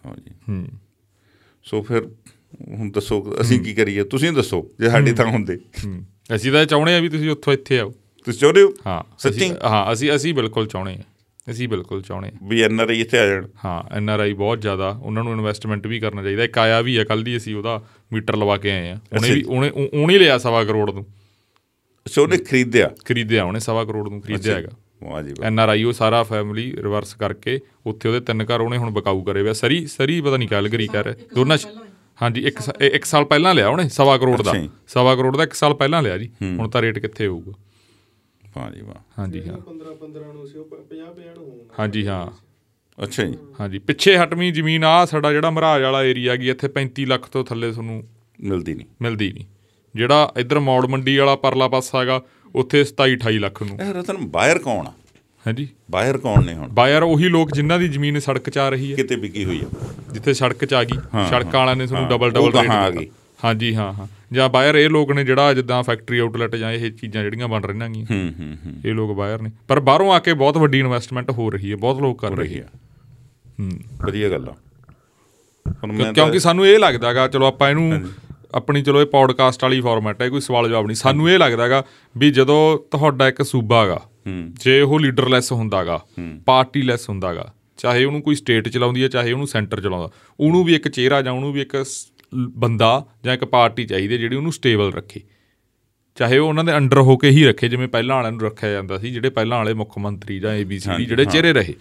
B: ਹਾਂਜੀ
A: ਹੂੰ
B: ਸੋ ਫਿਰ ਹੁਣ ਦੱਸੋ ਅਸੀਂ ਕੀ ਕਰੀਏ ਤੁਸੀਂ ਦੱਸੋ ਜੇ ਸਾਡੇ ਤਾਂ ਹੁੰਦੇ
A: ਹੂੰ ਅਸੀਂ ਤਾਂ ਇਹ ਚਾਹੁੰਦੇ ਆ ਵੀ ਤੁਸੀਂ ਉੱਥੋਂ ਇੱਥੇ ਆਓ
B: ਤੁਸੀਂ ਚਾਹੁੰਦੇ ਹੋ
A: ਹਾਂ
B: ਸੱਚੀ?
A: ਅਸੀਂ- ਹਾਂ ਅਸੀਂ ਅਸੀਂ ਬਿਲਕੁਲ ਚਾਹੁੰਦੇ ਆ ਅਸੀਂ ਬਿਲਕੁਲ ਚਾਹੁੰਦੇ ਆ
B: ਵੀ ਐਨ ਆਰ ਆਈ ਇੱਥੇ ਆ ਜਾਣ
A: ਹਾਂ ਐਨ ਆਰ ਆਈ ਬਹੁਤ ਜ਼ਿਆਦਾ ਉਹਨਾਂ ਨੂੰ ਇਨਵੈਸਟਮੈਂਟ ਵੀ ਕਰਨਾ ਚਾਹੀਦਾ ਇੱਕ ਆਇਆ ਵੀ ਆ ਕੱਲ ਦੀ ਅਸੀਂ ਉਹਦਾ ਮੀਟਰ ਲਵਾ ਕੇ ਆਏ ਆ ਉਹਨੇ
B: ਅੱਛਾ
A: ਵੀ ਉਹਨੇ ਉਹ- ਉਹਨੇ ਲਿਆ ਸਵਾ ਕਰੋੜ ਨੂੰ
B: ਸੋ ਉਹਨੇ ਖਰੀਦਿਆ
A: ਖਰੀਦਿਆ ਉਹਨੇ ਸਵਾ ਕਰੋੜ ਨੂੰ ਖਰੀਦਿਆ ਹੈਗਾ
B: ਵਾਹ ਜੀ ਵਾਹ
A: ਐਨ ਆਰ ਆਈ ਉਹ ਸਾਰਾ ਫੈਮਿਲੀ ਰਿਵਰਸ ਕਰਕੇ ਉੱਥੇ ਉਹਦੇ ਤਿੰਨ ਘਰ ਉਹਨੇ ਹੁਣ ਬਕਾਊ ਕਰੇ ਵੇ ਸਰੀ ਸਰੀ ਪਤਾ ਨਹੀਂ ਕੈਲਗਰੀ ਕਰ ਦੋਨਾਂ 'ਚ- ਹਾਂਜੀ ਇੱਕ ਸਾ- ਇਹ ਇੱਕ ਸਾਲ ਪਹਿਲਾਂ ਲਿਆ ਉਹਨੇ ਸਵਾ ਕਰੋੜ ਦਾ
B: ਅੱਛਾ ਜੀ।
A: ਸਵਾ ਕਰੋੜ ਦਾ ਇੱਕ ਸਾਲ ਪਹਿਲਾਂ ਲਿਆ ਜੀ ਹੁਣ ਤਾਂ ਰੇਟ ਕਿੱਥੇ ਹੋਊਗਾ
B: ਵਾਹ ਜੀ ਵਾਹ
A: ਹਾਂਜੀ ਹਾਂ
C: 15 15 ਨੂੰ ਸੀ ਉਹ 50 50 ਨੂੰ ਹੋਊਗਾ
A: ਹਾਂਜੀ ਹਾਂ
B: ਅੱਛਾ ਜੀ
A: ਹਾਂਜੀ ਪਿੱਛੇ ਹਟਵੀਂ ਜ਼ਮੀਨ ਆ ਸਾਡਾ ਜਿਹੜਾ ਮਹਾਰਾਜ ਵਾਲਾ ਏਰੀਆ ਗਈ ਇੱਥੇ 35 ਲੱਖ ਤੋਂ ਥੱਲੇ ਤੁਹਾਨੂੰ
B: ਮਿਲਦੀ ਨਹੀਂ
A: ਮਿਲਦੀ ਨਹੀਂ ਜਿਹੜਾ ਇੱਧਰ ਮੌੜ ਮੰਡੀ ਵਾਲਾ ਪਰਲਾ ਪਾਸਾ ਹੈਗਾ ਉੱਥੇ 27 28 ਲੱਖ ਨੂੰ
B: ਇਹ ਰਤਨ ਬਾਇਰ ਕੌਣ ਆ
A: ਹਾਂਜੀ
B: ਬਾਇਰ ਕੌਣ ਨੇ ਹੁਣ
A: ਬਾਇਰ ਉਹੀ ਲੋਕ ਜਿਨ੍ਹਾਂ ਦੀ ਜ਼ਮੀਨ ਸੜਕ 'ਚ ਆ ਰਹੀ ਹੈ
B: ਕਿਤੇ ਵਿਕੀ ਹੋਈ ਆ
A: ਜਿੱਥੇ ਸੜਕ 'ਚ ਆ ਗਈ ਸੜਕਾਂ ਵਾਲਿਆਂ ਨੇ ਤੁਹਾਨੂੰ
B: ਹਾਂ,
A: ਡਬਲ
B: ਉਹ
A: ਡਬਲ
B: ਗਾਹਾਂ ਆ
A: ਰੇਟ
B: ਗਈ।
A: ਹਾਂਜੀ ਹਾਂ ਹਾਂ ਜਾਂ ਬਾਇਰ ਇਹ ਲੋਕ ਨੇ ਜਿਹੜਾ ਜਿੱਦਾਂ ਫੈਕਟਰੀ ਆਊਟਲੈਟ ਜਾਂ ਇਹ ਚੀਜ਼ਾਂ ਜਿਹੜੀਆਂ ਬਣ ਰਹੀਆਂ ਗੀਆਂ
B: ਹੂੰ ਹੂੰ ਹੂੰ
A: ਇਹ ਲੋਕ ਬਾਇਰ ਨੇ ਪਰ ਬਾਹਰੋਂ ਆ ਕੇ ਬਹੁਤ ਵੱਡੀ ਇਨਵੈਸਟਮੈਂਟ ਹੋ ਰਹੀ ਹੈ ਬਹੁਤ ਲੋਕ ਕਰ ਰਹੇ
B: ਰਹੀ
A: ਹੈ
B: ਆ ਵਧੀਆ ਗੱਲ ਆ ਹੁਣ
A: ਕਿਉਂ-
B: ਮੈਂ ਤਾਂ-
A: ਕਿਉਂਕਿ ਸਾਨੂੰ ਇਹ ਲੱਗਦਾਗਾ ਚਲੋ ਆਪਾਂ ਇਹਨੂੰ ਆਪਣੀ ਚਲੋ ਇਹ ਪੌਡਕਾਸਟ ਵਾਲੀ ਫਾਰਮੈਟ ਹੈ ਕੋਈ ਸਵਾਲ ਜਵਾਬ ਨਹੀਂ ਸਾਨੂੰ ਇਹ ਲੱਗਦਾਗਾ ਵੀ ਜਦੋਂ ਤੁਹਾਡਾ ਇੱਕ ਸੂਬਾ ਹੈਗਾ
B: ਹੂੰ।
A: ਜੇ ਉਹ ਲੀਡਰਲੈਸ ਹੁੰਦਾਗਾ ਪਾਰਟੀਲੈਸ ਹੁੰਦਾਗਾ ਚਾਹੇ ਉਹਨੂੰ ਕੋਈ ਸਟੇਟ ਚਲਾਉਂਦੀ ਹੈ ਚਾਹੇ ਉਹਨੂੰ ਸੈਂਟਰ ਚਲਾਉਂਦਾ ਉਹਨੂੰ ਵੀ ਇੱਕ ਚਿਹਰਾ ਜਾਂ ਉਹਨੂੰ ਵੀ ਇੱਕ ਸ- ਲ- ਬੰਦਾ ਜਾਂ ਇੱਕ ਪਾਰਟੀ ਚਾਹੀਦੀ ਹੈ ਜਿਹੜੀ ਉਹਨੂੰ ਸਟੇਬਲ ਰੱਖੇ ਚਾਹੇ ਉਹ ਉਹਨਾਂ ਦੇ ਅੰਡਰ ਹੋ ਕੇ ਹੀ ਰੱਖੇ ਜਿਵੇਂ ਪਹਿਲਾਂ ਵਾਲਿਆਂ ਨੂੰ ਰੱਖਿਆ ਜਾਂਦਾ ਸੀ ਜਿਹੜੇ ਪਹਿਲਾਂ ਵਾਲੇ ਮੁੱਖ ਮੰਤਰੀ ਜਾਂ ਏਬੀਸੀਡੀ ਜਿਹੜੇ ਚਿਹਰੇ ਰਹੇ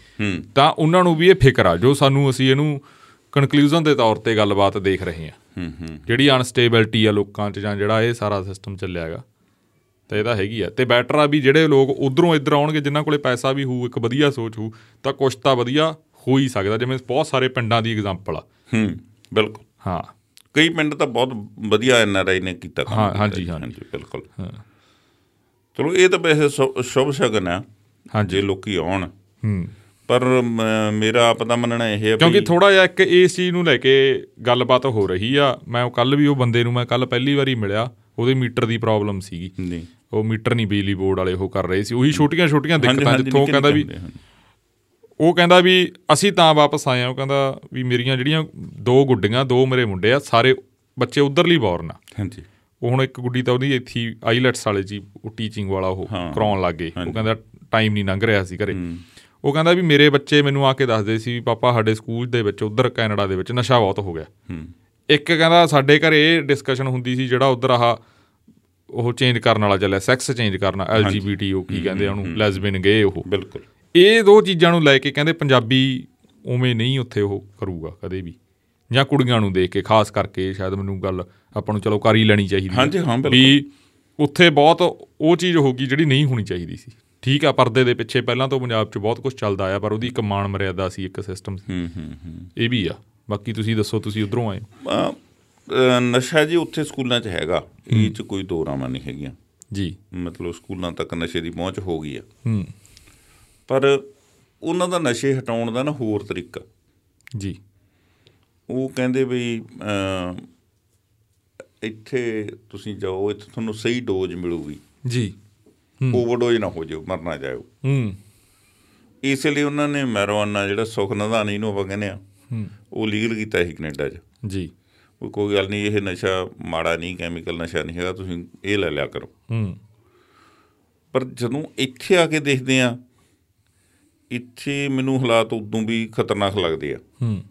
A: ਤਾਂ ਉਹਨਾਂ ਨੂੰ ਵੀ ਇਹ ਫਿਕਰ ਆ ਜੋ ਸਾਨੂੰ ਅਸੀਂ ਇਹਨੂੰ ਕਨਕਲੂਜਨ ਦੇ ਤੌਰ ਤੇ ਗੱਲਬਾਤ ਦੇਖ ਰਹੇ ਹਾਂ
B: ਹੂੰ ਹੂੰ
A: ਜਿਹੜੀ ਅਨਸਟੇਬਿਲਟੀ ਆ ਲੋਕਾਂ 'ਚ ਜਾਂ ਜਿਹੜਾ ਇਹ ਸਾਰਾ ਸਿਸਟਮ ਚੱਲਿਆ ਹੈਗਾ ਤਾਂ ਇਹਦਾ ਹੈਗੀ ਆ ਤੇ ਬੈਟਰ ਆ ਵੀ ਜਿਹੜੇ ਲੋਕ ਉਧਰੋਂ ਇੱਧਰ ਆਉਣਗੇ ਜਿਨ੍ਹਾਂ ਕੋਲੇ ਪੈਸਾ ਵੀ ਹੋਊ ਇੱਕ ਵਧੀਆ ਸੋਚ ਹੋਊ ਤਾਂ ਕੁਛ ਤਾਂ ਵਧੀਆ ਹੋ ਹੀ ਸਕਦਾ ਜਿਵੇਂ ਬਹੁਤ ਸਾਰੇ ਪਿੰਡਾਂ ਦੀ ਐਗਜ਼ਾਮਪਲ ਆ
B: ਹੂੰ ਬਿਲਕੁਲ
A: ਹਾਂ
B: ਕਈ ਪਿੰਡ ਤਾਂ ਬਹੁਤ ਵਧੀਆ ਐਨ ਆਰ ਆਈ ਨੇ ਕੀਤਾ ਕੰਮ
A: ਹਾਂ, ਹਾਂਜੀ, ਹਾਂਜੀ।
B: ਬਿਲਕੁਲ
A: ਹਾਂ।
B: ਚਲੋ ਇਹ ਤਾਂ ਵੈਸੇ ਸ਼ੁ- ਸ਼ੁਭ ਸ਼ਗਨ ਆ
A: ਹਾਂਜੀ
B: ਜੇ ਲੋਕੀ ਆਉਣ
A: ਹੂੰ
B: ਪਰ ਮ- ਮੇਰਾ ਆਪ ਦਾ ਮੰਨਣਾ ਇਹ ਹੈ
A: ਕਿਉਂਕਿ
B: ਵੀ
A: ਥੋੜਾ ਜਿਹਾ ਇੱਕ ਇਸ ਚੀਜ਼ ਨੂੰ ਲੈ ਕੇ ਗੱਲਬਾਤ ਹੋ ਰਹੀ ਆ ਮੈਂ ਉਹ ਕੱਲ ਵੀ ਉਹ ਬੰਦੇ ਨੂੰ ਮੈਂ ਕੱਲ ਪਹਿਲੀ ਵਾਰੀ ਮਿਲਿਆ ਉਹਦੇ ਮੀਟਰ ਦੀ ਪ੍ਰੋਬਲਮ ਸੀਗੀ
B: ਜੀ
A: ਉਹ ਮੀਟਰ ਨਹੀਂ ਬਿਜਲੀ ਬੋਰਡ ਵਾਲੇ ਉਹ ਕਰ ਰਹੇ ਸੀ ਉਹੀ ਛੋਟੀਆਂ ਛੋਟੀਆਂ
B: ਹਾਂਜੀ,
A: ਦਿੱਕਤਾਂ
B: ਹਾਂਜੀ,
A: ਜਿੱਥੋਂ
B: ਨਿੱਕੇ
A: ਕਹਿੰਦਾ ਵੀ
B: ਨਿੱਕੇ ਹੁੰਦੇ ਹਨ।
A: ਉਹ ਕਹਿੰਦਾ ਵੀ ਅਸੀਂ ਤਾਂ ਵਾਪਸ ਆਏ ਆ ਉਹ ਕਹਿੰਦਾ ਵੀ ਮੇਰੀਆਂ ਜਿਹੜੀਆਂ ਦੋ ਗੁੱਡੀਆਂ ਦੋ ਮੇਰੇ ਮੁੰਡੇ ਆ ਸਾਰੇ ਬੱਚੇ ਉਧਰਲੀ ਬੌਰਨ ਆ
B: ਹਾਂਜੀ
A: ਉਹ ਹੁਣ ਇੱਕ ਗੁੱਡੀ ਤਾਂ ਉਹਦੀ ਇੱਥੇ ਆਈਲੈਟਸ ਵਾਲੇ ਜੀ ਉਹ ਟੀਚਿੰਗ ਵਾਲਾ ਉਹ
B: ਹਾਂ।
A: ਕਰਾਉਣ ਲੱਗੇ ਉਹ
B: ਹਾਂਜੀ।
A: ਕਹਿੰਦਾ ਟਾਈਮ ਨਹੀਂ ਲੰਘ ਰਿਹਾ ਸੀ ਘਰੇ ਉਹ ਕਹਿੰਦਾ ਵੀ ਮੇਰੇ ਬੱਚੇ ਮੈਨੂੰ ਆ ਕੇ ਦੱਸਦੇ ਸੀ ਵੀ ਪਾਪਾ ਸਾਡੇ ਸਕੂਲ ਦੇ ਵਿੱਚ ਉਧਰ ਕੈਨੇਡਾ ਦੇ ਵਿੱਚ ਨਸ਼ਾ ਬਹੁਤ ਹੋ ਗਿਆ
B: ਹੂੰ
A: ਇੱਕ ਕਹਿੰਦਾ ਸਾਡੇ ਘਰੇ ਡਿਸਕਸ਼ਨ ਹੁੰਦੀ ਸੀ ਜਿਹੜਾ ਉਧਰ ਆਹ ਉਹ ਚੇਂਜ ਕਰਨ ਵਾਲਾ ਚੱਲਿਆ ਸੈਕਸ ਚੇਂਜ ਕਰਨਾ ਐਲਜੀਬੀਟੀ ਉਹ ਕੀ ਕਹਿੰਦੇ ਆ ਉਹਨੂੰ ਲੈਸਬੀਨ ਗਏ ਉਹ
B: ਬਿਲਕੁਲ
A: ਇਹ ਦੋ ਚੀਜ਼ਾਂ ਨੂੰ ਲੈ ਕੇ ਕਹਿੰਦੇ ਪੰਜਾਬੀ ਉਵੇਂ ਨਹੀਂ ਉੱਥੇ ਉਹ ਕਰੂਗਾ ਕਦੇ ਵੀ ਜਾਂ ਕੁੜੀਆਂ ਨੂੰ ਦੇਖ ਕੇ ਖਾਸ ਕਰਕੇ ਸ਼ਾਇਦ ਮੈਨੂੰ ਗੱਲ ਆਪਾਂ ਨੂੰ ਚਲੋ ਕਰ ਹੀ ਲੈਣੀ ਚਾਹੀਦੀ ਹੈ
B: ਹਾਂਜੀ, ਹਾਂ, ਬਿਲਕੁਲ।
A: ਵੀ ਉੱਥੇ ਬਹੁਤ ਉਹ ਚੀਜ਼ ਹੋਗੀ ਜਿਹੜੀ ਨਹੀਂ ਹੋਣੀ ਚਾਹੀਦੀ ਸੀ ਠੀਕ ਆ ਪਰਦੇ ਦੇ ਪਿੱਛੇ ਪਹਿਲਾਂ ਤੋਂ ਪੰਜਾਬ 'ਚ ਬਹੁਤ ਕੁਝ ਚੱਲਦਾ ਆਇਆ ਪਰ ਉਹਦੀ ਇੱਕ ਮਾਣ ਮਰਿਆਦਾ ਸੀ ਇੱਕ ਸਿਸਟਮ ਸੀ
B: ਹੂੰ ਹੂੰ ਹੂੰ
A: ਇਹ ਵੀ ਆ ਬਾਕੀ ਤੁਸੀਂ ਦੱਸੋ ਤੁਸੀਂ ਉਧਰੋਂ ਆਏ ਹੋ।
B: ਅਮ, ਅ, ਨਸ਼ਾ ਜੀ ਉੱਥੇ ਸਕੂਲਾਂ 'ਚ ਹੈਗਾ ਇਹ 'ਚ ਕੋਈ ਦੋ ਰਾਵਾਂ ਨਹੀਂ ਹੈਗੀਆਂ
A: ਜੀ
B: ਮਤਲਬ ਸਕੂਲਾਂ ਤੱਕ ਨਸ਼ੇ ਦੀ ਪਹੁੰਚ ਹੋ ਗਈ ਆ
A: ਹੂੰ
B: ਪਰ ਉਹਨਾਂ ਦਾ ਨਸ਼ੇ ਹਟਾਉਣ ਦਾ ਨਾ ਹੋਰ ਤਰੀਕਾ
A: ਜੀ
B: ਉਹ ਕਹਿੰਦੇ ਵੀ ਅਮ, ਇੱਥੇ ਤੁਸੀਂ ਜਾਓ ਇੱਥੇ ਤੁਹਾਨੂੰ ਸਹੀ ਡੋਜ਼ ਮਿਲੂਗੀ
A: ਜੀ
B: ਓਵਰਡੋਜ਼ ਨਾ ਹੋ ਜਾਓ ਮਰਨਾ ਜਾਓ
A: ਹੂੰ
B: ਇਸ ਲਈ ਉਹਨਾਂ ਨੇ ਮੈਰੋਵਾਨਾ ਜਿਹੜਾ ਸੁਖ ਨਦਾਨੀ ਨੂੰ ਆਪਾਂ ਕਹਿੰਦੇ ਆ
A: ਹੂੰ
B: ਉਹ ਲੀਗਲ ਕੀਤਾ ਸੀ ਕੈਨੇਡਾ 'ਚ
A: ਜੀ
B: ਉਹ ਕੋਈ ਗੱਲ ਨਹੀਂ ਇਹ ਨਸ਼ਾ ਮਾੜਾ ਨਹੀਂ ਕੈਮੀਕਲ ਨਸ਼ਾ ਨਹੀਂ ਹੈਗਾ ਤੁਸੀਂ ਇਹ ਲੈ ਲਿਆ ਕਰੋ
A: ਹੂੰ
B: ਪਰ ਜਦੋਂ ਇੱਥੇ ਆ ਕੇ ਦੇਖਦੇ ਆ ਇੱਥੇ ਮੈਨੂੰ ਹਾਲਾਤ ਉਦੋਂ ਵੀ ਖਤਰਨਾਕ ਲੱਗਦੇ ਆ
A: ਹੂੰ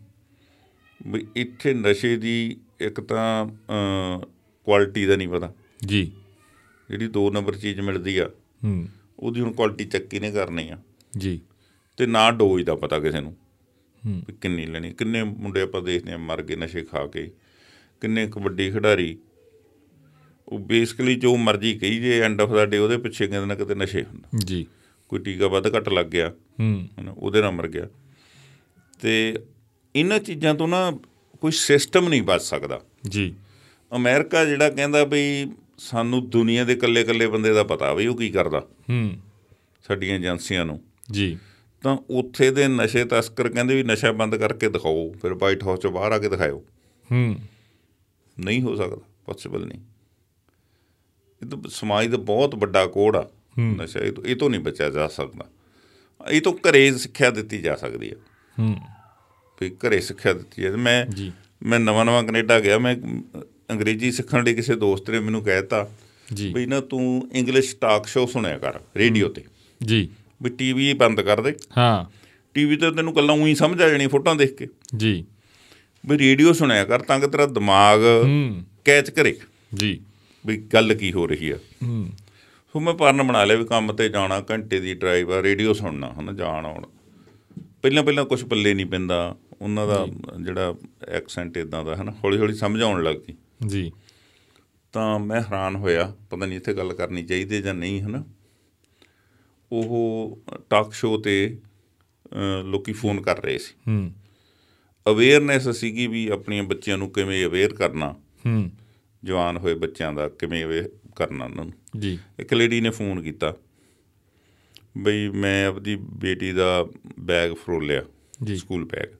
B: ਵੀ ਇੱਥੇ ਨਸ਼ੇ ਦੀ ਇੱਕ ਤਾਂ ਅਮ, ਕੁਆਲਿਟੀ ਦਾ ਨਹੀਂ ਪਤਾ
A: ਜੀ
B: ਜਿਹੜੀ ਦੋ ਨੰਬਰ ਚੀਜ਼ ਮਿਲਦੀ ਆ
A: ਹੂੰ
B: ਉਹਦੀ ਹੁਣ ਕੁਆਲਿਟੀ ਚੈੱਕ ਕਿਹਨੇ ਕਰਨੀ ਆ
A: ਜੀ
B: ਤੇ ਨਾ ਡੋਜ਼ ਦਾ ਪਤਾ ਕਿਸੇ ਨੂੰ
A: ਹੂੰ।
B: ਵੀ ਕਿੰਨੀ ਲੈਣੀ ਕਿੰਨੇ ਮੁੰਡੇ ਆਪਾਂ ਦੇਖਦੇ ਆ ਮਰ ਗਏ ਨਸ਼ੇ ਖਾ ਕੇ ਕਿੰਨੇ ਕਬੱਡੀ ਖਿਡਾਰੀ ਉਹ ਬੇਸਿਕਲੀ ਜੋ ਮਰਜ਼ੀ ਕਹੀ ਜੇ ਐਂਡ ਆਫ ਦਾ ਡੇ ਉਹਦੇ ਪਿੱਛੇ ਕਿਤੇ ਨਾ ਕਿਤੇ ਨਸ਼ੇ ਹੁੰਦਾ
A: ਜੀ
B: ਕੋਈ ਟੀਕਾ ਵੱਧ ਘੱਟ ਲੱਗ ਗਿਆ
A: ਹੂੰ
B: ਹਨਾ, ਉਹਦੇ ਨਾਲ ਮਰ ਗਿਆ ਤੇ ਇਹਨਾਂ ਚੀਜ਼ਾਂ ਤੋਂ ਨਾ ਕੋਈ ਸਿਸਟਮ ਨਹੀਂ ਬਚ ਸਕਦਾ
A: ਜੀ
B: ਅਮਰੀਕਾ ਜਿਹੜਾ ਕਹਿੰਦਾ ਵੀ ਸਾਨੂੰ ਦੁਨੀਆ ਦੇ ਇਕੱਲੇ-ਇਕੱਲੇ ਬੰਦੇ ਦਾ ਪਤਾ ਵੀ ਉਹ ਕੀ ਕਰਦਾ
A: ਹੂੰ
B: ਸਾਡੀਆਂ ਏਜੰਸੀਆਂ ਨੂੰ
A: ਜੀ
B: ਤਾਂ ਉੱਥੇ ਦੇ ਨਸ਼ੇ ਤਸਕਰ ਕਹਿੰਦੇ ਵੀ ਨਸ਼ਾ ਬੰਦ ਕਰਕੇ ਦਿਖਾਓ ਫਿਰ ਵਾਈਟ ਹਾਊਸ ਚੋਂ ਬਾਹਰ ਆ ਕੇ ਦਿਖਾਓ
A: ਹੂੰ
B: ਨਹੀਂ ਹੋ ਸਕਦਾ ਪੋਸੀਬਲ ਨਹੀਂ ਇਹ ਤਾਂ ਸਮਾਜ ਦਾ ਬਹੁਤ ਵੱਡਾ ਕੋੜ ਆ ਨਸ਼ਾ ਇਹ ਤੋਂ ਇਹ ਤੋਂ ਨਹੀਂ ਬਚਿਆ ਜਾ ਸਕਦਾ ਇਹ ਤੋਂ ਘਰੇ ਸਿੱਖਿਆ ਦਿੱਤੀ ਜਾ ਸਕਦੀ ਹੈ
A: ਹੂੰ
B: ਵੀ ਘਰੇ ਸਿੱਖਿਆ ਦਿੱਤੀ ਜਾਵੇ ਮੈਂ
A: ਜੀ।
B: ਮੈਂ ਨਵਾਂ ਨਵਾਂ ਕੈਨੇਡਾ ਗਿਆ ਮੈਂ ਅਮ, ਅੰਗਰੇਜ਼ੀ ਸਿੱਖਣ ਲਈ ਕਿਸੇ ਦੋਸਤ ਨੇ ਮੈਨੂੰ ਕਹਿ ਦਿੱਤਾ
A: ਜੀ
B: ਵੀ ਨਾ ਤੂੰ ਇੰਗਲਿਸ਼ ਟਾਕ ਸ਼ੋਅ ਸੁਣਿਆ ਕਰ ਰੇਡੀਓ ਤੇ
A: ਜੀ
B: ਵੀ ਟੀਵੀ ਬੰਦ ਕਰ ਦੇ
A: ਹਾਂ
B: ਟੀਵੀ ਤੇ ਤੈਨੂੰ ਗੱਲਾਂ ਉਹੀ ਸਮਝ ਆ ਜਾਣੀ ਫੋਟੋਆਂ ਦੇਖ ਕੇ
A: ਜੀ
B: ਵੀ ਰੇਡੀਓ ਸੁਣਿਆ ਕਰ ਤਾਂ ਕਿ ਤੇਰਾ ਦਿਮਾਗ
A: ਹੂੰ
B: ਕੈਚ ਕਰੇ
A: ਜੀ
B: ਵੀ ਗੱਲ ਕੀ ਹੋ ਰਹੀ ਆ
A: ਹੂੰ
B: ਸੋ ਮੈਂ ਪਰਨ ਬਣਾ ਲਿਆ ਵੀ ਕੰਮ ਤੇ ਜਾਣਾ ਘੰਟੇ ਦੀ ਡਰਾਈਵ ਆ ਰੇਡੀਓ ਸੁਣਨਾ ਹਨਾ ਜਾਣ ਆਉਣ ਪਹਿਲਾਂ ਪਹਿਲਾਂ ਕੁਝ ਪੱਲੇ ਨਹੀਂ ਪੈਂਦਾ ਉਹਨਾਂ ਦਾ ਜਿਹੜਾ ਐਕਸੈਂਟ ਇਦਾਂ ਦਾ ਹਨਾ ਹੌਲੀ ਹੌਲੀ ਸਮਝ ਆਉਣ ਲੱਗ ਗਈ
A: ਜੀ
B: ਤਾਂ ਮੈਂ ਹੈਰਾਨ ਹੋਇਆ ਪਤਾ ਨਹੀਂ ਇੱਥੇ ਗੱਲ ਕਰਨੀ ਚਾਹੀਦੀ ਹੈ ਜਾਂ ਨਹੀਂ ਹਨਾ ਉਹ ਟਾਕ ਸ਼ੋਅ ਤੇ ਅ, ਲੋਕੀ ਫੋਨ ਕਰ ਰਹੇ ਸੀ
A: ਹੂੰ
B: ਅਵੇਅਰਨੈਸ ਸੀਗੀ ਵੀ ਆਪਣੀਆਂ ਬੱਚਿਆਂ ਨੂੰ ਕਿਵੇਂ ਅਵੇਅਰ ਕਰਨਾ
A: ਹੂੰ
B: ਜਵਾਨ ਹੋਏ ਬੱਚਿਆਂ ਦਾ ਕਿਵੇਂ ਅਵੇਅਰ ਕਰਨਾ ਉਹਨਾਂ ਨੂੰ
A: ਜੀ
B: ਇੱਕ ਲੇਡੀ ਨੇ ਫੋਨ ਕੀਤਾ ਬਈ ਮੈਂ ਆਪਦੀ ਬੇਟੀ ਦਾ ਬੈਗ ਫਰੋਲਿਆ
A: ਜੀ।
B: ਸਕੂਲ ਬੈਗ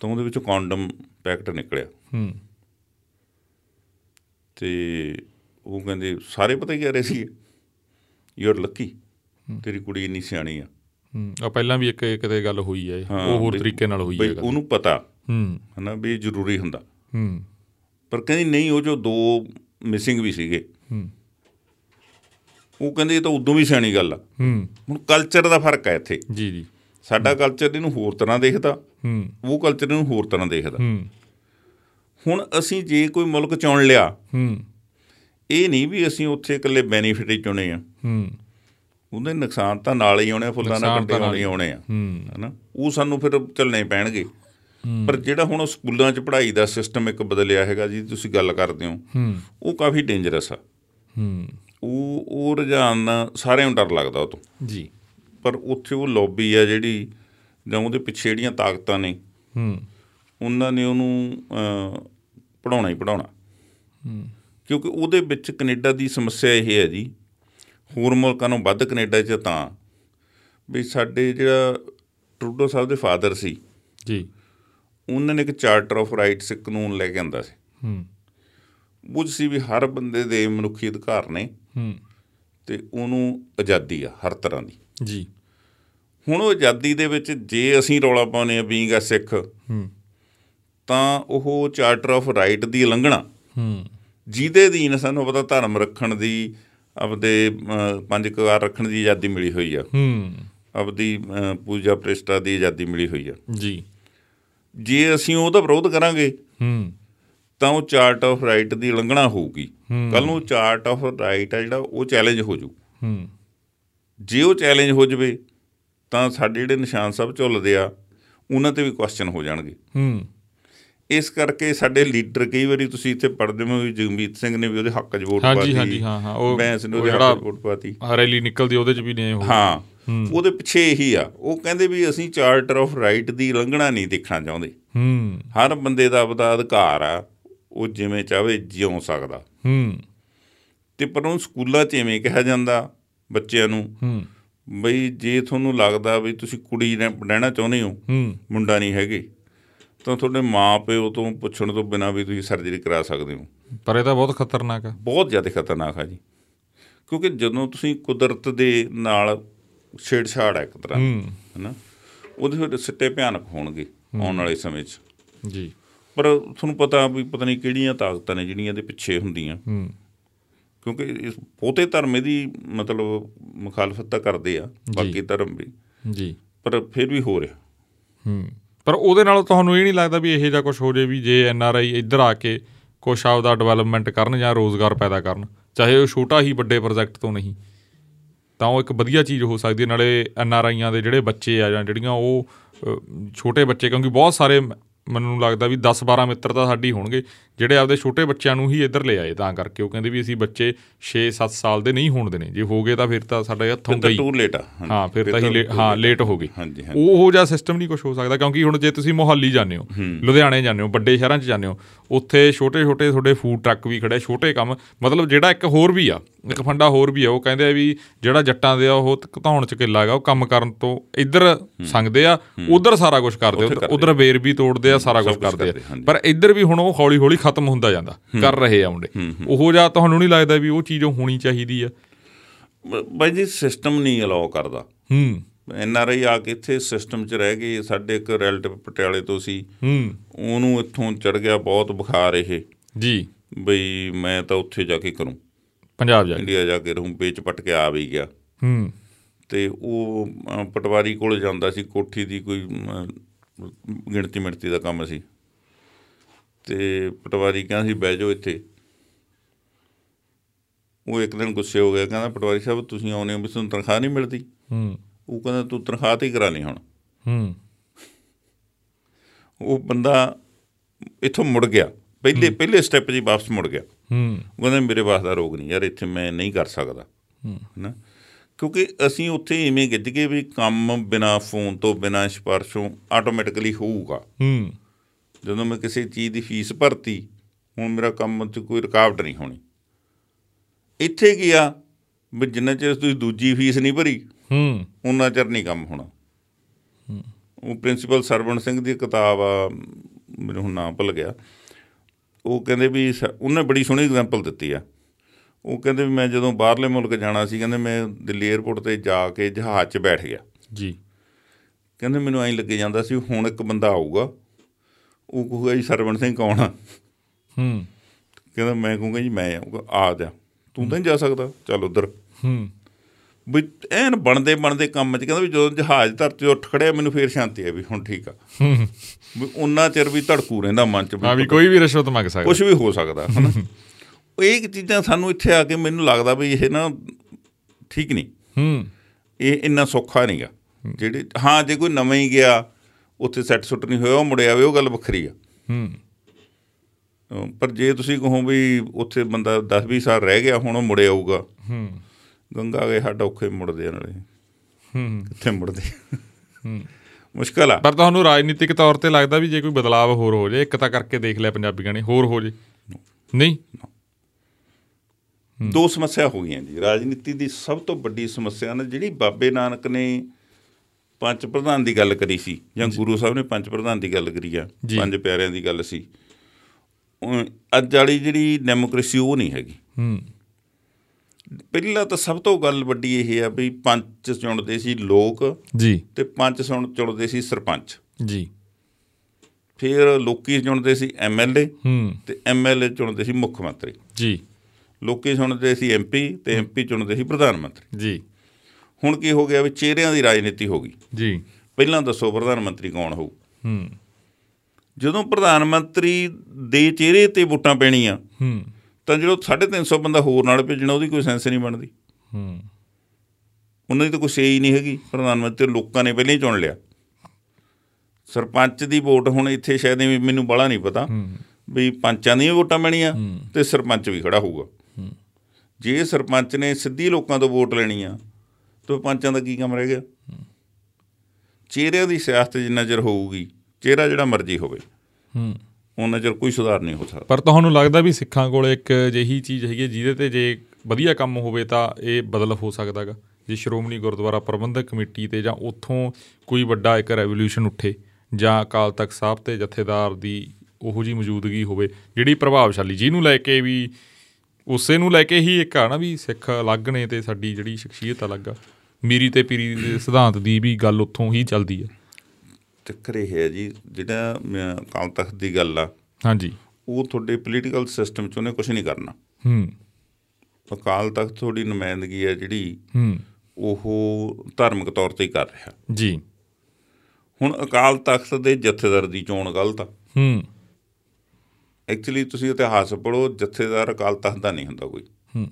B: ਤਾਂ ਉਹਦੇ ਵਿੱਚੋਂ ਕੌਂਡਮ ਪੈਕਟ ਨਿਕਲਿਆ
A: ਹੂੰ
B: ਤੇ ਉਹ ਕਹਿੰਦੇ ਸਾਰੇ ਪਤਾ ਕੀ ਆ ਰਹੇ ਸੀ ਯੂ ਆਰ ਲੱਕੀ ਤੇਰੀ ਕੁੜੀ ਇੰਨੀ ਸਿਆਣੀ ਆ
A: ਹੂੰ ਆ ਪਹਿਲਾਂ ਵੀ ਇੱਕ ਕਿਤੇ ਗੱਲ ਹੋਈ ਹੈ
B: ਹਾਂ,
A: ਉਹ ਹੋਰ
B: ਵੀ-
A: ਤਰੀਕੇ ਨਾਲ ਹੋਈ
B: ਬਈ
A: ਹੈ ਗੱਲ।
B: ਉਹਨੂੰ ਪਤਾ
A: ਹੂੰ
B: ਹਨਾ ਵੀ ਇਹ ਜ਼ਰੂਰੀ ਹੁੰਦਾ
A: ਹੂੰ
B: ਪਰ ਕਹਿੰਦੀ ਨਹੀਂ ਉਹ ਜੋ ਦੋ ਮਿਸਿੰਗ ਵੀ ਸੀਗੇ
A: ਹੂੰ।
B: ਉਹ ਕਹਿੰਦੇ ਇਹ ਤਾਂ ਉਦੋਂ ਵੀ ਸਿਆਣੀ ਗੱਲ ਆ
A: ਹੂੰ
B: ਹੁਣ ਕਲਚਰ ਦਾ ਫਰਕ ਹੈ ਇੱਥੇ
A: ਜੀ ਜੀ
B: ਸਾਡਾ ਕਲਚਰ ਇਹਨੂੰ ਹੋਰ ਤਰ੍ਹਾਂ ਦੇਖਦਾ
A: ਹੂੰ
B: ਉਹ ਕਲਚਰ ਨੂੰ ਹੋਰ ਤਰ੍ਹਾਂ ਦੇਖਦਾ
A: ਹੂੰ
B: ਹੁਣ ਅਸੀਂ ਜੇ ਕੋਈ ਮੁਲਕ ਚੁਣ ਲਿਆ
A: ਹੂੰ
B: ਇਹ ਨਹੀਂ ਵੀ ਅਸੀਂ ਉੱਥੇ ਇਕੱਲੇ ਬੈਨੀਫਿਟ ਹੀ ਚੁਣੇ ਆ
A: ਹੂੰ
B: ਉਹਦੇ ਨੁਕਸਾਨ ਤਾਂ ਨਾਲ ਹੀ ਆਉਣੇ ਆ, ਫੁੱਲਾਂ ਨਾਲ
A: ਨੁਕਸਾਨ
B: ਕੱਟੇ
A: ਤਾਂ ਨਾਲ
B: ਨਾਲ ਹੀ ਆਉਣੇ ਆ
A: ਹੂੰ
B: ਹਨਾ ਉਹ ਸਾਨੂੰ ਫਿਰ ਚੱਲਣੇ ਪੈਣਗੇ ਪਰ ਜਿਹੜਾ ਹੁਣ ਸਕੂਲਾਂ 'ਚ ਪੜ੍ਹਾਈ ਦਾ ਸਿਸਟਮ ਇੱਕ ਬਦਲਿਆ ਹੈਗਾ ਜੀ ਤੁਸੀਂ ਗੱਲ ਕਰਦੇ ਹੋ
A: ਹੂੰ
B: ਉਹ ਕਾਫੀ ਡੇਂਜਰਸ ਆ
A: ਹੂੰ
B: ਉਹ ਉਹ ਰੁਝਾਨ ਨਾਲ ਸਾਰਿਆਂ ਨੂੰ ਡਰ ਲੱਗਦਾ ਉਹ ਤੋਂ
A: ਜੀ
B: ਪਰ ਉੱਥੇ ਉਹ ਲੌਬੀ ਆ ਜਿਹੜੀ ਜਾਂ ਉਹਦੇ ਪਿੱਛੇ ਜਿਹੜੀਆਂ ਤਾਕਤਾਂ ਨੇ
A: ਹੂੰ
B: ਉਹਨਾਂ ਨੇ ਉਹਨੂੰ ਅਹ, ਪੜਾਉਣਾ ਹੀ ਪੜਾਉਣਾ ਕਿਉਂਕਿ ਉਹਦੇ ਵਿੱਚ ਕੈਨੇਡਾ ਦੀ ਸਮੱਸਿਆ ਇਹ ਹੈ ਜੀ ਹੋਰ ਮੁਲਕਾਂ ਨੂੰ ਵੱਧ ਕੈਨੇਡਾ 'ਚ ਤਾਂ ਵੀ ਸਾਡੇ ਜਿਹੜਾ ਟਰੂਡੋ ਸਾਹਿਬ ਦੇ ਫਾਦਰ ਸੀ
A: ਜੀ
B: ਉਹਨਾਂ ਨੇ ਇੱਕ ਚਾਰਟਰ ਆਫ ਰਾਈਟਸ ਕਾਨੂੰਨ ਲੈ ਕੇ ਆਂਦਾ ਸੀ
A: ਹੂੰ
B: ਬੁੱਝ ਸੀ ਵੀ ਹਰ ਬੰਦੇ ਦੇ ਮਨੁੱਖੀ ਅਧਿਕਾਰ ਨੇ
A: ਹੂੰ
B: ਤੇ ਉਹਨੂੰ ਆਜ਼ਾਦੀ ਆ ਹਰ ਤਰ੍ਹਾਂ ਦੀ
A: ਜੀ
B: ਹੁਣ ਉਹ ਆਜ਼ਾਦੀ ਦੇ ਵਿੱਚ ਜੇ ਅਸੀਂ ਰੌਲਾ ਪਾਉਂਦੇ ਆ ਬੀਂਗ ਆ ਸਿੱਖ
A: ਹੂੰ
B: ਤਾਂ ਉਹ ਚਾਰਟਰ ਆਫ ਰਾਈਟ ਦੀ ਉਲੰਘਣਾ
A: ਹੂੰ
B: ਜਿਹਦੇ ਅਧੀਨ ਸਾਨੂੰ ਪਤਾ ਧਰਮ ਰੱਖਣ ਦੀ ਆਪਦੇ ਅਮ, ਪੰਜ ਕਕਾਰ ਰੱਖਣ ਦੀ ਆਜ਼ਾਦੀ ਮਿਲੀ ਹੋਈ ਆ
A: ਹੂੰ
B: ਆਪਦੀ ਅਮ, ਪੂਜਾ ਪ੍ਰੇਸ਼ਟਾ ਦੀ ਆਜ਼ਾਦੀ ਮਿਲੀ ਹੋਈ ਆ
A: ਜੀ
B: ਜੇ ਅਸੀਂ ਉਹਦਾ ਵਿਰੋਧ ਕਰਾਂਗੇ
A: ਹੂੰ
B: ਤਾਂ ਉਹ ਚਾਰਟ ਆਫ ਰਾਈਟ ਦੀ ਉਲੰਘਣਾ ਹੋਊਗੀ
A: ਹੂੰ।
B: ਕੱਲ ਨੂੰ ਚਾਰਟ ਆਫ ਰਾਈਟ ਆ ਜਿਹੜਾ ਉਹ ਚੈਲੰਜ ਹੋ ਜੂ
A: ਹੂੰ
B: ਜੇ ਉਹ ਚੈਲੰਜ ਹੋ ਜਵੇ ਤਾਂ ਸਾਡੇ ਜਿਹੜੇ ਨਿਸ਼ਾਨ ਸਾਹਿਬ ਝੁੱਲਦੇ ਆ ਉਹਨਾਂ ਤੇ ਵੀ ਕੁਐਸਚਨ ਹੋ ਜਾਣਗੇ
A: ਹੂੰ
B: ਇਸ ਕਰਕੇ ਸਾਡੇ ਲੀਡਰ ਕਈ ਵਾਰੀ ਤੁਸੀਂ ਇੱਥੇ ਪੜ੍ਹਦੇ ਹੋ ਵੀ ਜਗਮੀਤ ਸਿੰਘ ਨੇ ਵੀ ਉਹਦੇ ਹੱਕ 'ਚ ਵੋਟ ਪਾਤੀ
A: ਹਾਂਜੀ, ਹਾਂਜੀ, ਹਾਂ, ਹਾਂ, ਉਹ-
B: ਬੈਂਸ ਨੇ
A: ਉਹ
B: ਉਹਦੇ
A: ਜਿਹੜਾ-
B: ਹੱਕ 'ਚ ਵੋਟ ਪਾਤੀ
A: ਹਰੇਲੀ ਨਿਕਲਦੀ ਉਹਦੇ ਚ ਵੀ ਨੇ ਉਹ
B: ਹਾਂ ਉਹਦੇ ਪਿੱਛੇ ਇਹੀ ਆ ਉਹ ਕਹਿੰਦੇ ਵੀ ਅਸੀਂ ਚਾਰਟਰ ਆਫ ਰਾਈਟ ਦੀ ਉਲੰਘਣਾ ਨਹੀਂ ਦੇਖਣਾ ਚਾਹੁੰਦੇ
A: ਹੂੰ
B: ਹਰ ਬੰਦੇ ਦਾ ਆਪਦਾ ਅਧਿਕਾਰ ਆ ਉਹ ਜਿਵੇਂ ਚਾਹੇ ਜਿਉ ਸਕਦਾ
A: ਹੂੰ
B: ਤੇ ਪਰ ਉਹ ਸਕੂਲਾਂ 'ਚ ਐਵੇਂ ਕਿਹਾ ਜਾਂਦਾ ਬੱਚਿਆਂ ਨੂੰ
A: ਹੂੰ
B: ਬਈ ਜੇ ਤੁਹਾਨੂੰ ਲੱਗਦਾ ਵੀ ਤੁਸੀਂ ਕੁੜੀ ਰਹਿ- ਰਹਿਣਾ ਚਾਹੁੰਦੇ ਹੋ
A: ਹੂੰ
B: ਮੁੰਡਾ ਨਹੀਂ ਹੈਗੇ ਤਾਂ ਤੁਹਾਡੇ ਮਾਪਿਓ ਤੋਂ ਪੁੱਛਣ ਤੋਂ ਬਿਨਾਂ ਵੀ ਤੁਸੀਂ ਸਰਜਰੀ ਕਰਾ ਸਕਦੇ ਹੋ
A: ਪਰ ਇਹ ਤਾਂ ਬਹੁਤ ਖਤਰਨਾਕ ਆ
B: ਬਹੁਤ ਜ਼ਿਆਦਾ ਖਤਰਨਾਕ ਆ ਜੀ ਕਿਉਂਕਿ ਜਦੋਂ ਤੁਸੀਂ ਕੁਦਰਤ ਦੇ ਨਾਲ ਛੇੜਛਾੜ ਹੈ ਇੱਕ ਤਰ੍ਹਾਂ ਦੀ,
A: ਹੂੰ
B: ਹਨਾ ਉਹਦੇ ਫਿਰ ਸਿੱਟੇ ਭਿਆਨਕ ਹੋਣਗੇ ਆਉਣ ਵਾਲੇ ਸਮੇਂ 'ਚ
A: ਜੀ
B: ਪਰ ਤੁਹਾਨੂੰ ਪਤਾ ਵੀ ਪਤਾ ਨਹੀਂ ਕਿਹੜੀਆਂ ਤਾਕਤਾਂ ਨੇ ਜਿਹੜੀਆਂ ਇਹਦੇ ਪਿੱਛੇ ਹੁੰਦੀਆਂ
A: ਹੂੰ
B: ਕਿਉਂਕਿ ਇਸ ਬਹੁਤੇ ਧਰਮ ਇਹਦੀ ਮਤਲਬ ਮੁਖਾਲਫਤ ਤਾਂ ਕਰਦੇ ਆ ਬਾਕੀ ਧਰਮ ਵੀ
A: ਜੀ
B: ਪਰ ਫਿਰ ਵੀ ਹੋ ਰਿਹਾ
A: ਹੂੰ ਪਰ ਉਹਦੇ ਨਾਲ ਤੁਹਾਨੂੰ ਇਹ ਨਹੀਂ ਲੱਗਦਾ ਵੀ ਇਹੋ ਜਿਹਾ ਕੁਝ ਹੋ ਜੇ ਵੀ ਜੇ ਐਨ ਆਰ ਆਈ ਇੱਧਰ ਆ ਕੇ ਕੁਛ ਆਪਦਾ ਡਿਵੈਲਪਮੈਂਟ ਕਰਨ ਜਾਂ ਰੋਜ਼ਗਾਰ ਪੈਦਾ ਕਰਨ ਚਾਹੇ ਉਹ ਛੋਟਾ ਹੀ ਵੱਡੇ ਪ੍ਰੋਜੈਕਟ ਤੋਂ ਨਹੀਂ ਤਾਂ ਉਹ ਇੱਕ ਵਧੀਆ ਚੀਜ਼ ਹੋ ਸਕਦੀ ਹੈ ਨਾਲੇ ਐਨ ਆਰ ਆਈਆਂ ਦੇ ਜਿਹੜੇ ਬੱਚੇ ਆ ਜਾਂ ਜਿਹੜੀਆਂ ਉਹ ਅ, ਛੋਟੇ ਬੱਚੇ ਕਿਉਂਕਿ ਬਹੁਤ ਸਾਰੇ ਮ- ਮੈਨੂੰ ਲੱਗਦਾ ਵੀ 10-12 ਮਿੱਤਰ ਤਾਂ ਸਾਡੀ ਹੋਣਗੇ ਜਿਹੜੇ ਆਪਦੇ ਛੋਟੇ ਬੱਚਿਆਂ ਨੂੰ ਹੀ ਇੱਧਰ ਲੈ ਆਏ ਤਾਂ ਕਰਕੇ ਉਹ ਕਹਿੰਦੇ ਵੀ ਅਸੀਂ ਬੱਚੇ 6-7 ਸਾਲ ਦੇ ਨਹੀਂ ਹੋਣ ਦੇਣੇ ਜੇ ਹੋ ਗਏ ਤਾਂ ਫਿਰ ਤਾਂ ਸਾਡੇ ਹੱਥੋਂ
B: ਤਾਂ
A: ਗਈ
B: ਟੂ ਲੇਟ ਆ
A: ਹਾਂ ਫਿਰ ਤਾਂ ਹੀ ਲੇ- ਹਾਂ ਲੇਟ ਹੋ ਗਈ
B: ਹਾਂਜੀ, ਹਾਂਜੀ।
A: ਉਹ ਜਿਹਾ ਸਿਸਟਮ ਨਹੀਂ ਕੁਝ ਹੋ ਸਕਦਾ ਕਿਉਂਕਿ ਹੁਣ ਜੇ ਤੁਸੀਂ ਮੋਹਾਲੀ ਜਾਂਦੇ ਹੋ ਲੁਧਿਆਣੇ ਜਾਂਦੇ ਹੋ ਵੱਡੇ ਸ਼ਹਿਰਾਂ 'ਚ ਜਾਂਦੇ ਹੋ ਉੱਥੇ ਛੋਟੇ-ਛੋਟੇ ਤੁਹਾਡੇ ਫੂਡ ਟਰੱਕ ਵੀ ਖੜੇ ਛੋਟੇ ਕੰਮ ਮਤਲਬ ਜਿਹੜਾ ਇੱਕ ਹੋਰ ਵੀ ਆ ਇੱਕ ਫੰਡਾ ਹੋਰ ਵੀ ਆ ਉਹ ਕਹਿੰਦੇ ਆ ਵੀ ਜਿਹੜਾ ਜੱਟਾਂ ਦੇ ਆ ਉਹ ਤ- ਘਤਾਉਣ 'ਚ ਕਿੱਲਾ ਹੈਗਾ ਉਹ ਕੰਮ ਕਰਨ ਤੋਂ ਇੱਧਰ ਸੰਗਦੇ ਆ ਉਧਰ ਸਾਰਾ ਕੁਝ ਕਰਦੇ
B: ਉੱਥੇ ਕਰਦੇ
A: ਉਧਰ ਵੇਰ ਵੀ ਤੋੜਦੇ ਆ ਸਾਰਾ ਕੁਝ
B: ਕੁਛ
A: ਕਰਦੇ
B: ਕਰਦੇ,
A: ਆ
B: ਹਾਂਜੀ।
A: ਪਰ ਇੱਧਰ ਵੀ ਹੁਣ ਉਹ ਹੌਲੀ-ਹੌਲੀ ਖਤਮ ਹੁੰਦਾ ਜਾਂਦਾ ਕਰ ਰਹੇ ਆ ਮੁੰਡੇ ਉਹੋ ਜਿਹਾ ਤੁਹਾਨੂੰ ਨਹੀਂ ਲੱਗਦਾ ਵੀ ਉਹ ਚੀਜ਼ ਹੋਣੀ ਚਾਹੀਦੀ ਆ
B: ਬ- ਬਾਈ ਜੀ ਸਿਸਟਮ ਨਹੀਂ ਅਲਾਉ ਕਰਦਾ
A: ਹੂੰ
B: ਐਨ ਆਰ ਆਈ ਆ ਕੇ ਇੱਥੇ ਸਿਸਟਮ 'ਚ ਰਹਿ ਗਏ ਸਾਡੇ ਇੱਕ ਰਿਲੇਟਿਵ ਪਟਿਆਲੇ ਤੋਂ ਸੀ
A: ਹੂੰ
B: ਉਹਨੂੰ ਇੱਥੋਂ ਚੜ ਗਿਆ ਬਹੁਤ ਬੁਖਾਰ ਇਹ
A: ਜੀ
B: ਬਈ ਮੈਂ ਤਾਂ ਉੱਥੇ ਜਾ ਕੇ ਕਰੂੰ
A: ਪੰਜਾਬ ਜਾ ਕੇ
B: ਇੰਡੀਆ ਜਾ ਕੇ ਰਹੂੰ ਵੇਚ ਪਟ ਕੇ ਆ ਵੀ ਗਿਆ
A: ਹੂੰ
B: ਤੇ ਉਹ ਅ, ਪਟਵਾਰੀ ਕੋਲ ਜਾਂਦਾ ਸੀ ਕੋਠੀ ਦੀ ਕੋਈ ਅ, ਗਿਣਤੀ ਮਿਣਤੀ ਦਾ ਕੰਮ ਸੀ ਤੇ ਪਟਵਾਰੀ ਕਹਿੰਦਾ ਸੀ ਬਹਿ ਜਾਓ ਇੱਥੇ ਉਹ ਇੱਕ ਦਿਨ ਗੁੱਸੇ ਹੋ ਗਿਆ ਕਹਿੰਦਾ ਪਟਵਾਰੀ ਸਾਹਿਬ ਤੁਸੀਂ ਆਉਨੇ ਹੋ ਵੀ ਤੁਹਾਨੂੰ ਤਨਖਾਹ ਨਹੀਂ ਮਿਲਦੀ
A: ਹੂੰ
B: ਉਹ ਕਹਿੰਦਾ ਤੂੰ ਤਨਖਾਹ ਤੇ ਹੀ ਕਰਾਣੀ ਹੁਣ
A: ਹੂੰ
B: ਉਹ ਬੰਦਾ ਇੱਥੋਂ ਮੁੜ ਗਿਆ ਪਹਿਲੇ ਪਹਿਲੇ ਸਟੈਪ 'ਚ ਹੀ ਵਾਪਸ ਮੁੜ ਗਿਆ
A: ਹੂੰ
B: ਉਹ ਕਹਿੰਦਾ ਮੇਰੇ ਵਾਸ ਦਾ ਰੋਗ ਨਹੀਂ ਯਾਰ ਇੱਥੇ ਮੈਂ ਨਹੀਂ ਕਰ ਸਕਦਾ ਹਨਾ ਕਿਉਂਕਿ ਅਸੀਂ ਉੱਥੇ ਇਵੇਂ ਗਿੱਜ ਗਏ ਵੀ ਕੰਮ ਬਿਨਾ ਫੋਨ ਤੋਂ ਬਿਨਾ ਸਿਫਾਰਸ਼ੋਂ ਆਟੋਮੈਟਿਕਲੀ ਹੋਊਗਾ
A: ਹੂੰ
B: ਜਦੋਂ ਮੈਂ ਕਿਸੇ ਚੀਜ਼ ਦੀ ਫੀਸ ਭਰਤੀ ਹੁਣ ਮੇਰਾ ਕੰਮ 'ਚ ਕੋਈ ਰੁਕਾਵਟ ਨਹੀਂ ਹੋਣੀ ਇੱਥੇ ਕੀ ਆ ਵੀ ਜਿੰਨਾ ਚਿਰ ਤੁਸੀਂ ਦੂਜੀ ਫੀਸ ਨਹੀਂ ਭਰੀ
A: ਹੂੰ
B: ਉਨਾ ਚਿਰ ਨਹੀਂ ਕੰਮ ਹੋਣਾ ਉਹ ਪ੍ਰਿੰਸੀਪਲ ਸਰਵਣ ਸਿੰਘ ਦੀ ਕਿਤਾਬ ਆ ਮੈਨੂੰ ਹੁਣ ਨਾਮ ਭੁੱਲ ਗਿਆ ਉਹ ਕਹਿੰਦੇ ਵੀ ਸ- ਉਹਨੇ ਬੜੀ ਸੋਹਣੀ ਐਗਜ਼ਾਮਪਲ ਦਿੱਤੀ ਆ ਉਹ ਕਹਿੰਦੇ ਵੀ ਮੈਂ ਜਦੋਂ ਬਾਹਰਲੇ ਮੁਲਕ ਜਾਣਾ ਸੀ ਕਹਿੰਦੇ ਮੈਂ ਦਿੱਲੀ 에ਅਰਪੋਰਟ ਤੇ ਜਾ ਕੇ ਜਹਾਜ਼ 'ਚ ਬੈਠ ਗਿਆ
A: ਜੀ
B: ਕਹਿੰਦੇ ਮੈਨੂੰ ਐਂ ਲੱਗੇ ਜਾਂਦਾ ਸੀ ਹੁਣ ਇੱਕ ਬੰਦਾ ਆਊਗਾ ਉਹ ਕਹੂਗਾ ਜੀ ਸਰਵਣ ਸਿੰਘ ਕੌਣ ਆ
A: ਹੂੰ
B: ਕਹਿੰਦਾ ਮੈਂ ਕਹੂੰਗਾ ਜੀ ਮੈਂ ਆਊਗਾ ਆ ਜਾ ਤੂੰ ਤਾਂ ਨਹੀਂ ਜਾ ਸਕਦਾ ਚੱਲ ਉਧਰ
A: ਹੂੰ
B: ਵੀ ਐਨ ਬਣਦੇ ਬਣਦੇ ਕੰਮ 'ਚ ਕਹਿੰਦਾ ਵੀ ਜਦੋਂ ਜਹਾਜ਼ ਧਰਤੀ ਤੋਂ ਉੱਠ ਖੜਿਆ ਮੈਨੂੰ ਫੇਰ ਸ਼ਾਂਤੀ ਆ ਵੀ ਹੁਣ ਠੀਕ ਆ
A: ਹੂੰ
B: ਵੀ ਉਨਾ ਚਿਰ ਵੀ ਧੜਕੂ ਰਹਿੰਦਾ ਮਨ 'ਚ
A: ਆ ਵੀ ਕੋਈ ਵੀ ਰਿਸ਼ਵਤ ਮੰਗ ਸਕਦਾ
B: ਕੁਝ ਵੀ ਹੋ ਸਕਦਾ ਹਨਾ ਉਹ ਇਹ ਚੀਜ਼ਾਂ ਸਾਨੂੰ ਇੱਥੇ ਆ ਕੇ ਮੈਨੂੰ ਲੱਗਦਾ ਵੀ ਇਹ ਨਾ ਠੀਕ ਨਹੀਂ
A: ਹੂੰ
B: ਇਹ ਇੰਨਾ ਸੌਖਾ ਨਹੀਂਗਾ ਜਿਹੜੇ ਹਾਂ ਜੇ ਕੋਈ ਨਵਾਂ ਹੀ ਗਿਆ ਉੱਥੇ ਸੈੱਟ ਸੁੱਟ ਨਹੀਂ ਹੋਇਆ ਉਹ ਮੁੜਿਆ ਵੀ ਉਹ ਗੱਲ ਵੱਖਰੀ ਆ
A: ਹੂੰ
B: ਅਹ ਪਰ ਜੇ ਤੁਸੀਂ ਕਹੋ ਵੀ ਉੱਥੇ ਬੰਦਾ 10-20 ਸਾਲ ਰਹਿ ਗਿਆ ਹੁਣ ਉਹ ਮੁੜਿਆ ਆਊਗਾ
A: ਹੂੰ
B: ਗੰਗਾ ਗਏ ਹੱਡ ਔਖੇ ਮੁੜਦੇ ਆ ਨਾਲੇ
A: ਹੂੰ
B: ਕਿੱਥੇ ਮੁੜਦੇ ਆ।
A: ਹੂੰ
B: ਮੁਸ਼ਕਲ ਆ
A: ਪਰ ਤੁਹਾਨੂੰ ਰਾਜਨੀਤਿਕ ਤੌਰ ਤੇ ਲੱਗਦਾ ਵੀ ਜੇ ਕੋਈ ਬਦਲਾਅ ਹੋਰ ਹੋ ਜੇ ਇੱਕ ਤਾਂ ਕਰਕੇ ਦੇਖ ਲਿਆ ਪੰਜਾਬੀਆਂ ਨੇ ਹੋਰ ਹੋ ਜੇ ਨਹੀਂ
B: ਦੋ ਸਮੱਸਿਆ ਹੋ ਗਈਆਂ ਜੀ ਰਾਜਨੀਤੀ ਦੀ ਸਭ ਤੋਂ ਵੱਡੀ ਸਮੱਸਿਆ ਨਾ ਜਿਹੜੀ ਬਾਬੇ ਨਾਨਕ ਨੇ ਪੰਜ ਪ੍ਰਧਾਨ ਦੀ ਗੱਲ ਕਰੀ ਸੀ ਜਾਂ ਗੁਰੂ ਸਾਹਿਬ ਨੇ ਪੰਜ ਪ੍ਰਧਾਨ ਦੀ ਗੱਲ ਕਰੀ ਆ
A: ਜੀ।
B: ਪੰਜ ਪਿਆਰਿਆਂ ਦੀ ਗੱਲ ਸੀ ਅਮ, ਅੱਜ ਵਾਲੀ ਜਿਹੜੀ ਡੈਮੋਕ੍ਰੇਸੀ ਉਹ ਨਹੀਂ ਹੈਗੀ
A: ਹੂੰ
B: ਪਹਿਲਾਂ ਤਾਂ ਸਭ ਤੋਂ ਗੱਲ ਵੱਡੀ ਇਹ ਆ ਵੀ ਪੰਚ ਚੁਣਦੇ ਸੀ ਲੋਕ
A: ਜੀ
B: ਤੇ ਪੰਚ ਸੁਣ ਚੁਣਦੇ ਸੀ ਸਰਪੰਚ
A: ਜੀ
B: ਫਿਰ ਲੋਕੀ ਚੁਣਦੇ ਸੀ ਏ
A: ਹੂੰ
B: ਤੇ ਏ ਚੁਣਦੇ ਸੀ ਮੁੱਖ ਮੰਤਰੀ
A: ਜੀ
B: ਲੋਕੀ ਚੁਣਦੇ ਸੀ ਐਮਪੀ ਤੇ ਐਮਪੀ ਚੁਣਦੇ ਸੀ ਪ੍ਰਧਾਨ ਮੰਤਰੀ
A: ਜੀ
B: ਹੁਣ ਕੀ ਹੋ ਗਿਆ ਵੀ ਚਿਹਰਿਆਂ ਦੀ ਰਾਜਨੀਤੀ ਹੋ ਗਈ
A: ਜੀ
B: ਪਹਿਲਾਂ ਦੱਸੋ ਪ੍ਰਧਾਨ ਮੰਤਰੀ ਕੌਣ ਹੋਊ
A: ਹੂੰ
B: ਜਦੋਂ ਪ੍ਰਧਾਨ ਮੰਤਰੀ ਦੇ ਚਿਹਰੇ ਤੇ ਵੋਟਾਂ ਪੈਣੀਆਂ
A: ਹੂੰ
B: ਤਾਂ ਜਦੋਂ 350 ਬੰਦਾ ਹੋਰ ਨਾਲ ਭੇਜਣਾ ਉਹਦੀ ਕੋਈ ਸੈਂਸ ਨਹੀਂ ਬਣਦੀ
A: ਹੂੰ
B: ਉਹਨਾਂ ਦੀ ਤਾਂ ਕੋਈ ਸੇ ਹੀ ਨਹੀਂ ਹੈਗੀ ਪ੍ਰਧਾਨ ਮੰਤਰੀ ਲੋਕਾਂ ਨੇ ਪਹਿਲਾਂ ਹੀ ਚੁਣ ਲਿਆ ਸਰਪੰਚ ਦੀ ਵੋਟ ਹੁਣ ਇੱਥੇ ਸ਼ਾਇਦ ਇਹ ਮੈਨੂੰ ਬੜਾ ਨਹੀਂ ਪਤਾ ਵੀ ਪੰਚਾਂ ਦੀਆਂ ਵੀ ਵੋਟਾਂ ਪੈਣੀਆਂ ਤੇ ਸਰਪੰਚ ਵੀ ਖੜਾ ਹੋਊਗਾ ਜੇ ਸਰਪੰਚ ਨੇ ਸਿੱਧੀ ਲੋਕਾਂ ਤੋਂ ਵੋਟ ਲੈਣੀ ਆ ਤਾਂ ਪੰਚਾਂ ਦਾ ਕੀ ਕੰਮ ਰਹਿ ਗਿਆ ਚਿਹਰਿਆਂ ਦੀ ਸਿਆਸਤ ਜਿੰਨਾ ਚਿਰ ਹੋਊਗੀ ਚਿਹਰਾ ਜਿਹੜਾ ਮਰਜ਼ੀ ਹੋਵੇ
A: ਹੂੰ
B: ਉਹਨਾਂ ਚਿਰ ਕੋਈ ਸੁਧਾਰ ਨਹੀਂ ਹੋ ਸਕਦਾ
A: ਪਰ ਤੁਹਾਨੂੰ ਲੱਗਦਾ ਵੀ ਸਿੱਖਾਂ ਕੋਲ ਇੱਕ ਅਜਿਹੀ ਚੀਜ਼ ਹੈਗੀ ਹੈ ਜਿਹਦੇ ਤੇ ਜੇ ਵਧੀਆ ਕੰਮ ਹੋਵੇ ਤਾਂ ਇਹ ਬਦਲ ਹੋ ਸਕਦਾਗਾ ਜੇ ਸ਼੍ਰੋਮਣੀ ਗੁਰਦੁਆਰਾ ਪ੍ਰਬੰਧਕ ਕਮੇਟੀ ਤੇ ਜਾਂ ਉੱਥੋਂ ਕੋਈ ਵੱਡਾ ਇੱਕ ਰੈਵੋਲੂਸ਼ਨ ਉੱਠੇ ਜਾਂ ਅਕਾਲ ਤਖਤ ਸਾਹਿਬ ਤੇ ਜਥੇਦਾਰ ਦੀ ਉਹੋ ਜੀ ਮੌਜੂਦਗੀ ਹੋਵੇ ਜਿਹੜੀ ਪ੍ਰਭਾਵਸ਼ਾਲੀ ਜਿਹਨੂੰ ਲੈ ਕੇ ਵੀ ਉਸੇ ਨੂੰ ਲੈ ਕੇ ਹੀ ਇੱਕ ਆ ਨਾ ਵੀ ਸਿੱਖ ਅਲੱਗ ਨੇ ਤੇ ਸਾਡੀ ਜਿਹੜੀ ਸ਼ਖਸੀਅਤ ਅਲੱਗ ਆ ਮੀਰੀ ਤੇ ਪੀਰੀ ਦੇ ਸਿਧਾਂਤ ਦੀ ਵੀ ਗੱਲ ਉੱਥੋਂ ਹੀ ਚੱਲਦੀ ਆ
B: ਚੱਕਰ ਇਹ ਹੈ ਜੀ ਜਿਹੜਾ ਅਮ, ਅਕਾਲ ਤਖਤ ਦੀ ਗੱਲ ਆ
A: ਹਾਂਜੀ
B: ਉਹ ਤੁਹਾਡੇ ਪੋਲੀਟੀਕਲ ਸਿਸਟਮ 'ਚ ਉਹਨੇ ਕੁਝ ਨਹੀਂ ਕਰਨਾ
A: ਹੂੰ
B: ਅਕਾਲ ਤਖਤ ਤੁਹਾਡੀ ਨੁਮਾਇੰਦਗੀ ਹੈ ਜਿਹੜੀ
A: ਹੂੰ
B: ਉਹ ਧਾਰਮਿਕ ਤੌਰ ਤੇ ਹੀ ਕਰ ਰਿਹਾ
A: ਜੀ
B: ਹੁਣ ਅਕਾਲ ਤਖਤ ਦੇ ਜਥੇਦਾਰ ਦੀ ਚੋਣ ਗਲਤ ਆ
A: ਹੂੰ
B: ਐਕਚੁਅਲੀ ਤੁਸੀਂ ਇਤਿਹਾਸ ਪੜੋ ਜਥੇਦਾਰ ਅਕਾਲ ਤਖਤ ਦਾ ਨਹੀਂ ਹੁੰਦਾ ਕੋਈ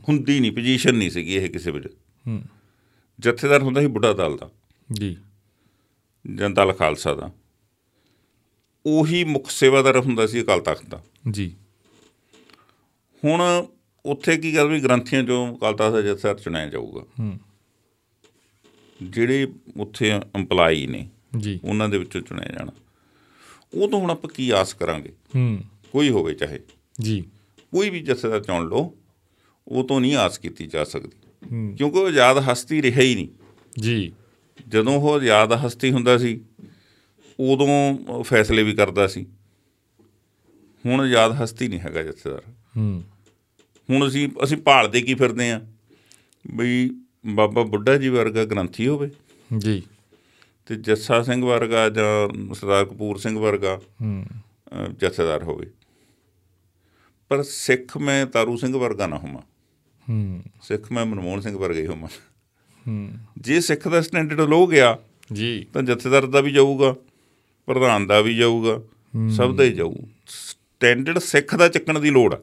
B: ਹੁੰਦੀ ਨਹੀਂ ਪੋਜੀਸ਼ਨ ਨਹੀਂ ਸੀਗੀ ਇਹ ਕਿਸੇ ਵਿੱਚ
A: ਹੂੰ
B: ਜਥੇਦਾਰ ਹੁੰਦਾ ਸੀ ਬੁੱਢਾ ਦਲ ਦਾ
A: ਜੀ
B: ਜਾਂ ਦਲ ਖਾਲਸਾ ਦਾ ਉਹੀ ਮੁੱਖ ਸੇਵਾਦਾਰ ਹੁੰਦਾ ਸੀ ਅਕਾਲ ਤਖਤ ਦਾ
A: ਜੀ
B: ਹੁਣ ਉੱਥੇ ਕੀ ਗੱਲ ਵੀ ਗ੍ਰੰਥੀਆਂ ਚੋਂ ਅਕਾਲ ਤਖਤ ਦਾ ਜਥੇਦਾਰ ਚੁਣਿਆ ਜਾਊਗਾ
A: ਹੂੰ।
B: ਜਿਹੜੇ ਉੱਥੇ EMPLOYEE ਨੇ
A: ਜੀ
B: ਉਹਨਾਂ ਦੇ ਵਿੱਚੋਂ ਚੁਣਿਆ ਜਾਣਾ ਉਹ ਤੋਂ ਹੁਣ ਆਪਾਂ ਕੀ ਆਸ ਕਰਾਂਗੇ
A: ਹੂੰ
B: ਕੋਈ ਹੋਵੇ ਚਾਹੇ
A: ਜੀ
B: ਕੋਈ ਵੀ ਜਥੇਦਾਰ ਚੁਣ ਲਓ ਉਹ ਤੋਂ ਨਹੀਂ ਆਸ ਕੀਤੀ ਜਾ ਸਕਦੀ
A: ਹੂੰ।
B: ਕਿਉਂਕਿ ਉਹ ਆਜ਼ਾਦ ਹਸਤੀ ਰਿਹਾ ਹੀ ਨਹੀਂ
A: ਜੀ
B: ਜਦੋਂ ਉਹ ਆਜ਼ਾਦ ਹਸਤੀ ਹੁੰਦਾ ਸੀ ਉਦੋਂ ਉਹ ਫੈਸਲੇ ਵੀ ਕਰਦਾ ਸੀ ਹੁਣ ਆਜ਼ਾਦ ਹਸਤੀ ਨਹੀਂ ਹੈਗਾ ਜਥੇਦਾਰ
A: ਹੂੰ
B: ਹੁਣ ਅਸੀਂ ਅਸੀਂ ਭਾਲਦੇ ਕੀ ਫਿਰਦੇ ਆ ਬਈ ਬਾਬਾ ਬੁੱਢਾ ਜੀ ਵਰਗਾ ਗ੍ਰੰਥੀ ਹੋਵੇ
A: ਜੀ
B: ਤੇ ਜੱਸਾ ਸਿੰਘ ਵਰਗਾ ਜਾਂ ਸਰਦਾਰ ਕਪੂਰ ਸਿੰਘ ਵਰਗਾ
A: ਹੂੰ
B: ਅਹ ਜਥੇਦਾਰ ਹੋਵੇ ਪਰ ਸਿੱਖ ਮੈਂ ਤਾਰੂ ਸਿੰਘ ਵਰਗਾ ਨਾ ਹੋਵਾਂ
A: ਹੂੰ
B: ਸਿੱਖ ਮੈਂ ਮਨਮੋਹਨ ਸਿੰਘ ਵਰਗਾ ਹੀ ਹੋਵਾਂ
A: ਹੂੰ
B: ਜੇ ਸਿੱਖ ਦਾ ਸਟੈਂਡਰਡ ਲੋ ਗਿਆ
A: ਜੀ
B: ਤਾਂ ਜਥੇਦਾਰ ਦਾ ਵੀ ਜਾਊਗਾ ਪ੍ਰਧਾਨ ਦਾ ਵੀ ਜਾਊਗਾ ਸਭ ਦਾ ਹੀ ਜਾਊ ਸਟੈਂਡਰਡ ਸਿੱਖ ਦਾ ਚੱਕਣ ਦੀ ਲੋੜ ਆ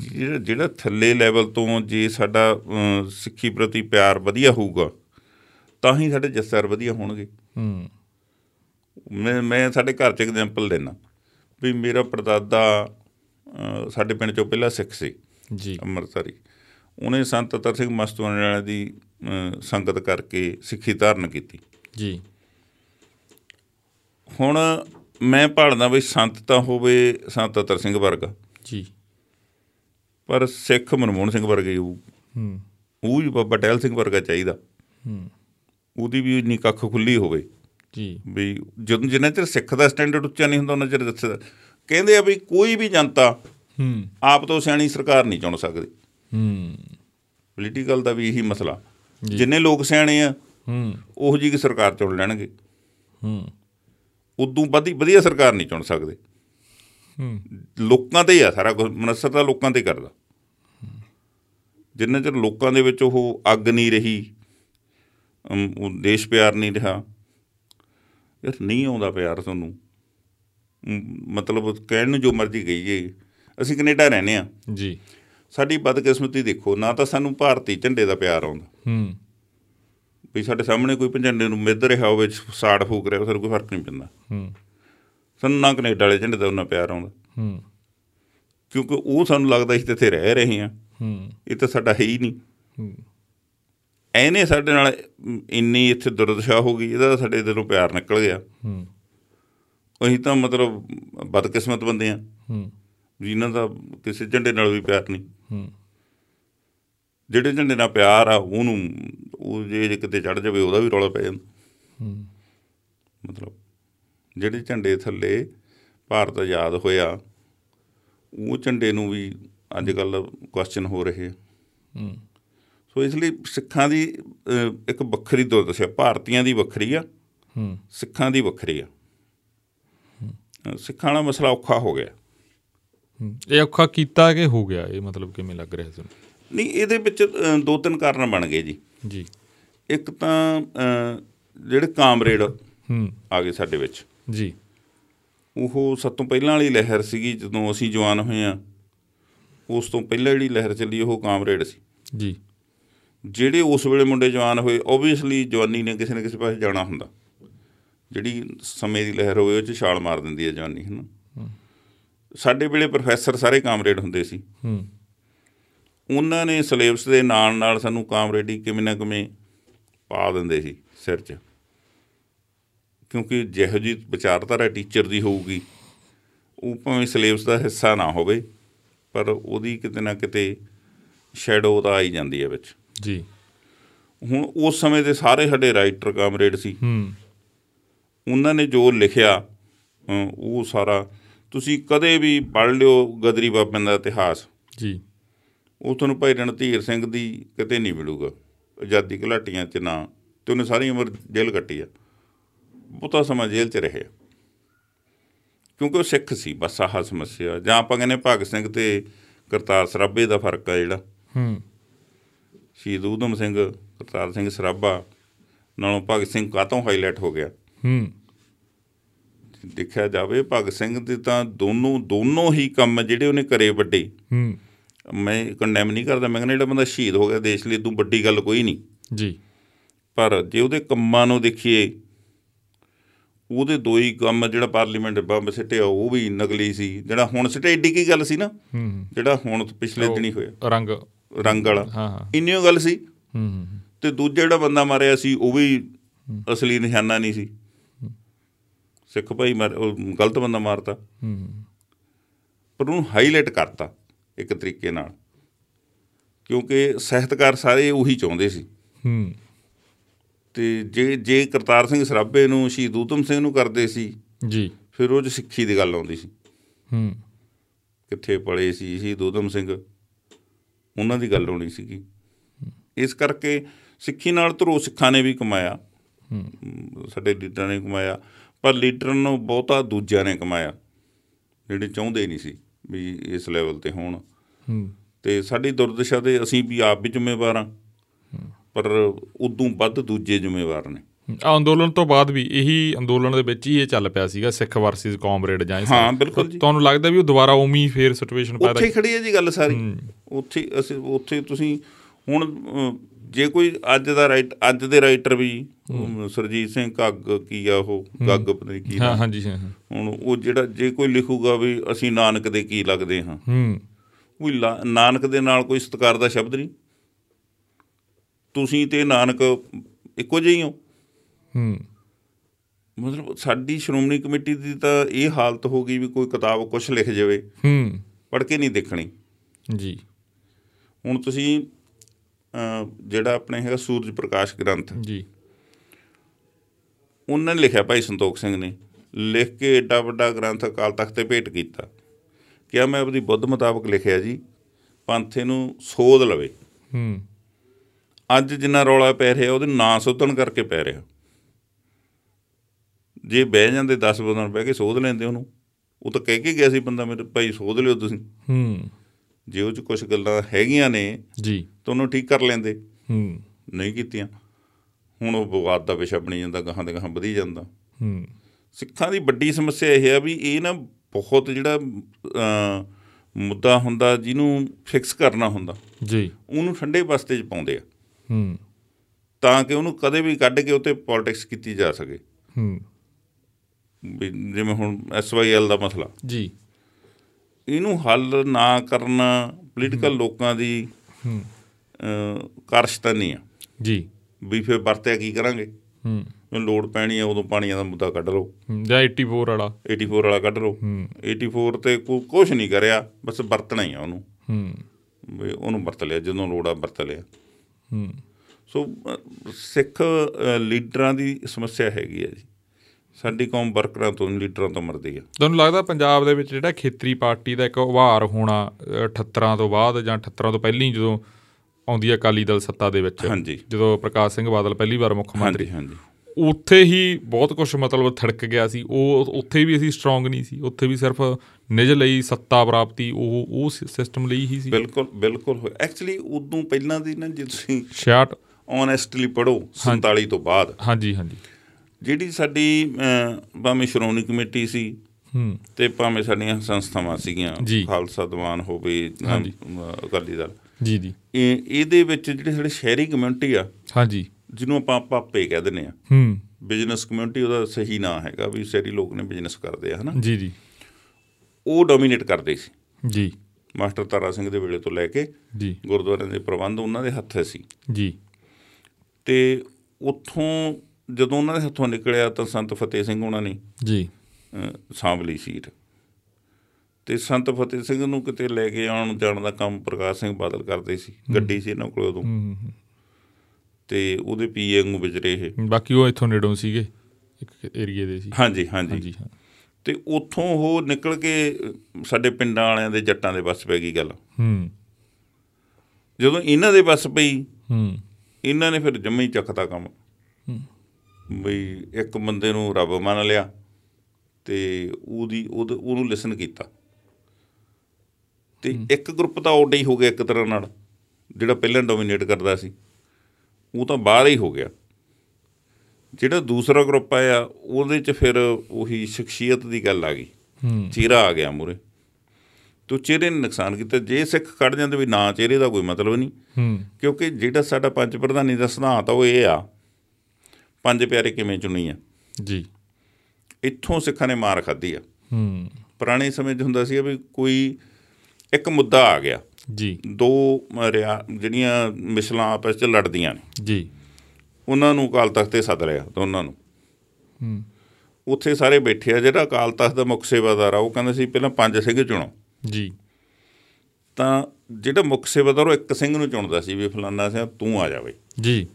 B: ਜਿਹੜਾ ਜਿਹੜਾ ਥੱਲੇ ਲੈਵਲ ਤੋਂ ਜੇ ਸਾਡਾ ਅਮ, ਸਿੱਖੀ ਪ੍ਰਤੀ ਪਿਆਰ ਵਧੀਆ ਹੋਊਗਾ ਤਾਂ ਹੀ ਸਾਡੇ ਜਥੇਦਾਰ ਵਧੀਆ ਹੋਣਗੇ
A: ਹੂੰ
B: ਮੈਂ ਮੈਂ ਸਾਡੇ ਘਰ 'ਚ ਐਗਜ਼ਾਮਪਲ ਦੇਣਾ ਵੀ ਮੇਰਾ ਪਰਦਾਦਾ ਅ, ਸਾਡੇ ਪਿੰਡ 'ਚੋਂ ਪਹਿਲਾਂ ਸਿੱਖ ਸੀ
A: ਜੀ
B: ਅੰਮ੍ਰਿਤਸਰੀ ਉਹਨੇ ਸੰਤ ਤਤਰ ਸਿੰਘ ਮਸਤੂਆਣੇ ਵਾਲੇ ਦੀ ਅ, ਸੰਗਤ ਕਰਕੇ ਸਿੱਖੀ ਧਾਰਨ ਕੀਤੀ
A: ਜੀ
B: ਹੁਣ ਮੈਂ ਭਾਲਦਾ ਵੀ ਸੰਤ ਤਾਂ ਹੋਵੇ ਸੰਤ ਤਤਰ ਸਿੰਘ ਵਰਗਾ
A: ਜੀ
B: ਪਰ ਸਿੱਖ ਮਨਮੋਹਨ ਸਿੰਘ ਵਰਗਾ ਹੀ ਹੋਊ
A: ਹੂੰ
B: ਉਹ ਵੀ ਬਾਬਾ ਟਹਿਲ ਸਿੰਘ ਵਰਗਾ ਚਾਹੀਦਾ
A: ਹੂੰ
B: ਉਹਦੀ ਵੀ ਇੰਨੀ ਕੱਖ ਖੁੱਲੀ ਹੋਵੇ
A: ਜੀ
B: ਵੀ ਜਦੋਂ ਜਿੰਨਾ ਚਿਰ ਸਿੱਖ ਦਾ ਸਟੈਂਡਰਡ ਉੱਚਾ ਨਹੀਂ ਹੁੰਦਾ ਉਹਨਾਂ ਚਿਰ ਦੱਸਦਾ ਕਹਿੰਦੇ ਆ ਵੀ ਕੋਈ ਵੀ ਜਨਤਾ
A: ਹੂੰ
B: ਆਪ ਤੋਂ ਸਿਆਣੀ ਸਰਕਾਰ ਨਹੀਂ ਚੁਣ ਸਕਦੀ
A: ਹੂੰ
B: ਪੋਲੀਟੀਕਲ ਦਾ ਵੀ ਇਹੀ ਮਸਲਾ
A: ਜੀ।
B: ਜਿੰਨੇ ਲੋਕ ਸਿਆਣੇ ਆ
A: ਹੂੰ
B: ਉਹੋ ਜਿਹੀ ਕੀ ਸਰਕਾਰ ਚੁਣ ਲੈਣਗੇ
A: ਹੂੰ
B: ਉਦੋਂ ਵਧੀ ਵਧੀਆ ਸਰਕਾਰ ਨਹੀਂ ਚੁਣ ਸਕਦੇ
A: ਹੂੰ
B: ਲੋਕਾਂ ਤੇ ਹੀ ਆ ਸਾਰਾ ਕੁਝ ਮਨਸਰ ਤਾਂ ਲੋਕਾਂ ਤੇ ਹੀ ਕਰਦਾ ਜਿੰਨੇ ਚਿਰ ਲੋਕਾਂ ਦੇ ਵਿੱਚ ਉਹ ਅੱਗ ਨਹੀਂ ਰਹੀ ਅਮ, ਉਹ ਦੇਸ਼ ਪਿਆਰ ਨਹੀਂ ਰਿਹਾ ਯਾਰ ਨਹੀਂ ਆਉਂਦਾ ਪਿਆਰ ਤੁਹਾਨੂੰ ਮ, ਮਤਲਬ ਕਹਿਣ ਨੂੰ ਜੋ ਮਰਜ਼ੀ ਕਹੀਏ ਅਸੀਂ ਕੈਨੇਡਾ ਰਹਿੰਦੇ ਆ
A: ਜੀ
B: ਸਾਡੀ ਬਦਕਿਸਮਤੀ ਦੇਖੋ ਨਾ ਤਾਂ ਸਾਨੂੰ ਭਾਰਤੀ ਝੰਡੇ ਦਾ ਪਿਆਰ ਆਉਂਦਾ
A: ਹੂੰ
B: ਵੀ ਸਾਡੇ ਸਾਹਮਣੇ ਕੋਈ ਝੰਡੇ ਨੂੰ ਮਿੱਧ ਰਿਹਾ ਹੋਵੇ ਸਾੜ ਫੂਕ ਰਿਹਾ ਹੋਵੇ, ਸਾਨੂੰ ਕੋਈ ਫਰਕ ਨਹੀਂ ਪੈਂਦਾ
A: ਹੂੰ
B: ਸਾਨੂੰ ਨਾ ਕੈਨੇਡਾ ਵਾਲੇ ਝੰਡੇ ਦਾ ਉਹਨਾਂ ਪਿਆਰ ਆਉਂਦਾ
A: ਹੂੰ
B: ਕਿਉਂਕਿ ਉਹ ਸਾਨੂੰ ਲੱਗਦਾ ਅਸੀਂ ਤਾਂ ਇੱਥੇ ਰਹਿ ਰਹੇ ਹਾਂ
A: ਹੂੰ
B: ਇਹ ਤਾਂ ਸਾਡਾ ਹੈ ਹੀ ਨਹੀਂ
A: ਹੂੰ
B: ਐਨੇ ਸਾਡੇ ਨਾਲ ਅਮ, ਇੰਨੀ ਇੱਥੇ ਦੁਰਦਸ਼ਾ ਹੋ ਗਈ ਇਹਦਾ ਸਾਡੇ ਦਿਲੋਂ ਪਿਆਰ ਨਿਕਲ ਗਿਆ
A: ਹੂੰ
B: ਅਸੀਂ ਤਾਂ ਮਤਲਬ ਬਦਕਿਸਮਤ ਬੰਦੇ ਆ
A: ਹੂੰ
B: ਜਿਨ੍ਹਾਂ ਦਾ ਕਿਸੇ ਝੰਡੇ ਨਾਲ ਵੀ ਪਿਆਰ ਨਹੀਂ
A: ਹੂੰ
B: ਜਿਹੜੇ ਝੰਡੇ ਨਾਲ ਪਿਆਰ ਆ ਉਹਨੂੰ ਉਹ ਜੇ ਜੇ ਕਿਤੇ ਚੜ ਜਾਵੇ ਉਹਦਾ ਵੀ
A: Hmm.
B: ਰੌਲਾ ਪੈ ਜਾਂਦਾ
A: ਹੂੰ
B: ਮਤਲਬ ਜਿਹੜੇ ਝੰਡੇ ਥੱਲੇ ਭਾਰਤ ਆਜ਼ਾਦ ਹੋਇਆ ਉਹ ਝੰਡੇ ਨੂੰ ਵੀ ਅੱਜ ਕੱਲ ਕੁਐਸਚਨ ਹੋ ਰਹੇ ਆ
A: ਹੂੰ
B: ਸੋ ਇਸ ਲਈ ਸਿੱਖਾਂ ਦੀ ਅ, ਇੱਕ ਵੱਖਰੀ ਦੁਰਦਸ਼ਾ ਭਾਰਤੀਆਂ ਦੀ ਵੱਖਰੀ ਆ
A: ਹੂੰ
B: ਸਿੱਖਾਂ ਦੀ ਵੱਖਰੀ ਆ ਅ, ਸਿੱਖਾਂ ਦਾ ਮਸਲਾ ਔਖਾ ਹੋ ਗਿਆ
A: ਹੂੰ। ਇਹ ਔਖਾ ਕੀਤਾ ਕਿ ਹੋ ਗਿਆ ਇਹ ਮਤਲਬ ਕਿਵੇਂ ਲੱਗ ਰਿਹਾ ਤੁਹਾਨੂੰ
B: ਨਹੀਂ ਇਹਦੇ ਵਿੱਚ ਅ, ਦੋ ਤਿੰਨ ਕਾਰਨ ਬਣ ਗਏ ਜੀ
A: ਜੀ
B: ਇੱਕ ਤਾਂ ਅ, ਜਿਹੜੇ ਕਾਮਰੇਡ
A: ਹੂੰ
B: ਆ ਗਏ ਸਾਡੇ ਵਿੱਚ
A: ਜੀ
B: ਉਹ ਸਭ ਤੋਂ ਪਹਿਲਾਂ ਵਾਲੀ ਲਹਿਰ ਸੀਗੀ ਜਦੋਂ ਅਸੀਂ ਜਵਾਨ ਹੋਏ ਆ ਉਸ ਤੋਂ ਪਹਿਲਾਂ ਜਿਹੜੀ ਲਹਿਰ ਚੱਲੀ ਉਹ ਕਾਮਰੇਡ ਸੀ
A: ਜੀ
B: ਜਿਹੜੇ ਉਸ ਵੇਲੇ ਮੁੰਡੇ ਜਵਾਨ ਹੋਏ ਓਬਵੀਅਸਲੀ ਜਵਾਨੀ ਨੇ ਕਿਸੇ ਨਾ ਕਿਸੇ ਪਾਸੇ ਜਾਣਾ ਹੁੰਦਾ ਜਿਹੜੀ ਸਮੇਂ ਦੀ ਲਹਿਰ ਹੋਵੇ ਉਹ ਚ ਛਾਲ ਮਾਰ ਦਿੰਦੀ ਹੈ ਜਵਾਨੀ ਹਨਾ ਸਾਡੇ ਵੇਲੇ ਪ੍ਰੋਫੈਸਰ ਸਾਰੇ ਕਾਮਰੇਡ ਹੁੰਦੇ ਸੀ
A: ਹੂੰ
B: ਉਹਨਾਂ ਨੇ ਸਿਲੇਬਸ ਦੇ ਨਾਲ ਨਾਲ ਸਾਨੂੰ ਕਾਮਰੇਡੀ ਕਿਵੇਂ ਨਾ ਕਿਵੇਂ ਪਾ ਦਿੰਦੇ ਸੀ ਸਿਰ 'ਚ ਕਿਉਂਕਿ ਜਿਹੋ ਜੀ ਵਿਚਾਰਧਾਰਾ ਟੀਚਰ ਦੀ ਹੋਊਗੀ ਉਹ ਭਾਵੇਂ ਸਿਲੇਬਸ ਦਾ ਹਿੱਸਾ ਨਾ ਹੋਵੇ ਪਰ ਉਹਦੀ ਕਿਤੇ ਨਾ ਕਿਤੇ ਸ਼ੈਡੋ ਤਾਂ ਆਈ ਜਾਂਦੀ ਹੈ ਵਿੱਚ
A: ਜੀ
B: ਹੁਣ ਉਸ ਸਮੇਂ ਦੇ ਸਾਰੇ ਸਾਡੇ ਰਾਈਟਰ ਕਾਮਰੇਡ ਸੀ
A: ਹੂੰ
B: ਉਹਨਾਂ ਨੇ ਜੋ ਲਿਖਿਆ ਅਮ, ਉਹ ਸਾਰਾ ਤੁਸੀਂ ਕਦੇ ਵੀ ਪੜ੍ਹ ਲਿਓ ਗਦਰੀ ਬਾਬਿਆਂ ਦਾ ਇਤਿਹਾਸ
A: ਜੀ
B: ਉਹ ਤੁਹਾਨੂੰ ਭਾਈ ਰਣਧੀਰ ਸਿੰਘ ਦੀ ਕਿਤੇ ਨਹੀਂ ਮਿਲੂਗਾ ਆਜ਼ਾਦੀ ਘੁਲਾਟੀਆਂ 'ਚ ਨਾ ਤੇ ਉਹਨੇ ਸਾਰੀ ਉਮਰ ਜੇਲ੍ਹ ਕੱਟੀ ਆ ਬਹੁਤਾ ਸਮਾਂ ਜੇਲ੍ਹ 'ਚ ਰਹੇ ਆ। ਕਿਉਂਕਿ ਉਹ ਸਿੱਖ ਸੀ ਬਸ ਆਹ ਸਮੱਸਿਆ ਜਾਂ ਆਪਾਂ ਕਹਿੰਦੇ ਭਗਤ ਸਿੰਘ ਤੇ ਕਰਤਾਰ ਸਰਾਭੇ ਦਾ ਫਰਕ ਆ ਜਿਹੜਾ
A: ਹੂੰ
B: ਸ਼ਹੀਦ ਊਧਮ ਸਿੰਘ ਕਰਤਾਰ ਸਿੰਘ ਸਰਾਭਾ ਨਾਲੋਂ ਭਗਤ ਸਿੰਘ ਕਾਹਤੋਂ ਹਾਈਲਾਈਟ ਹੋ ਗਿਆ
A: ਹੂੰ
B: ਦੇਖਿਆ ਜਾਵੇ ਭਗਤ ਸਿੰਘ ਦੇ ਤਾਂ ਦੋਨੋਂ ਦੋਨੋਂ ਹੀ ਕੰਮ ਜਿਹੜੇ ਉਹਨੇ ਕਰੇ ਵੱਡੇ
A: ਹੂੰ
B: ਮੈਂ ਕੰਡੈਮ ਨਹੀਂ ਕਰਦਾ ਮੈਂ ਕਹਿੰਦਾ ਜਿਹੜਾ ਬੰਦਾ ਸ਼ਹੀਦ ਹੋ ਗਿਆ ਦੇਸ਼ ਲਈ ਤੂੰ ਵੱਡੀ ਗੱਲ ਕੋਈ ਨਹੀਂ
A: ਜੀ
B: ਪਰ ਜੇ ਉਹਦੇ ਕੰਮਾਂ ਨੂੰ ਦੇਖੀਏ ਉਹਦੇ ਦੋ ਹੀ ਕੰਮ ਜਿਹੜਾ ਪਾਰਲੀਮੈਂਟ ਬੰਬ ਸਿੱਟਿਆ ਉਹ ਵੀ ਨਕਲੀ ਸੀ ਜਿਹੜਾ ਹੁਣ ਸਿੱਟਿਆ ਏਡੀ ਕੀ ਗੱਲ ਸੀ ਨਾ
A: ਹੂੰ ਹੂੰ।
B: ਜਿਹੜਾ ਹੁਣ ਪਿਛਲੇ ਦਿਨੀ ਹੋਇਆ
A: ਰੰਗ
B: ਰੰਗ ਵਾਲਾ
A: ਹਾਂ ਹਾਂ
B: ਇੰਨੀਓ ਗੱਲ ਸੀ
A: ਹੂੰ ਹੂੰ
B: ਤੇ ਦੂਜਾ ਜਿਹੜਾ ਬੰਦਾ ਮਾਰਿਆ ਸੀ ਉਹ ਵੀ ਅਸਲੀ ਨਿਸ਼ਾਨਾ ਨਹੀਂ ਸੀ ਸਿੱਖ ਭਾਈ ਮਾਰ ਉਹ ਗਲਤ ਬੰਦਾ ਮਾਰਤਾ
A: ਹੂੰ
B: ਪਰ ਉਹਨੂੰ ਹਾਈਲਾਈਟ ਕਰਤਾ ਇੱਕ ਤਰੀਕੇ ਨਾਲ ਕਿਉਂਕਿ ਸਾਹਿਤਕਾਰ ਸਾਰੇ ਉਹੀ ਚਾਹੁੰਦੇ ਸੀ
A: ਹੂੰ
B: ਤੇ ਜੇ ਜੇ ਕਰਤਾਰ ਸਿੰਘ ਸਰਾਭੇ ਨੂੰ ਸ਼ਹੀਦ ਊਧਮ ਸਿੰਘ ਨੂੰ ਕਰਦੇ ਸੀ
A: ਜੀ
B: ਫਿਰ ਉਹ 'ਚ ਸਿੱਖੀ ਦੀ ਗੱਲ ਆਉਂਦੀ ਸੀ
A: ਹੂੰ
B: ਕਿੱਥੇ ਪਲੇ ਸੀ ਸ਼ਹੀਦ ਊਧਮ ਸਿੰਘ ਉਹਨਾਂ ਦੀ ਗੱਲ ਹੋਣੀ ਸੀਗੀ ਇਸ ਕਰਕੇ ਸਿੱਖੀ ਨਾਲ ਧਰੋ ਸਿੱਖਾਂ ਨੇ ਵੀ ਕਮਾਇਆ
A: ਹੂੰ
B: ਅਮ, ਸਾਡੇ ਲੀਡਰਾਂ ਨੇ ਕਮਾਇਆ ਪਰ ਲੀਡਰ ਨੂੰ ਬਹੁਤਾ ਦੂਜਿਆਂ ਨੇ ਕਮਾਇਆ ਜਿਹੜੇ ਚਾਹੁੰਦੇ ਨਹੀਂ ਸੀ ਵੀ ਇਸ ਲੈਵਲ ਤੇ ਹੋਣ
A: ਹੂੰ
B: ਤੇ ਸਾਡੀ ਦੁਰਦਸ਼ਾ ਦੇ ਅਸੀਂ ਵੀ ਆਪ ਵੀ ਜ਼ਿੰਮੇਵਾਰ ਹਾਂ ਪਰ ਉਦੋਂ ਵੱਧ ਦੂਜੇ ਜ਼ਿੰਮੇਵਾਰ ਨੇ
A: ਆ ਅੰਦੋਲਨ ਤੋਂ ਬਾਅਦ ਵੀ ਇਹੀ ਅੰਦੋਲਨ ਦੇ ਵਿੱਚ ਹੀ ਇਹ ਚੱਲ ਪਿਆ ਸੀਗਾ ਸਿੱਖ ਵਰਸਸ ਕਾਮਰੇਡ ਜਾਂ ਇਹ
B: ਹਾਂ,
A: ਸਾਰਾ।
B: ਬਿਲਕੁਲ
A: ਤਾਂ
B: ਜੀ।
A: ਤੁਹਾਨੂੰ ਲੱਗਦਾ ਵੀ ਉਹ ਦੁਬਾਰਾ ਉਮੀ ਹੀ ਫੇਰ ਸਿਚੁਏਸ਼ਨ ਪੈਦਾ
B: ਉੱਥੇ ਹੀ ਖੜੀ ਹੈ ਜੀ ਗੱਲ ਸਾਰੀ
A: ਹੂੰ।
B: ਉੱਥੇ ਹੀ ਅਸੀਂ ਉੱਥੇ ਤੁਸੀਂ ਹੁਣ ਅਮ, ਜੇ ਕੋਈ ਅੱਜ ਦਾ ਰਾਈਟ ਅੱਜ ਦੇ ਰਾਈਟਰ ਵੀ ਅਮ, ਸਰਜੀਤ ਸਿੰਘ ਕੱਗ ਕੀ ਆ ਉਹ ਗੱਗ ਪਤਾ ਨਹੀਂ ਕੀ
A: ਹਾਂ
B: ਨਾਮ।
A: ਹਾਂ ਜੀ ਹਾਂ ਹਾਂ।
B: ਹੁਣ ਉਹ ਜਿਹੜਾ ਜੇ ਕੋਈ ਲਿਖੂਗਾ ਵੀ ਅਸੀਂ ਨਾਨਕ ਦੇ ਕੀ ਲੱਗਦੇ ਹਾਂ
A: ਹੂੰ
B: ਕੋਈ ਲਾ- ਨਾਨਕ ਦੇ ਨਾਲ ਕੋਈ ਸਤਿਕਾਰ ਦਾ ਸ਼ਬਦ ਨਹੀਂ ਤੁਸੀਂ ਤੇ ਨਾਨਕ ਇੱਕੋ ਜਿਹੇ ਹੀ ਹੋ
A: ਹੂੰ
B: ਮਤਲਬ ਸਾਡੀ ਸ਼੍ਰੋਮਣੀ ਕਮੇਟੀ ਦੀ ਤਾਂ ਇਹ ਹਾਲਤ ਹੋ ਗਈ ਵੀ ਕੋਈ ਕਿਤਾਬ ਕੁਝ ਲਿਖ ਜਾਵੇ
A: ਹੂੰ
B: ਪੜ੍ਹ ਕੇ ਨਹੀਂ ਦੇਖਣੀ
A: ਜੀ
B: ਹੁਣ ਤੁਸੀਂ ਅਮ, ਜਿਹੜਾ ਆਪਣੇ ਹੈਗਾ ਸੂਰਜ ਪ੍ਰਕਾਸ਼ ਗ੍ਰੰਥ
A: ਜੀ
B: ਉਹਨਾਂ ਨੇ ਲਿਖਿਆ ਭਾਈ ਸੰਤੋਖ ਸਿੰਘ ਨੇ ਲਿਖ ਕੇ ਏਡਾ ਵੱਡਾ ਗ੍ਰੰਥ ਅਕਾਲ ਤਖਤ ਤੇ ਭੇਟ ਕੀਤਾ ਕਿਹਾ ਮੈਂ ਆਪਣੀ ਬੁੱਧ ਮੁਤਾਬਕ ਲਿਖਿਆ ਜੀ ਪੰਥ ਨੂੰ ਸੋਧ ਲਵੇ
A: ਹੂੰ
B: ਅੱਜ ਜਿੰਨਾ ਰੌਲਾ ਪੈ ਰਿਹਾ ਉਹਦੇ ਨਾਂ ਸੋਧਣ ਕਰਕੇ ਪੈ ਰਿਹਾ ਜੇ ਬਹਿ ਜਾਂਦੇ 10 ਬੰਦਿਆਂ ਨੂੰ ਬਹਿ ਕੇ ਸੋਧ ਲੈਂਦੇ ਉਹਨੂੰ ਉਹ ਤਾਂ ਕਹਿ ਕੇ ਗਿਆ ਸੀ ਬੰਦਾ ਮੇਰੇ ਭਾਈ ਸੋਧ ਲਿਓ ਤੁਸੀਂ
A: ਹੂੰ
B: ਜੇ ਉਹ ਚ ਕੁਝ ਗੱਲਾਂ ਹੈਗੀਆਂ ਨੇ
A: ਜੀ
B: ਤਾਂ ਉਹਨੂੰ ਠੀਕ ਕਰ ਲੈਂਦੇ
A: ਹੂੰ
B: ਨਹੀਂ ਕੀਤੀਆਂ ਹੁਣ ਉਹ ਵਿਵਾਦ ਦਾ ਵਿਸ਼ਾ ਬਣੀ ਜਾਂਦਾ ਗਾਹਾਂ ਦੇ ਗਾਹਾਂ ਵਧੀ ਜਾਂਦਾ
A: ਹੂੰ
B: ਸਿੱਖਾਂ ਦੀ ਵੱਡੀ ਸਮੱਸਿਆ ਇਹ ਹੈ ਵੀ ਇਹ ਨਾ ਬਹੁਤ ਜਿਹੜਾ ਅਮ, ਮੁੱਦਾ ਹੁੰਦਾ ਜਿਹਨੂੰ ਫਿਕਸ ਕਰਨਾ ਹੁੰਦਾ
A: ਜੀ
B: ਉਹਨੂੰ ਠੰਡੇ ਬਸਤੇ 'ਚ ਪਾਉਂਦੇ ਆ
A: ਹੂੰ
B: ਤਾਂ ਕਿ ਉਹਨੂੰ ਕਦੇ ਵੀ ਕੱਢ ਕੇ ਉੱਤੇ ਪੋਲਿਟਿਕਸ ਕੀਤੀ ਜਾ ਸਕੇ
A: ਹੂੰ
B: ਵੀ ਜਿਵੇਂ ਹੁਣ ਐਸਵਾਈਐਲ ਦਾ ਮਸਲਾ
A: ਜੀ
B: ਇਹਨੂੰ ਹੱਲ ਨਾ ਕਰਨਾ ਪੋਲੀਟੀਕਲ ਲੋਕਾਂ ਦੀ
A: ਹੂੰ
B: ਅਮ, ਕਾਰਸ਼ਤਾ ਨਹੀਂ ਆ
A: ਜੀ
B: ਵੀ ਫਿਰ ਵਰਤਿਆ ਕੀ ਕਰਾਂਗੇ
A: ਹੂੰ
B: ਜਦੋਂ ਲੋੜ ਪੈਣੀ ਆ ਉਦੋਂ ਪਾਣੀਆਂ ਦਾ ਮੁੱਦਾ ਕੱਢ ਲਓ
A: ਹੂੰ, ਜਾਂ 84 ਵਾਲਾ
B: 84 ਵਾਲਾ ਕੱਢ ਲਓ
A: ਹੂੰ
B: 84 ਤੇ ਕੋਈ ਕੁਝ ਨਹੀਂ ਕਰਿਆ ਬਸ ਵਰਤਣਾ ਹੀ ਆ ਉਹਨੂੰ
A: ਹੂੰ
B: ਵੀ ਉਹਨੂੰ ਵਰਤ ਲਿਆ ਜਦੋਂ ਲੋੜ ਆ ਵਰਤ ਲਿਆ
A: ਹੂੰ
B: ਸੋ ਅ, ਸਿੱਖ ਅ, ਲੀਡਰਾਂ ਦੀ ਸਮੱਸਿਆ ਹੈਗੀ ਹੈ ਜੀ ਸਾਡੀ ਕੌਮ ਵਰਕਰਾਂ ਤੋਂ ਲੀਡਰਾਂ ਤੋਂ ਮਰਦੀ ਆ
A: ਤੁਹਾਨੂੰ ਲੱਗਦਾ ਪੰਜਾਬ ਦੇ ਵਿੱਚ ਜਿਹੜਾ ਖੇਤਰੀ ਪਾਰਟੀ ਦਾ ਇੱਕ ਉਭਾਰ ਹੋਣਾ ਅ, 78 ਤੋਂ ਬਾਅਦ ਜਾਂ 78 ਤੋਂ ਪਹਿਲਾਂ ਹੀ ਜਦੋਂ ਆਉਂਦੀ ਹੈ ਅਕਾਲੀ ਦਲ ਸੱਤਾ ਦੇ ਵਿੱਚ
B: ਹਾਂਜੀ।
A: ਜਦੋਂ ਪ੍ਰਕਾਸ਼ ਸਿੰਘ ਬਾਦਲ ਪਹਿਲੀ ਵਾਰ ਮੁੱਖ ਮੰਤਰੀ
B: ਹਾਂਜੀ ਹਾਂਜੀ
A: ਉੱਥੇ ਹੀ ਬਹੁਤ ਕੁਝ ਮਤਲਬ ਥੜਕ ਗਿਆ ਸੀ ਉਹ ਉੱਥੇ ਵੀ ਅਸੀਂ ਸਟਰੋਂਗ ਨਹੀਂ ਸੀ ਉੱਥੇ ਵੀ ਸਿਰਫ ਨਿਜ ਲਈ ਸੱਤਾ ਪ੍ਰਾਪਤੀ ਉਹ ਉਹ ਸਿਸਟਮ ਲਈ ਹੀ ਸੀ
B: ਬਿਲਕੁਲ ਬਿਲਕੁਲ ਐਕਚੁਅਲੀ ਉਦੋਂ ਪਹਿਲਾਂ ਦੀ ਨਾ ਜੇ ਤੁਸੀਂ
A: 66
B: ਓਨੈਸਟਲੀ ਪੜੋ 47 ਤੋਂ ਬਾਅਦ
A: ਹਾਂਜੀ ਹਾਂਜੀ
B: ਜਿਹੜੀ ਸਾਡੀ ਅਹ, ਭਾਵੇਂ ਸ਼੍ਰੋਮਣੀ ਕਮੇਟੀ ਸੀ
A: ਹੂੰ
B: ਤੇ ਭਾਵੇਂ ਸਾਡੀਆਂ ਸੰਸਥਾਵਾਂ ਸੀਗੀਆਂ
A: ਜੀ।
B: ਖਾਲਸਾ ਦੀਵਾਨ ਹੋਵੇ ਅਮ,
A: ਹਾਂਜੀ।
B: ਅਹ, ਅਕਾਲੀ ਦਲ
A: ਜੀ ਜੀ
B: ਇਹ ਇਹਦੇ ਵਿੱਚ ਜਿਹੜੇ ਸਾਡੇ ਸ਼ਹਿਰੀ ਕਮਿਊਨਿਟੀ ਆ
A: ਹਾਂਜੀ
B: ਜਿਹਨੂੰ ਆਪਾਂ ਪਾਪੇ ਕਹਿ ਦਿੰਦੇ ਆ
A: ਹੂੰ
B: ਬਿਜ਼ਨਸ ਕਮਿਊਨਿਟੀ ਉਹਦਾ ਸਹੀ ਨਾਂ ਹੈਗਾ ਵੀ ਸ਼ਹਿਰੀ ਲੋਕ ਨੇ ਬਿਜ਼ਨਸ ਕਰਦੇ ਆ ਹਨਾ
A: ਜੀ ਜੀ
B: ਉਹ ਡੋਮੀਨੇਟ ਕਰਦੇ ਸੀ
A: ਜੀ
B: ਮਾਸਟਰ ਤਾਰਾ ਸਿੰਘ ਦੇ ਵੇਲੇ ਤੋਂ ਲੈ ਕੇ
A: ਜੀ
B: ਗੁਰਦੁਆਰਿਆਂ ਦੇ ਪ੍ਰਬੰਧ ਉਹਨਾਂ ਦੇ ਹੱਥ ਸੀ
A: ਜੀ
B: ਤੇ ਉੱਥੋਂ ਜਦੋਂ ਉਹਨਾਂ ਦੇ ਹੱਥੋਂ ਨਿਕਲਿਆ ਤਾਂ ਸੰਤ ਫਤਿਹ ਸਿੰਘ ਉਹਨਾਂ ਨੇ
A: ਜੀ
B: ਅਹ, ਸਾਂਭ ਲਈ ਸੀਟ ਤੇ ਸੰਤ ਫਤਿਹ ਸਿੰਘ ਨੂੰ ਕਿਤੇ ਲੈ ਕੇ ਆਉਣ ਜਾਣ ਦਾ ਕੰਮ ਪ੍ਰਕਾਸ਼ ਸਿੰਘ ਬਾਦਲ ਕਰਦੇ ਸੀ ਗੱਡੀ ਸੀ ਇਹਨਾਂ ਕੋਲ ਉਦੋਂ
A: ਹੂੰ ਹੂੰ,
B: ਤੇ ਉਹਦੇ ਪੀਏ ਨੂੰ ਵਿਚਰੇ ਇਹ
A: ਹੂੰ। ਬਾਕੀ ਉਹ ਇੱਥੋਂ ਨੇੜੋਂ ਸੀਗੇ ਇੱਕ ਏਰੀਏ ਦੇ ਸੀ
B: ਹਾਂਜੀ ਹਾਂਜੀ
A: ਹਾਂਜੀ ਹਾਂ
B: ਤੇ ਉੱਥੋਂ ਉਹ ਨਿਕਲ ਕੇ ਅਹ, ਸਾਡੇ ਪਿੰਡਾਂ ਵਾਲਿਆਂ ਦੇ ਜੱਟਾਂ ਦੇ ਬੱਸ ਪੈ ਗਈ ਗੱਲ
A: ਹੂੰ
B: ਜਦੋਂ ਇਹਨਾਂ ਦੇ ਬੱਸ ਪਈ
A: ਹੂੰ
B: ਇਹਨਾਂ ਨੇ ਫਿਰ ਜੰਮੇ ਹੀ ਚੱਕਤਾ ਕੰਮ ਬਈ ਇੱਕ ਬੰਦੇ ਨੂੰ ਰੱਬ ਮੰਨ ਲਿਆ ਤੇ ਉਹਦੀ ਉਹਦ- ਉਹਨੂੰ ਲਿਸਨ ਕੀਤਾ ਤੇ ਇੱਕ ਗਰੁੱਪ ਤਾਂ ਉੱਡ ਹੀ ਹੋ ਗਿਆ ਇੱਕ ਤਰ੍ਹਾਂ ਨਾਲ ਜਿਹੜਾ ਪਹਿਲਾਂ ਡੋਮੀਨੇਟ ਕਰਦਾ ਸੀ ਉਹ ਤਾਂ ਬਾਹਰ ਹੀ ਹੋ ਗਿਆ ਜਿਹੜਾ ਦੂਸਰਾ ਗਰੁੱਪ ਆਇਆ ਉਹਦੇ 'ਚ ਫਿਰ ਉਹੀ ਸ਼ਖਸੀਅਤ ਦੀ ਗੱਲ ਆ ਗਈ
A: ਹੂੰ
B: ਚਿਹਰਾ ਆ ਗਿਆ ਮੂਰੇ ਤੋ ਚਿਹਰੇ ਨੇ ਨੁਕਸਾਨ ਕੀਤਾ ਜੇ ਸਿੱਖ ਕੱਢ ਜਾਂਦੇ ਵੀ ਨਾ ਚਿਹਰੇ ਦਾ ਕੋਈ ਮਤਲਬ ਨਹੀਂ
A: ਹੂੰ
B: ਕਿਉਂਕਿ ਜਿਹੜਾ ਸਾਡਾ ਪੰਜ ਪ੍ਰਧਾਨੀ ਦਾ ਸਿਧਾਂਤ ਆ ਉਹ ਇਹ ਆ ਪੰਜ ਪਿਆਰੇ ਕਿਵੇਂ ਚੁਣੀ ਆ
A: ਜੀ
B: ਇੱਥੋਂ ਸਿੱਖਾਂ ਨੇ ਮਾਰ ਖਾਧੀ ਆ
A: ਹੂੰ
B: ਪੁਰਾਣੇ ਸਮੇਂ 'ਚ ਹੁੰਦਾ ਸੀ ਵੀ ਕੋਈ ਇੱਕ ਮੁੱਦਾ ਆ ਗਿਆ
A: ਜੀ
B: ਦੋ ਅਮ, ਰਿਆ- ਜਿਹੜੀਆਂ ਮਿਸਲਾਂ ਆਪਸ 'ਚ ਲੜਦੀਆਂ ਨੇ
A: ਜੀ
B: ਉਹਨਾਂ ਨੂੰ ਅਕਾਲ ਤਖਤ ਤੇ ਸੱਦ ਲਿਆ ਦੋਨਾਂ ਨੂੰ
A: ਹੂੰ
B: ਉੱਥੇ ਸਾਰੇ ਬੈਠੇ ਆ ਜਿਹੜਾ ਅਕਾਲ ਤਖਤ ਦਾ ਮੁੱਖ ਸੇਵਾਦਾਰ ਆ ਉਹ ਕਹਿੰਦਾ ਸੀ ਪਹਿਲਾਂ ਪੰਜ ਸਿੰਘ ਚੁਣੋ
A: ਜੀ
B: ਤਾਂ ਜਿਹੜਾ ਮੁੱਖ ਸੇਵਾਦਾਰ ਉਹ ਇੱਕ ਸਿੰਘ ਨੂੰ ਚੁਣਦਾ ਸੀ ਵੀ ਫਲਾਨਾ ਸਿੰਘ ਤੂੰ ਆ ਜਾ ਬਈ
A: ਜੀ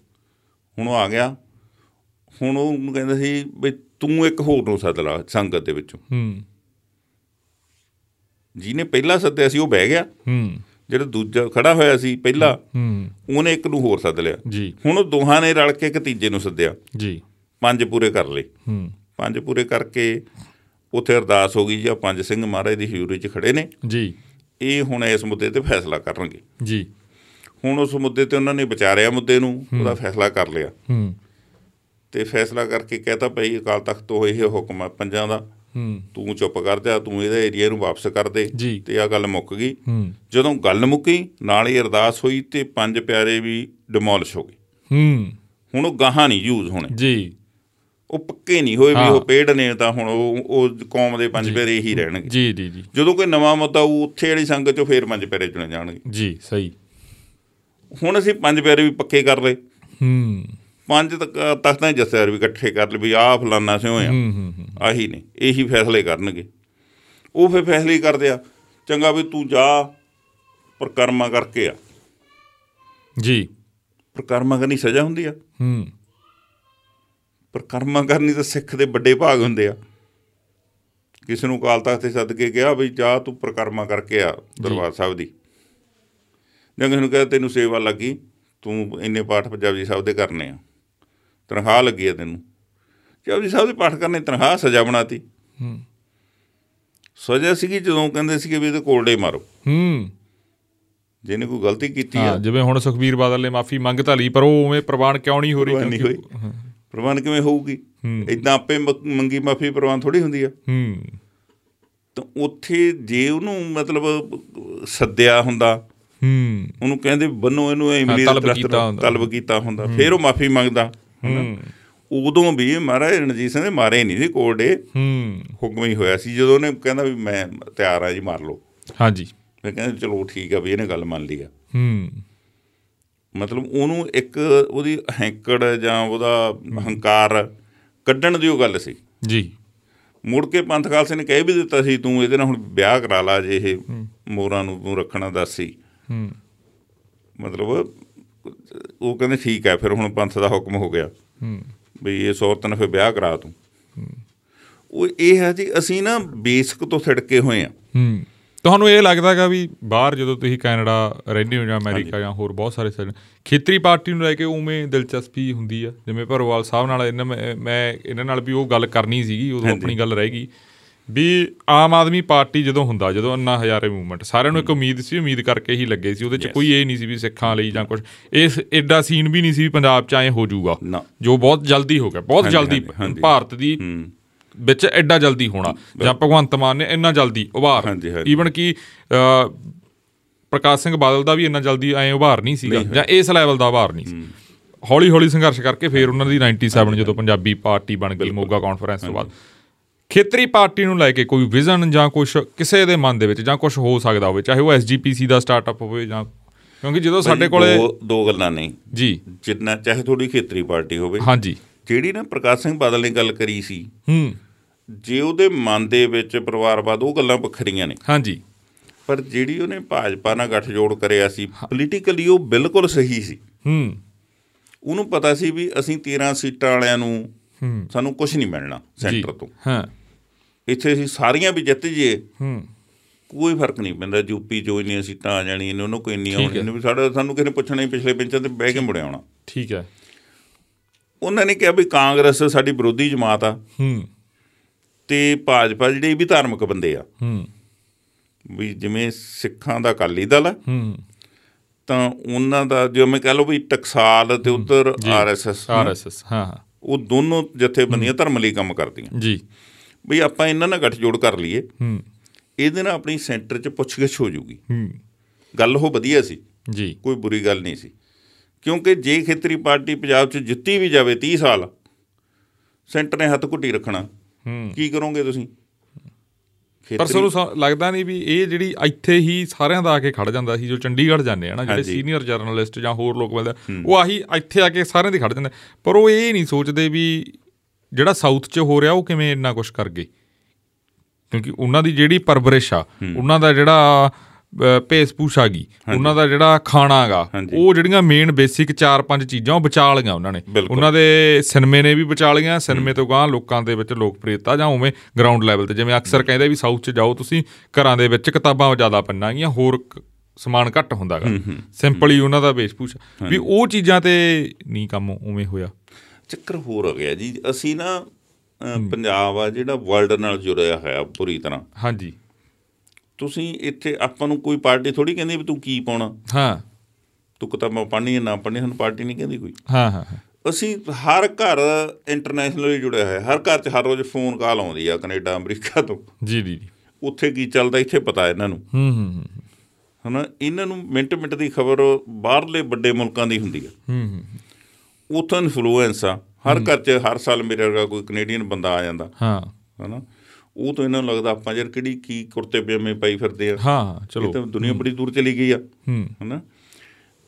B: ਹੁਣ ਉਹ ਆ ਗਿਆ ਹੁਣ ਉਹ ਕਹਿੰਦਾ ਸੀ ਵੀ ਤੂੰ ਇੱਕ ਹੋਰ ਨੂੰ ਸੱਦ ਲਾ ਸੰਗਤ ਦੇ ਵਿੱਚੋਂ
A: ਹੂੰ
B: ਜਿਹਨੇ ਪਹਿਲਾਂ ਸੱਦਿਆ ਸੀ ਉਹ ਬਹਿ ਗਿਆ
A: ਹੂੰ
B: ਜਿਹੜਾ ਦੂਜਾ ਖੜਾ ਹੋਇਆ ਸੀ ਪਹਿਲਾਂ
A: ਹੂੰ
B: ਉਹਨੇ ਇੱਕ ਨੂੰ ਹੋਰ ਸੱਦ ਲਿਆ
A: ਜੀ
B: ਹੁਣ ਉਹ ਦੋਹਾਂ ਨੇ ਰਲ ਕੇ ਇੱਕ ਤੀਜੇ ਨੂੰ ਸੱਦਿਆ
A: ਜੀ
B: ਪੰਜ ਪੂਰੇ ਕਰ ਲਏ
A: ਹੂੰ
B: ਪੰਜ ਪੂਰੇ ਕਰਕੇ ਉੱਥੇ ਅਰਦਾਸ ਹੋ ਗਈ ਜਾਂ ਪੰਜ ਸਿੰਘ ਮਹਾਰਾਜ ਦੀ ਹਜ਼ੂਰੀ 'ਚ ਖੜੇ ਨੇ
A: ਜੀ
B: ਇਹ ਹੁਣ ਇਸ ਮੁੱਦੇ ਤੇ ਫੈਸਲਾ ਕਰਨਗੇ
A: ਜੀ
B: ਹੁਣ ਉਸ ਮੁੱਦੇ ਤੇ ਉਹਨਾਂ ਨੇ ਵਿਚਾਰਿਆ ਮੁੱਦੇ ਨੂੰ ਉਹਦਾ ਫੈਸਲਾ ਕਰ ਲਿਆ
A: ਹੂੰ
B: ਤੇ ਫੈਸਲਾ ਕਰਕੇ ਕਹਿਤਾ ਭਈ ਅਕਾਲ ਤਖਤ ਤੋਂ ਇਹ ਹੁਕਮ ਹੈ ਪੰਜਾਂ ਦਾ
A: ਹੂੰ
B: ਤੂੰ ਚੁੱਪ ਕਰ ਜਾ ਤੂੰ ਇਹਦੇ ਏਰੀਆ ਨੂੰ ਵਾਪਸ ਕਰ ਦੇ
A: ਜੀ।
B: ਤੇ ਆ ਗੱਲ ਮੁੱਕ ਗਈ
A: ਹੂੰ
B: ਜਦੋਂ ਗੱਲ ਮੁੱਕੀ ਨਾਲ ਹੀ ਅਰਦਾਸ ਹੋਈ ਤੇ ਪੰਜ ਪਿਆਰੇ ਵੀ ਡਿਮੋਲਿਸ਼ ਹੋ ਗਏ
A: ਹੂੰ
B: ਹੁਣ ਉਹ ਗਾਹਾਂ ਨਹੀਂ ਯੂਜ਼ ਹੋਣੇ
A: ਜੀ
B: ਉਹ ਪੱਕੇ ਨਹੀਂ ਹੋਏ ਵੀ
A: ਹਾਂ।
B: ਉਹ ਪੇੜ ਨੇ ਤਾਂ ਹੁਣ ਉਹ ਉਹ ਕੌਮ ਦੇ ਪੰਜ ਪਿਆਰੇ ਹੀ ਰਹਿਣਗੇ
A: ਜੀ ਜੀ ਜੀ
B: ਜਦੋਂ ਕੋਈ ਨਵਾਂ ਮੁੱਦਾ ਉਹ ਉੱਥੇ ਵਾਲੀ ਸੰਗਤ ਚੋਂ ਫੇਰ ਪੰਜ ਪਿਆਰੇ ਚੁਣੇ ਜਾਣਗੇ
A: ਜੀ ਸਹੀ
B: ਹੁਣ ਅਸੀਂ ਪੰਜ ਪਿਆਰੇ ਵੀ ਪੱਕੇ ਕਰ ਲਏ
A: ਹੂੰ
B: ਪੰਜ ਤੱਕ ਤਖਤਾਂ 'ਚ ਜੱਸੇਦਾਰ ਵੀ ਇਕੱਠੇ ਕਰ ਲਏ ਵੀ ਆਹ ਫਲਾਨਾ ਸਿਉਂ ਆ
A: ਹੂੰ ਹੂੰ ਹੂੰ।
B: ਆਹੀ ਨੇ ਇਹੀ ਫੈਸਲੇ ਕਰਨਗੇ ਉਹ ਫਿਰ ਫੈਸਲੇ ਹੀ ਕਰਦੇ ਆ ਚੰਗਾ ਵੀ ਤੂੰ ਜਾ ਪ੍ਰਕਰਮਾ ਕਰਕੇ ਆ
A: ਜੀ
B: ਪ੍ਰਕਰਮਾ ਕਰਨੀ ਸਜ਼ਾ ਹੁੰਦੀ ਆ
A: ਹੂੰ
B: ਪ੍ਰਕਰਮਾ ਕਰਨੀ ਤਾਂ ਸਿੱਖ ਦੇ ਵੱਡੇ ਭਾਗ ਹੁੰਦੇ ਆ ਕਿਸੇ ਨੂੰ ਅਕਾਲ ਤਖਤ ਤੇ ਸੱਦ ਕੇ ਗਿਆ ਵੀ ਜਾ ਤੂੰ ਪ੍ਰਕਰਮਾ ਕਰਕੇ ਆ ਦਰਬਾਰ ਸਾਹਿਬ ਦੀ ਜਾਂ ਕਿਸੇ ਨੂੰ ਕਹਿੰਦਾ ਤੈਨੂੰ ਸੇਵਾ ਲੱਗੀ ਤੂੰ ਇੰਨੇ ਪਾਠ ਪੰਜਾਬੀ ਸਾਹਿਬ ਦੇ ਕਰਨੇ ਆ ਤਨਖਾਹ ਲੱਗੀ ਆ ਤੈਨੂੰ ਜਪਜੀ ਸਾਹਿਬ ਦੇ ਪਾਠ ਕਰਨੇ ਤਨਖਾਹ ਸਜ਼ਾ ਬਣਾਤੀ
A: ਹੂੰ
B: ਸਜ਼ਾ ਸੀਗੀ ਜਦੋਂ ਕਹਿੰਦੇ ਸੀਗੇ ਵੀ ਇਹਦੇ ਕੋਲਡੇ ਮਾਰੋ
A: ਹੂੰ
B: ਜਿਹਨੇ ਕੋਈ ਗਲਤੀ ਕੀਤੀ
A: ਹਾਂ
B: ਆ
A: ਜਿਵੇਂ ਹੁਣ ਸੁਖਬੀਰ ਬਾਦਲ ਨੇ ਮਾਫੀ ਮੰਗ ਤਾਂ ਲਈ ਪਰ ਉਹ ਉਵੇਂ ਪ੍ਰਵਾਨ ਕਿਉਂ ਨਹੀਂ ਹੋ ਰਹੀ
B: ਪ੍ਰਵਾਨ ਨਹੀਂ
A: ਕਿਉਂਕਿ- ਹਾਂ।
B: ਪ੍ਰਵਾਨ ਕਿਵੇਂ ਹੋਊਗੀ
A: ਹੂੰ।
B: ਇਦਾਂ ਆਪੇ ਮ- ਮੰਗੀ ਮਾਫੀ ਪ੍ਰਵਾਨ ਥੋੜੀ ਹੁੰਦੀ ਆ
A: ਹੂੰ
B: ਤਾਂ ਉੱਥੇ ਜੇ ਉਹਨੂੰ ਮਤਲਬ ਸੱਦਿਆ ਹੁੰਦਾ
A: ਹੂੰ
B: ਉਹਨੂੰ ਕਹਿੰਦੇ ਬੰਨੋ ਇਹਨੂੰ ਇਮਲੀ
A: ਹਾਂ, ਤਲਬ ਕੀਤਾ ਹੁੰਦਾ।
B: ਤਲਬ ਕੀਤਾ ਹੁੰਦਾ ਫਿਰ ਉਹ ਮਾਫੀ ਮੰਗਦਾ
A: ਹੂੰ
B: ਉਦੋਂ ਵੀ ਮਹਾਰਾਜ ਰਣਜੀਤ ਸਿੰਘ ਨੇ ਮਾਰੇ ਨਹੀਂ ਸੀ ਕੋਲਡੇ
A: ਹੂੰ
B: ਹੁਕਮ ਹੀ ਹੋਇਆ ਸੀ ਜਦੋਂ ਉਹਨੇ ਕਹਿੰਦਾ ਵੀ ਮੈਂ ਤਿਆਰ ਆ ਜੀ ਮਾਰ ਲਓ
A: ਹਾਂਜੀ
B: ਮੈਂ ਕਹਿੰਦਾ ਚਲੋ ਠੀਕ ਆ ਵੀ ਇਹਨੇ ਗੱਲ ਮੰਨ ਲਈ ਆ
A: ਹੂੰ
B: ਮਤਲਬ ਉਹਨੂੰ ਇੱਕ ਉਹਦੀ ਹੈਂਕੜ ਜਾਂ ਉਹਦਾ ਹੰਕਾਰ ਕੱਢਣ ਦੀ ਉਹ ਗੱਲ ਸੀ
A: ਜੀ
B: ਮੁੜ ਕੇ ਪੰਥ ਖਾਲਸੇ ਨੇ ਕਹਿ ਵੀ ਦਿੱਤਾ ਸੀ ਤੂੰ ਇਹਦੇ ਨਾਲ ਹੁਣ ਵਿਆਹ ਕਰਾ ਲਾ ਜੇ ਇਹ ਮੋਰਾਂ ਨੂੰ ਤੂੰ ਰੱਖਣਾ ਦੱਸੀ
A: ਹੂੰ
B: ਮਤਲਬ ਉਹ ਕਹਿੰਦੇ ਠੀਕ ਹੈ ਫਿਰ ਹੁਣ ਪੰਥ ਦਾ ਹੁਕਮ ਹੋ ਗਿਆ
A: ਹੂੰ
B: ਵੀ ਇਸ ਔਰਤ ਨੇ ਫਿਰ ਵਿਆਹ ਕਰਾ ਤੂੰ ਉਹ ਇਹ ਹੈ ਜੀ ਅਸੀਂ ਨਾ ਬੇਸਿਕ ਤੋਂ ਥਿੜਕੇ ਹੋਏ ਆ
A: ਹੂੰ ਤੁਹਾਨੂੰ ਇਹ ਲੱਗਦਾ ਹੈਗਾ ਵੀ ਬਾਹਰ ਜਦੋਂ ਤੁਸੀਂ ਕੈਨੇਡਾ ਰਹਿੰਦੇ ਹੋ ਜਾਂ ਅਮਰੀਕਾ ਜਾਂ ਹੋਰ ਬਹੁਤ ਸਾਰੇ ਸੈਲ ਖੇਤਰੀ ਪਾਰਟੀ ਨੂੰ ਲੈ ਕੇ ਉਵੇਂ ਦਿਲਚਸਪੀ ਹੁੰਦੀ ਆ ਜਿਵੇਂ ਭਰਵਾਲ ਸਾਹਿਬ ਨਾਲ ਇਹਨਾਂ ਮੈਂ- ਮੈਂ ਇਹਨਾਂ ਨਾਲ ਵੀ ਉਹ ਗੱਲ ਕਰਨੀ ਸੀਗੀ ਉਦੋਂ ਆਪਣੀ ਗੱਲ ਰਹਿ ਗਈ ਵੀ ਆਮ ਆਦਮੀ ਪਾਰਟੀ ਜਦੋਂ ਹੁੰਦਾ ਜਦੋਂ ਅੰਨਾ ਹਜ਼ਾਰੇ ਮੂਵਮੈਂਟ ਸਾਰਿਆਂ ਨੂੰ ਇੱਕ ਉਮੀਦ ਸੀ ਉਮੀਦ ਕਰਕੇ ਹੀ ਲੱਗੇ ਸੀ ਉਹਦੇ ਚ
B: Yes.
A: ਕੋਈ ਇਹ ਨਹੀਂ ਸੀ ਵੀ ਸਿੱਖਾਂ ਲਈ ਜਾਂ ਕੁਝ ਇਸ ਐਡਾ ਸੀਨ ਵੀ ਨਹੀਂ ਸੀ ਵੀ ਪੰਜਾਬ ਚ ਐ ਹੋ ਜਾਊਗਾ
B: ਨਾ।
A: ਜੋ ਬਹੁਤ ਜਲਦੀ ਹੋ ਗਿਆ ਬਹੁਤ
B: ਹਾਂਜੀ,
A: ਜਲਦੀ
B: ਹਾਂਜੀ, ਹਾਂਜੀ।
A: ਭਾਰਤ ਦੀ ਵਿੱਚ ਐਡਾ ਜਲਦੀ ਹੋਣਾ ਜਾਂ ਭਗਵੰਤ ਮਾਨ ਨੇ ਇੰਨਾ ਜਲਦੀ ਉਭਾਰ
B: ਹਾਂਜੀ, ਹਾਂਜੀ।
A: ਈਵਨ ਕਿ ਅਹ, ਪ੍ਰਕਾਸ਼ ਸਿੰਘ ਬਾਦਲ ਦਾ ਵੀ ਇੰਨਾ ਜਲਦੀ ਐ ਉਭਾਰ ਨਹੀਂ ਸੀਗਾ ਜਾਂ ਇਸ ਲੈਵਲ ਦਾ ਉਭਾਰ ਨਹੀਂ ਸੀ ਹੌਲੀ ਹੌਲੀ ਸੰਘਰਸ਼ ਕਰਕੇ ਫਿਰ ਉਹਨਾਂ ਦੀ 97 ਜਦੋਂ ਪੰਜਾਬੀ ਪਾਰਟੀ ਬਣ ਗਈ ਮੋਗਾ ਕਾਨਫਰੰਸ ਤੋਂ ਬਾਅਦ ਖੇਤਰੀ ਪਾਰਟੀ ਨੂੰ ਲੈ ਕੇ ਕੋਈ ਵਿਜ਼ਨ ਜਾਂ ਕੁਝ ਕਿਸੇ ਦੇ ਮਨ ਦੇ ਵਿੱਚ ਜਾਂ ਕੁਝ ਹੋ ਸਕਦਾ ਹੋਵੇ ਚਾਹੇ ਉਹ ਐਸਜੀਪੀਸੀ ਦਾ ਸਟਾਰਟਅਪ ਹੋਵੇ ਜਾਂ ਕਿਉਂਕਿ ਜਦੋਂ ਸਾਡੇ ਕੋਲੇ
B: ਦੋ- ਦੋ ਗੱਲਾਂ ਨੇ
A: ਜੀ
B: ਜਿੰਨਾ ਚਾਹੇ ਤੁਹਾਡੀ ਖੇਤਰੀ ਪਾਰਟੀ ਹੋਵੇ
A: ਹਾਂਜੀ
B: ਜਿਹੜੀ ਨਾ ਪ੍ਰਕਾਸ਼ ਸਿੰਘ ਬਾਦਲ ਨੇ ਗੱਲ ਕਰੀ ਸੀ
A: ਹੂੰ
B: ਜੇ ਉਹਦੇ ਮਨ ਦੇ ਵਿੱਚ ਪਰਿਵਾਰਵਾਦ ਉਹ ਗੱਲਾਂ ਵੱਖਰੀਆਂ ਨੇ
A: ਹਾਂਜੀ
B: ਪਰ ਜਿਹੜੀ ਉਹਨੇ ਭਾਜਪਾ ਨਾਲ ਗੱਠਜੋੜ ਕਰਿਆ ਸੀ ਪੋਲੀਟੀਕਲੀ ਉਹ ਬਿਲਕੁਲ ਸਹੀ ਸੀ
A: ਹੂੰ
B: ਉਹਨੂੰ ਪਤਾ ਸੀ ਵੀ ਅਸੀਂ 13 ਸੀਟਾਂ ਵਾਲਿਆਂ ਨੂੰ ਸਾਨੂੰ ਕੁਝ ਨਹੀਂ ਮਿਲਣਾ
A: ਜੀ
B: ਸੈਂਟਰ ਤੋਂ
A: ਹਾਂ
B: ਇੱਥੇ ਅਸੀਂ ਸਾਰੀਆਂ ਵੀ ਜਿੱਤ ਜੀਏ
A: ਹੂੰ
B: ਕੋਈ ਫਰਕ ਨਹੀਂ ਪੈਂਦਾ ਯੂਪੀ ਚੋਂ ਇੰਨੀਆਂ ਸੀਟਾਂ ਆ ਜਾਣੀਆਂ ਨੇ ਉਹਨਾਂ ਕੋਈ ਇੰਨੀ
A: ਠੀਕ ਹੈ।
B: ਆਉਣੀ ਨਹੀਂ ਸਾਡਾ ਸਾਨੂੰ ਕਿਸੇ ਨੇ ਪੁੱਛਣਾ ਹੀ ਪਿਛਲੇ ਪਿੰਚਾਂ ਤੇ ਬਹਿ ਕੇ ਮੁੜਿਆ ਆਉਣਾ
A: ਠੀਕ ਹੈ
B: ਉਹਨਾਂ ਨੇ ਕਿਹਾ ਵੀ ਕਾਂਗਰਸ ਸਾਡੀ ਵਿਰੋਧੀ ਜਮਾਤ ਆ
A: ਹੂੰ
B: ਤੇ ਭਾਜਪਾ ਜਿਹੜੇ ਇਹ ਵੀ ਧਾਰਮਿਕ ਬੰਦੇ ਆ
A: ਹੂੰ
B: ਵੀ ਜਿਵੇਂ ਸਿੱਖਾਂ ਦਾ ਅਕਾਲੀ ਦਲ ਆ
A: ਹੂੰ
B: ਤਾਂ ਉਹਨਾਂ ਦਾ ਜਿਵੇਂ ਕਹਿ ਲਓ ਵੀ ਟਕਸਾਲ ਤੇ ਉਧਰ ਆਰਐਸਐਸ
A: ਆਰਐਸਐਸ ਹਾਂ ਹਾਂ
B: ਉਹ ਦੋਨੋਂ ਜਥੇਬੰਦੀਆਂ ਧਰਮ ਲਈ ਕੰਮ ਕਰਦੀਆਂ
A: ਜੀ
B: ਵੀ ਆਪਾਂ ਇਹਨਾਂ ਨਾਲ ਗੱਠਜੋੜ ਕਰ ਲਈਏ
A: ਹੂੰ
B: ਇਹਦੇ ਨਾਲ ਆਪਣੀ ਸੈਂਟਰ 'ਚ ਪੁੱਛਗਿੱਛ ਹੋ ਜੂਗੀ
A: ਹੂੰ
B: ਗੱਲ ਉਹ ਵਧੀਆ ਸੀ
A: ਜੀ
B: ਕੋਈ ਬੁਰੀ ਗੱਲ ਨਹੀਂ ਸੀ ਕਿਉਂਕਿ ਜੇ ਖੇਤਰੀ ਪਾਰਟੀ ਪੰਜਾਬ 'ਚ ਜਿੱਤੀ ਵੀ ਜਾਵੇ 30 ਸਾਲ ਸੈਂਟਰ ਨੇ ਹੱਥ ਘੁੱਟੀ ਰੱਖਣਾ
A: ਹੂੰ
B: ਕੀ ਕਰੋਗੇ ਤੁਸੀਂ
A: ਪਰ
B: ਖੇਤਰੀ
A: ਸਾਨੂੰ ਸ- ਲੱਗਦਾ ਨਹੀਂ ਵੀ ਇਹ ਜਿਹੜੀ ਇੱਥੇ ਹੀ ਸਾਰਿਆਂ ਦਾ ਆ ਕੇ ਖੜ ਜਾਂਦਾ ਸੀ ਜੋ ਚੰਡੀਗੜ੍ਹ ਜਾਂਦੇ ਆ ਨਾ ਜਿਹੜੇ
B: ਹਾਂਜੀ।
A: ਸੀਨੀਅਰ ਜਰਨਲਿਸਟ ਜਾਂ ਹੋਰ ਲੋਕ ਮਿਲਦੇ ਆ, ਉਹ ਆਹੀ ਇੱਥੇ ਆ ਕੇ ਸਾਰਿਆਂ ਦੇ ਖੜ ਜਾਂਦੇ ਪਰ ਉਹ ਇਹ ਨਹੀਂ ਸੋਚਦੇ ਵੀ ਜਿਹੜਾ ਸਾਊਥ 'ਚ ਹੋ ਰਿਹਾ ਉਹ ਕਿਵੇਂ ਇੰਨਾ ਕੁਝ ਕਰ ਗਏ ਕਿਉਂਕਿ ਉਹਨਾਂ ਦੀ ਜਿਹੜੀ ਪਰਵਰਿਸ਼ ਆ ਉਹਨਾਂ ਦਾ ਜਿਹੜਾ ਅ, ਭੇਸ ਭੂਸ਼ ਆ ਗਈ ਉਹਨਾਂ ਦਾ ਜਿਹੜਾ ਖਾਣਾ ਗਾ
B: ਹਾਂਜੀ।
A: ਉਹ ਜਿਹੜੀਆਂ ਮੇਨ ਬੇਸਿਕ 4-5 ਚੀਜ਼ਾਂ ਉਹ ਬਚਾ ਲਈਆਂ ਉਹਨਾਂ ਨੇ
B: ਬਿਲਕੁਲ।
A: ਉਹਨਾਂ ਦੇ ਸਿਨੇਮੇ ਨੇ ਵੀ ਬਚਾ ਲਈਆਂ ਸਿਨੇਮੇ ਤੋਂ ਗਾਂ ਲੋਕਾਂ ਦੇ ਵਿੱਚ ਲੋਕਪ੍ਰਿਯਤਾ ਜਾਂ ਉਵੇਂ ਗਰਾਊਂਡ ਲੈਵਲ ਤੇ ਜਿਵੇਂ ਅਕਸਰ ਕਹਿੰਦੇ ਵੀ ਸਾਊਥ 'ਚ ਜਾਓ ਤੁਸੀਂ ਘਰਾਂ ਦੇ ਵਿੱਚ ਕਿਤਾਬਾਂ ਜ਼ਿਆਦਾ ਪੰਨਾਂਗੀਆਂ ਹੋਰ ਕ- ਸਮਾਨ ਘੱਟ ਹੁੰਦਾਗਾ ਸਿੰਪਲੀ ਉਹਨਾਂ ਦਾ ਵੇਸ਼ਭੂਸ਼ਾ ਵੀ ਉਹ ਚੀਜ਼ਾਂ ਤੇ ਨਹੀਂ ਕੰਮ ਉਵੇਂ ਹੋਇਆ
B: ਚੱਕਰ ਹੋਰ ਹੋ ਗਿਆ ਜੀ ਅਸੀਂ ਨਾ ਅ, ਪੰਜਾਬ ਆ ਜਿਹੜਾ ਵਰਲਡ ਨਾਲ ਜੁੜਿਆ ਹੋਇਆ ਪੂਰੀ ਤਰ੍ਹਾਂ
A: ਹਾਂਜੀ
B: ਤੁਸੀਂ ਇੱਥੇ ਆਪਾਂ ਨੂੰ ਕੋਈ ਪਾਰਟੀ ਥੋੜੀ ਕਹਿੰਦੀ ਵੀ ਤੂੰ ਕੀ ਪਾਉਣਾ
A: ਹਾਂ
B: ਤੂੰ ਕਿਤਾਬਾਂ ਪੜ੍ਹਨੀਆਂ ਨਾ ਪੜ੍ਹਨੀਆਂ ਸਾਨੂੰ ਪਾਰਟੀ ਨਹੀਂ ਕਹਿੰਦੀ ਕੋਈ
A: ਹਾਂ ਹਾਂ ਹਾਂ।
B: ਅਸੀਂ ਹਰ ਘਰ ਇੰਟਰਨੈਸ਼ਨਲੀ ਜੁੜਿਆ ਹੋਇਆ ਹਰ ਘਰ 'ਚ ਹਰ ਰੋਜ਼ ਫੋਨ ਕਾਲ ਆਉਂਦੀ ਆ ਕੈਨੇਡਾ ਅਮਰੀਕਾ ਤੋਂ
A: ਜੀ ਜੀ ਜੀ।
B: ਉੱਥੇ ਕੀ ਚੱਲਦਾ ਇੱਥੇ ਪਤਾ ਇਹਨਾਂ ਨੂੰ
A: ਹੂੰ ਹੂੰ ਹੂੰ
B: ਹਨਾ ਇਹਨਾਂ ਨੂੰ ਮਿੰਟ ਮਿੰਟ ਦੀ ਖਬਰ ਬਾਹਰਲੇ ਵੱਡੇ ਮੁਲਕਾਂ ਦੀ ਹੁੰਦੀ ਆ
A: ਹੂੰ ਹੂੰ
B: ਉੱਥੋਂ ਇਨਫਲੂਐਂਸ ਆ ਹਰ ਘਰ 'ਚ ਹਰ ਸਾਲ ਮੇਰੇ ਵਰਗਾ ਕੋਈ ਕੈਨੇਡੀਅਨ ਬੰਦਾ ਆ ਜਾਂਦਾ
A: ਹਾਂ
B: ਹਨਾ ਉਹ ਤੋਂ ਇਹਨਾਂ ਨੂੰ ਲੱਗਦਾ ਆਪਾਂ ਯਾਰ ਕਿਹੜੀ ਕੀ ਕੁਰਤੇ ਪਜਾਮੇ ਪਾਈ ਫਿਰਦੇ ਆ
A: ਹਾਂ
B: ਇਹ
A: ਚਲੋ
B: ਤਾਂ ਦੁਨੀਆ ਬੜੀ ਦੂਰ ਚਲੀ ਗਈ ਆ
A: ਹੂੰ
B: ਹਨਾ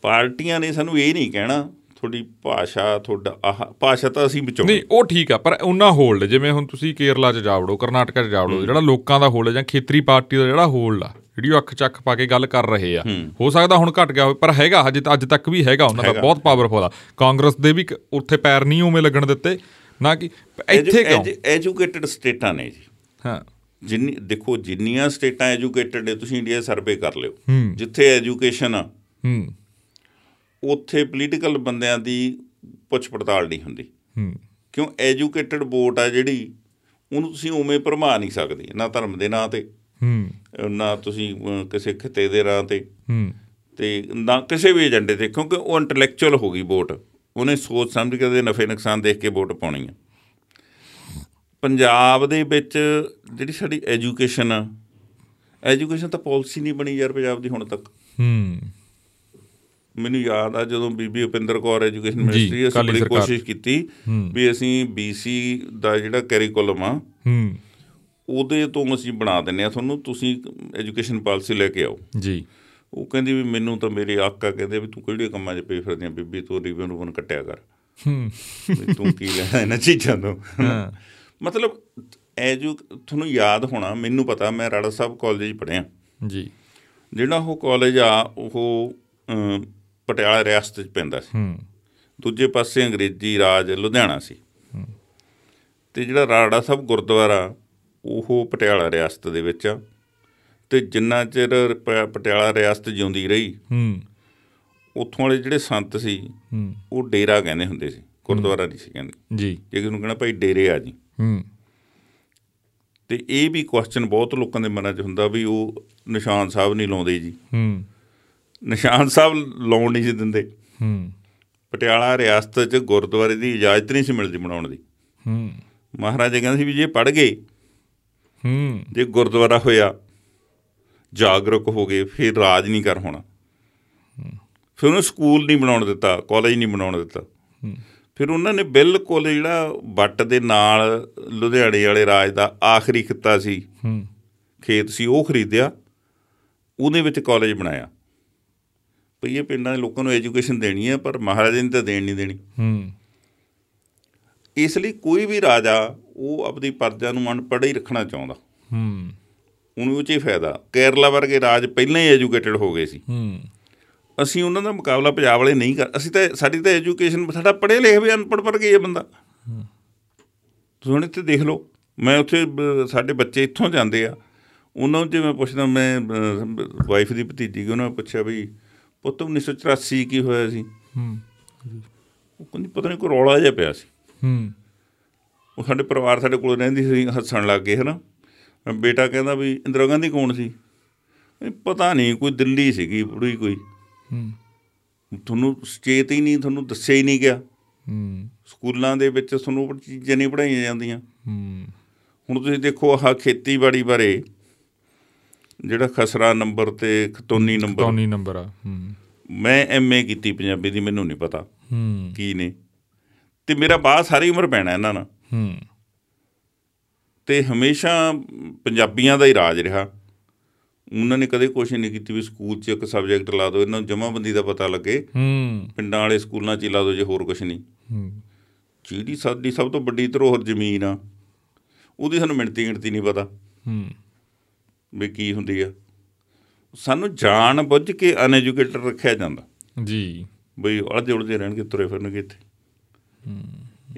B: ਪਾਰਟੀਆਂ ਨੇ ਸਾਨੂੰ ਇਹ ਨਹੀਂ ਕਹਿਣਾ ਤੁਹਾਡੀ ਭਾਸ਼ਾ ਤੁਹਾਡਾ ਆਹ ਭਾਸ਼ਾ ਤਾਂ ਅਸੀਂ ਵਿੱਚੋਂ
A: ਨਹੀਂ ਉਹ ਠੀਕ ਆ ਪਰ ਉਹਨਾਂ ਹੋਲਡ ਜਿਵੇਂ ਹੁਣ ਤੁਸੀਂ ਕੇਰਲਾ ਚ ਜਾ ਵੜੋ ਕਰਨਾਟਕਾ ਚ ਜਾ ਵੜੋ ਜਿਹੜਾ ਲੋਕਾਂ ਦਾ ਹੋਲਡ ਜਾਂ ਖੇਤਰੀ ਪਾਰਟੀ ਦਾ ਜਿਹੜਾ ਹੋਲਡ ਆ ਜਿਹੜੀ ਉਹ ਅੱਖ ਚੱਕ ਪਾ ਕੇ ਗੱਲ ਕਰ ਰਹੇ ਆ ਹੋ ਸਕਦਾ ਹੁਣ ਘਟ ਗਿਆ ਹੋਵੇ ਪਰ ਹੈਗਾ ਹਜੇ ਤਾਂ ਅੱਜ ਤੱਕ ਵੀ ਹੈਗਾ ਉਹਨਾਂ ਦਾ ਬਹੁਤ ਪਾਵਰਫੁਲ ਆ ਕਾਂਗਰਸ ਦੇ ਵੀ ਕ- ਉੱਥੇ ਪੈਰ ਨਹੀਂ ਉਵੇਂ ਲੱਗਣ ਦਿੱਤੇ ਨਾ ਕਿ ਇੱਥੇ ਕਿਉਂ
B: ਐਜੂਕੇਟਡ ਸਟੇਟਾਂ ਨੇ ਜੀ
A: ਹਾਂ
B: ਜਿੰਨੀ ਦੇਖੋ ਜਿੰਨੀਆਂ ਸਟੇਟਾਂ ਐਜੂਕੇਟਡ ਨੇ ਤੁਸੀਂ ਇੰਡੀਆ ਸਰਵੇ ਕਰ ਲਿਓ
A: ਹੂੰ।
B: ਜਿੱਥੇ ਐਜੂਕੇਸ਼ਨ ਆ
A: ਹੂੰ
B: ਉੱਥੇ ਪੋਲੀਟੀਕਲ ਬੰਦਿਆਂ ਦੀ ਪੁੱਛ ਪੜਤਾਲ ਨਹੀਂ ਹੁੰਦੀ
A: ਹੂੰ
B: ਕਿਉਂ ਐਜੂਕੇਟਡ ਵੋਟ ਆ ਜਿਹੜੀ ਉਹਨੂੰ ਤੁਸੀਂ ਉਵੇਂ ਭਰਮਾ ਨਹੀਂ ਸਕਦੇ ਨਾ ਧਰਮ ਦੇ ਨਾਂ ਤੇ
A: ਹੂੰ
B: ਨਾ ਤੁਸੀਂ ਅਹ, ਕਿਸੇ ਖਿੱਤੇ ਦੇ ਨਾਂ ਤੇ
A: ਹੂੰ
B: ਤੇ ਨਾ ਕਿਸੇ ਵੀ ਏਜੰਡੇ ਤੇ ਕਿਉਂਕਿ ਉਹ ਇੰਟੈਲੈਕਚੁਅਲ ਹੋ ਗਈ ਵੋਟ ਉਹਨੇ ਸੋਚ ਸਮਝ ਕੇ ਉਹਦੇ ਨਫੇ ਨੁਕਸਾਨ ਦੇਖ ਕੇ ਵੋਟ ਪਾਉਣੀ ਆ ਪੰਜਾਬ ਦੇ ਵਿੱਚ ਜਿਹੜੀ ਸਾਡੀ ਐਜੂਕੇਸ਼ਨ ਆ ਐਜੂਕੇਸ਼ਨ ਤਾਂ ਪਾਲਿਸੀ ਨਹੀਂ ਬਣੀ ਯਾਰ ਪੰਜਾਬ ਦੀ ਹੁਣ ਤੱਕ
A: ਹੂੰ
B: ਮੈਨੂੰ ਯਾਦ ਆ ਜਦੋਂ ਬੀਬੀ ਉਪਿੰਦਰ ਕੌਰ ਐਜੂਕੇਸ਼ਨ
A: ਜੀ,
B: ਮਿਨਿਸਟਰੀ ਅਸੀਂ
A: ਅਕਾਲੀ
B: ਬੜੀ
A: ਸਰਕਾਰ।
B: ਕੋਸ਼ਿਸ਼ ਕੀਤੀ ਵੀ ਅਸੀਂ ਬੀਸੀ ਦਾ ਜਿਹੜਾ ਕੈਰੀਕੁਲਮ ਆ
A: ਹੂੰ
B: ਉਹਦੇ ਤੋਂ ਅਸੀਂ ਬਣਾ ਦਿੰਨੇ ਆ ਤੁਹਾਨੂੰ ਤੁਸੀਂ ਐਜੂਕੇਸ਼ਨ ਪਾਲਿਸੀ ਲੈ ਕੇ ਆਓ
A: ਜੀ
B: ਉਹ ਕਹਿੰਦੀ ਵੀ ਮੈਨੂੰ ਤਾਂ ਮੇਰੇ ਆਕਾ ਕਹਿੰਦੇ ਵੀ ਤੂੰ ਕਿਹੜੇ ਕੰਮਾਂ 'ਚ ਪਈ ਫਿਰਦੀ ਆਂ ਬੀਬੀ ਤੂੰ ਰਿਬਨ ਰੂਬਨ ਕੱਟਿਆ ਕਰ
A: ਹੂੰ
B: ਵੀ ਤੂੰ ਕੀ ਲੈਣਾ ਇਹਨਾਂ ਚੀਜ਼ਾਂ ਤੋਂ
A: ਹਾਂ।
B: ਮਤਲਬ ਐਜੂ ਤੁਹਾਨੂੰ ਯਾਦ ਹੋਣਾ ਮੈਨੂੰ ਪਤਾ ਮੈਂ ਰਾੜਾ ਸਾਹਿਬ ਕਾਲਜ ਪੜ੍ਹਿਆ
A: ਜੀ
B: ਜਿਹੜਾ ਉਹ ਕਾਲਜ ਆ ਉਹ ਅਮ, ਪਟਿਆਲਾ ਰਿਆਸਤ 'ਚ ਪੈਂਦਾ ਸੀ
A: ਹੂੰ
B: ਦੂਜੇ ਪਾਸੇ ਅੰਗਰੇਜ਼ੀ ਰਾਜ ਲੁਧਿਆਣਾ ਸੀ ਤੇ ਜਿਹੜਾ ਰਾੜਾ ਸਾਹਿਬ ਗੁਰਦੁਆਰਾ ਉਹ ਪਟਿਆਲਾ ਰਿਆਸਤ ਦੇ ਵਿੱਚ ਆ ਤੇ ਜਿੰਨਾ ਚਿਰ ਪ- ਪਟਿਆਲਾ ਰਿਆਸਤ ਜਿਉਂਦੀ ਰਹੀ
A: ਹੂੰ
B: ਉੱਥੋਂ ਵਾਲੇ ਜਿਹੜੇ ਸੰਤ ਸੀ
A: ਹੂੰ
B: ਉਹ ਡੇਰਾ ਕਹਿੰਦੇ ਹੁੰਦੇ ਸੀ ਗੁਰਦੁਆਰਾ ਨਹੀਂ ਸੀ ਕਹਿੰਦੇ
A: ਜੀ
B: ਜੇ ਕਿਸੇ ਨੂੰ ਕਹਿਣਾ ਭਾਈ ਡੇਰੇ ਆ ਜੀ
A: ਹੂੰ
B: ਤੇ ਇਹ ਵੀ ਕੁਐਸਚਨ ਬਹੁਤ ਲੋਕਾਂ ਦੇ ਮਨਾਂ 'ਚ ਹੁੰਦਾ ਵੀ ਉਹ ਨਿਸ਼ਾਨ ਸਾਹਿਬ ਨਹੀਂ ਲਾਉਂਦੇ ਜੀ
A: ਹੂੰ
B: ਨਿਸ਼ਾਨ ਸਾਹਿਬ ਲਾਉਣ ਨਹੀਂ ਸੀ ਦਿੰਦੇ
A: ਹੂੰ
B: ਪਟਿਆਲਾ ਰਿਆਸਤ 'ਚ ਗੁਰਦੁਆਰੇ ਦੀ ਇਜਾਜ਼ਤ ਨਹੀਂ ਸੀ ਮਿਲਦੀ ਬਣਾਉਣ ਦੀ
A: ਹੂੰ
B: ਮਹਾਰਾਜਾ ਕਹਿੰਦੇ ਸੀ ਵੀ ਜੇ ਪੜ ਗਏ
A: ਹੂੰ
B: ਜੇ ਗੁਰਦੁਆਰਾ ਹੋਇਆ ਜਾਗਰੂਕ ਹੋ ਗਏ ਫਿਰ ਰਾਜ ਨਹੀਂ ਕਰ ਹੋਣਾ ਫਿਰ ਉਹਨੂੰ ਸਕੂਲ ਨਹੀਂ ਬਣਾਉਣ ਦਿੱਤਾ ਕਾਲਜ ਨਹੀਂ ਬਣਾਉਣ ਦਿੱਤਾ ਫਿਰ ਉਹਨਾਂ ਨੇ ਬਿਲਕੁਲ ਜਿਹੜਾ ਵੱਟ ਦੇ ਨਾਲ ਲੁਧਿਆਣੇ ਵਾਲੇ ਰਾਜ ਦਾ ਆਖਰੀ ਖਿੱਤਾ ਸੀ
A: ਹੂੰ
B: ਖੇਤ ਸੀ ਉਹ ਖਰੀਦਿਆ ਉਹਦੇ ਵਿੱਚ ਕਾਲਜ ਬਣਾਇਆ ਭਈ ਇਹ ਪਿੰਡਾਂ ਦੇ ਲੋਕਾਂ ਨੂੰ ਐਜੂਕੇਸ਼ਨ ਦੇਣੀ ਹੈ ਪਰ ਮਹਾਰਾਜੇ ਨੇ ਤਾਂ ਦੇਣ ਨਹੀਂ ਦੇਣੀ
A: ਹੂੰ
B: ਇਸ ਲਈ ਕੋਈ ਵੀ ਰਾਜਾ ਉਹ ਆਪਣੀ ਪਰਜਾ ਨੂੰ ਅਨਪੜ੍ਹ ਹੀ ਰੱਖਣਾ ਚਾਹੁੰਦਾ
A: ਹੂੰ
B: ਉਹਨੂੰ ਉਹ 'ਚ ਹੀ ਫਾਇਦਾ ਕੇਰਲਾ ਵਰਗੇ ਰਾਜ ਪਹਿਲਾਂ ਹੀ ਐਜੂਕੇਟਡ ਹੋ ਗਏ ਸੀ
A: ਹੂੰ
B: ਅਸੀਂ ਉਹਨਾਂ ਦਾ ਮੁਕਾਬਲਾ ਪੰਜਾਬ ਵਾਲੇ ਨਹੀਂ ਕਰ ਅਸੀਂ ਤਾਂ ਸਾਡੀ ਤਾਂ ਐਜੂਕੇਸ਼ਨ ਸਾਡਾ ਪੜ੍ਹੇ ਲਿਖੇ ਵੀ ਅਨਪੜ੍ਹ ਵਰਗੇ ਹੀ ਹੈ ਬੰਦਾ ਤੁਸੀਂ ਹੁਣ ਇੱਥੇ ਦੇਖ ਲਓ ਮੈਂ ਉੱਥੇ ਬ- ਸਾਡੇ ਬੱਚੇ ਇੱਥੋਂ ਜਾਂਦੇ ਆ ਉਹਨਾਂ ਨੂੰ ਜੇ ਮੈਂ ਪੁੱਛਦਾ ਮੈਂ ਵਾਈਫ ਦੀ ਭਤੀਜੀ ਕਿ ਉਹਨਾਂ ਨੂੰ ਪੁੱਛਿਆ ਵੀ ਪੁੱਤ 1984 ਕੀ ਹੋਇਆ ਸੀ
A: ਹੂੰ
B: ਉਹ ਕਹਿੰਦੀ ਪਤਾ ਨਹੀਂ ਕੋਈ ਰੌਲਾ ਜਿਹਾ ਪਿਆ ਸੀ
A: ਹੂੰ
B: ਉਹ ਸਾਡੇ ਪਰਿਵਾਰ ਸਾਡੇ ਕੋਲ ਰਹਿੰਦੀ ਸੀ ਹੱਸਣ ਲੱਗ ਗਏ ਹਨਾ ਬੇਟਾ ਕਹਿੰਦਾ ਵੀ ਇੰਦਰਾ ਗਾਂਧੀ ਕੌਣ ਸੀ ਇਹ ਪਤਾ ਨਹੀਂ ਕੋਈ ਦਿੱਲੀ ਸੀਗੀ ਬੁੜੀ ਕੋਈ
A: ਹੂੰ
B: ਤੁਹਾਨੂੰ ਸੁਚੇਤ ਹੀ ਨਹੀਂ ਤੁਹਾਨੂੰ ਦੱਸਿਆ ਹੀ ਨਹੀਂ ਗਿਆ
A: ਹੂੰ
B: ਸਕੂਲਾਂ ਦੇ ਵਿੱਚ ਤੁਹਾਨੂੰ ਉਹ ਚੀਜ਼ਾਂ ਨਹੀਂ ਪੜਾਈਆਂ ਜਾਂਦੀਆਂ
A: ਹੂੰ
B: ਹੁਣ ਤੁਸੀਂ ਦੇਖੋ ਆਹ ਖੇਤੀਬਾੜੀ ਬਾਰੇ ਜਿਹੜਾ ਖਸਰਾ ਨੰਬਰ ਤੇ ਖਤੋਨੀ ਨੰਬਰ
A: ਟੌਨੀ ਨੰਬਰ ਆ ਹੂੰ
B: ਮੈਂ ਐਮਏ ਕੀਤੀ ਪੰਜਾਬੀ ਦੀ ਮੈਨੂੰ ਨਹੀਂ ਪਤਾ
A: ਹੂੰ
B: ਕੀ ਨੇ ਤੇ ਮੇਰਾ ਬਾਅਦ ਸਾਰੀ ਉਮਰ ਪੈਣਾ ਇਹਨਾਂ ਨਾਲ
A: ਹੂੰ
B: ਤੇ ਹਮੇਸ਼ਾ ਪੰਜਾਬੀਆਂ ਦਾ ਹੀ ਰਾਜ ਰਿਹਾ ਉਹਨਾਂ ਨੇ ਕਦੇ ਕੋਸ਼ਿਸ਼ ਨਹੀਂ ਕੀਤੀ ਵੀ ਸਕੂਲ 'ਚ ਇੱਕ ਸਬਜੈਕਟ ਲਾ ਦਿਓ ਇਹਨਾਂ ਨੂੰ ਜਮ੍ਹਾਂਬੰਦੀ ਦਾ ਪਤਾ ਲੱਗੇ
A: ਹੂੰ
B: ਪਿੰਡਾਂ ਵਾਲੇ ਸਕੂਲਾਂ 'ਚ ਹੀ ਲਾ ਦਿਓ ਜੇ ਹੋਰ ਕੁਝ ਨਹੀਂ
A: ਹੂੰ
B: ਜਿਹੜੀ ਸਾਡੀ ਸਭ ਤੋਂ ਵੱਡੀ ਧਰੋਹਰ ਜ਼ਮੀਨ ਆ ਉਹਦੀ ਸਾਨੂੰ ਮਿਣਤੀ ਗਿਣਤੀ ਨਹੀਂ ਪਤਾ
A: ਹੂੰ
B: ਵੀ ਕੀ ਹੁੰਦੀ ਆ ਸਾਨੂੰ ਜਾਣ ਬੁੱਝ ਕੇ ਅਨਐਜੂਕੇਟਡ ਰੱਖਿਆ ਜਾਂਦਾ
A: ਜੀ
B: ਬਈ ਅੜਦੇ ਉੜਦੇ ਰਹਿਣਗੇ ਤੁਰੇ ਫਿਰਨਗੇ ਇੱਥੇ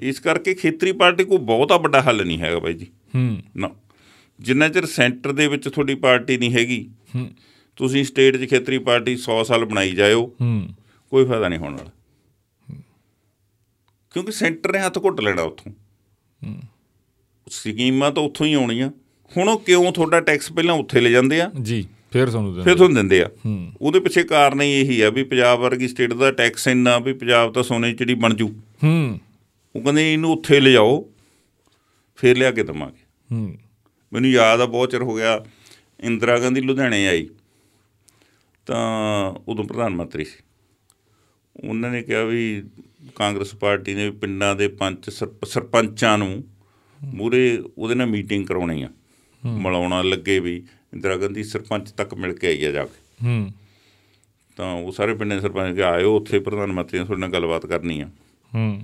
B: ਇਸ ਕਰਕੇ ਖੇਤਰੀ ਪਾਰਟੀ ਕੋਈ ਬਹੁਤਾ ਵੱਡਾ ਹੱਲ ਨਹੀਂ ਹੈਗਾ ਬਾਈ ਜੀ
A: ਹੂੰ
B: ਨਾ ਜਿੰਨਾ ਚਿਰ ਸੈਂਟਰ ਦੇ ਵਿੱਚ ਤੁਹਾਡੀ ਪਾਰਟੀ ਨਹੀਂ ਹੈਗੀ
A: ਹੂੰ
B: ਤੁਸੀਂ ਸਟੇਟ 'ਚ ਖੇਤਰੀ ਪਾਰਟੀ 100 ਸਾਲ ਬਣਾਈ ਜਾਇਓ
A: ਹੂੰ
B: ਕੋਈ ਫਾਇਦਾ ਨਹੀਂ ਹੋਣ ਵਾਲਾ ਕਿਉਂਕਿ ਸੈਂਟਰ ਨੇ ਹੱਥ ਘੁੱਟ ਲੈਣਾ ਉੱਥੋਂ ਸਕੀਮਾਂ ਤਾਂ ਉੱਥੋਂ ਹੀ ਆਉਣੀਆਂ ਹੁਣ ਉਹ ਕਿਉਂ ਤੁਹਾਡਾ ਟੈਕਸ ਪਹਿਲਾਂ ਉੱਥੇ ਲੈ ਜਾਂਦੇ ਆ
A: ਜੀ ਫੇਰ ਤੁਹਾਨੂੰ
B: ਫਿਰ
A: ਦਿੰਦੇ
B: ਤੁਹਾਨੂੰ ਦਿੰਦੇ ਆ
A: ਹੂੰ
B: ਉਹਦੇ ਪਿੱਛੇ ਕਾਰਨ ਹੀ ਇਹੀ ਆ ਵੀ ਪੰਜਾਬ ਵਰਗੀ ਸਟੇਟ ਦਾ ਟੈਕਸ ਇੰਨਾ ਵੀ ਪੰਜਾਬ ਤਾਂ ਸੋਨੇ ਦੀ ਚਿੜੀ ਬਣ ਜੂ
A: ਹੂੰ
B: ਉਹ ਕਹਿੰਦੇ ਇਹਨੂੰ ਉੱਥੇ ਲਿਜਾਓ ਫੇਰ ਲਿਆ ਕੇ ਦਵਾਂਗੇ
A: ਹੂੰ
B: ਮੈਨੂੰ ਯਾਦ ਆ ਬਹੁਤ ਚਿਰ ਹੋ ਗਿਆ ਇੰਦਰਾ ਗਾਂਧੀ ਲੁਧਿਆਣੇ ਆਈ ਤਾਂ ਉਦੋਂ ਪ੍ਰਧਾਨ ਮੰਤਰੀ ਸੀ ਉਹਨਾਂ ਨੇ ਕਿਹਾ ਵੀ ਕਾਂਗਰਸ ਪਾਰਟੀ ਨੇ ਵੀ ਪਿੰਡਾਂ ਦੇ ਪੰਚ ਸਰਪ- ਸਰਪੰਚਾਂ ਨੂੰ ਮੂਰੇ ਉਹਦੇ ਨਾਲ ਮੀਟਿੰਗ ਕਰਾਉਣੀ ਆ ਮਿਲਾਉਣਾ ਲੱਗੇ ਵੀ ਇੰਦਰਾ ਗਾਂਧੀ ਸਰਪੰਚ ਤੱਕ ਮਿਲ ਕੇ ਆਈ ਆ ਜਾ ਕੇ
A: ਹੂੰ
B: ਤਾਂ ਉਹ ਸਾਰੇ ਪਿੰਡ ਦੇ ਸਰਪੰਚ ਕਿ ਆਇਓ ਉੱਥੇ ਪ੍ਰਧਾਨ ਮੰਤਰੀ ਨੇ ਤੁਹਾਡੇ ਨਾਲ ਗੱਲਬਾਤ ਕਰਨੀ ਆ
A: ਹੂੰ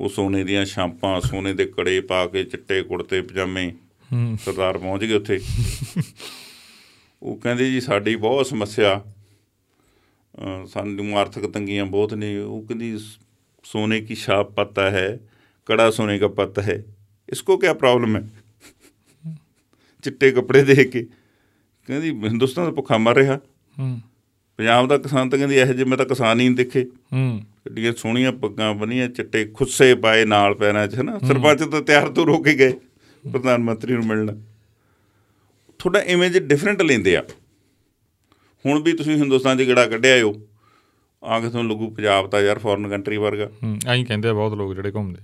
B: ਉਹ ਸੋਨੇ ਦੀਆਂ ਛਾਂਪਾਂ ਸੋਨੇ ਦੇ ਕੜੇ ਪਾ ਕੇ ਚਿੱਟੇ ਕੁੜਤੇ ਪਜਾਮੇ
A: ਹੂੰ
B: ਸਰਦਾਰ ਪਹੁੰਚ ਗਏ ਉੱਥੇ ਉਹ ਕਹਿੰਦੇ ਜੀ ਸਾਡੀ ਬਹੁਤ ਸਮੱਸਿਆ ਅ, ਸਾਨੂੰ ਆਰਥਿਕ ਤੰਗੀਆਂ ਬਹੁਤ ਨੇ ਉਹ ਕਹਿੰਦੀ ਸ- ਸੋਨੇ ਕੀ ਛਾਪ ਪਤਾ ਹੈ ਕੜਾ ਸੋਨੇ ਦਾ ਪਤਾ ਹੈ ਇਸਕੋ ਕੀ ਪ੍ਰੋਬਲਮ ਹੈ ਚਿੱਟੇ ਕੱਪੜੇ ਦੇ ਕੇ ਕਹਿੰਦੀ ਹਿੰਦੁਸਤਾਨ ਦਾ ਭੁੱਖਾ ਮਰ ਰਿਹਾ
A: ਹੂੰ
B: ਪੰਜਾਬ ਦਾ ਕਿਸਾਨ ਤਾਂ ਕਹਿੰਦੀ ਇਹੋ ਜਿਹੇ ਮੈਂ ਤਾਂ ਕਿਸਾਨ ਹੀ ਨਹੀਂ ਦੇਖੇ
A: ਹੂੰ
B: ਕਿੱਡੀਆਂ ਸੋਹਣੀਆਂ ਪੱਗਾਂ ਬੰਨੀਆਂ ਚਿੱਟੇ ਖੁੱਸੇ ਪਾਏ ਨਾਲ ਪੈਰਾਂ 'ਚ ਹਨਾ ਸਰਪੰਚ ਤਾਂ ਤਿਆਰ ਤੋਂ ਰੋ ਕੇ ਗਏ ਪ੍ਰਧਾਨ ਮੰਤਰੀ ਨੂੰ ਮਿਲਣ ਤੁਹਾਡਾ ਇਮੇਜ ਡਿਫਰੈਂਟ ਲੈਂਦੇ ਆ ਹੁਣ ਵੀ ਤੁਸੀਂ ਹਿੰਦੁਸਤਾਨ 'ਚ ਗੇੜਾ ਕੱਢਿਆ ਹੋ ਆ ਕੇ ਤੁਹਾਨੂੰ ਲੱਗੂ ਪੰਜਾਬ ਤਾਂ ਯਾਰ ਫੋਰਨ ਕੰਟਰੀ ਵਰਗਾ
A: ਹੂੰ ਐਂ ਕਹਿੰਦੇ ਆ ਬਹੁਤ ਲੋਕ ਜਿਹੜੇ ਘੁੰਮਦੇ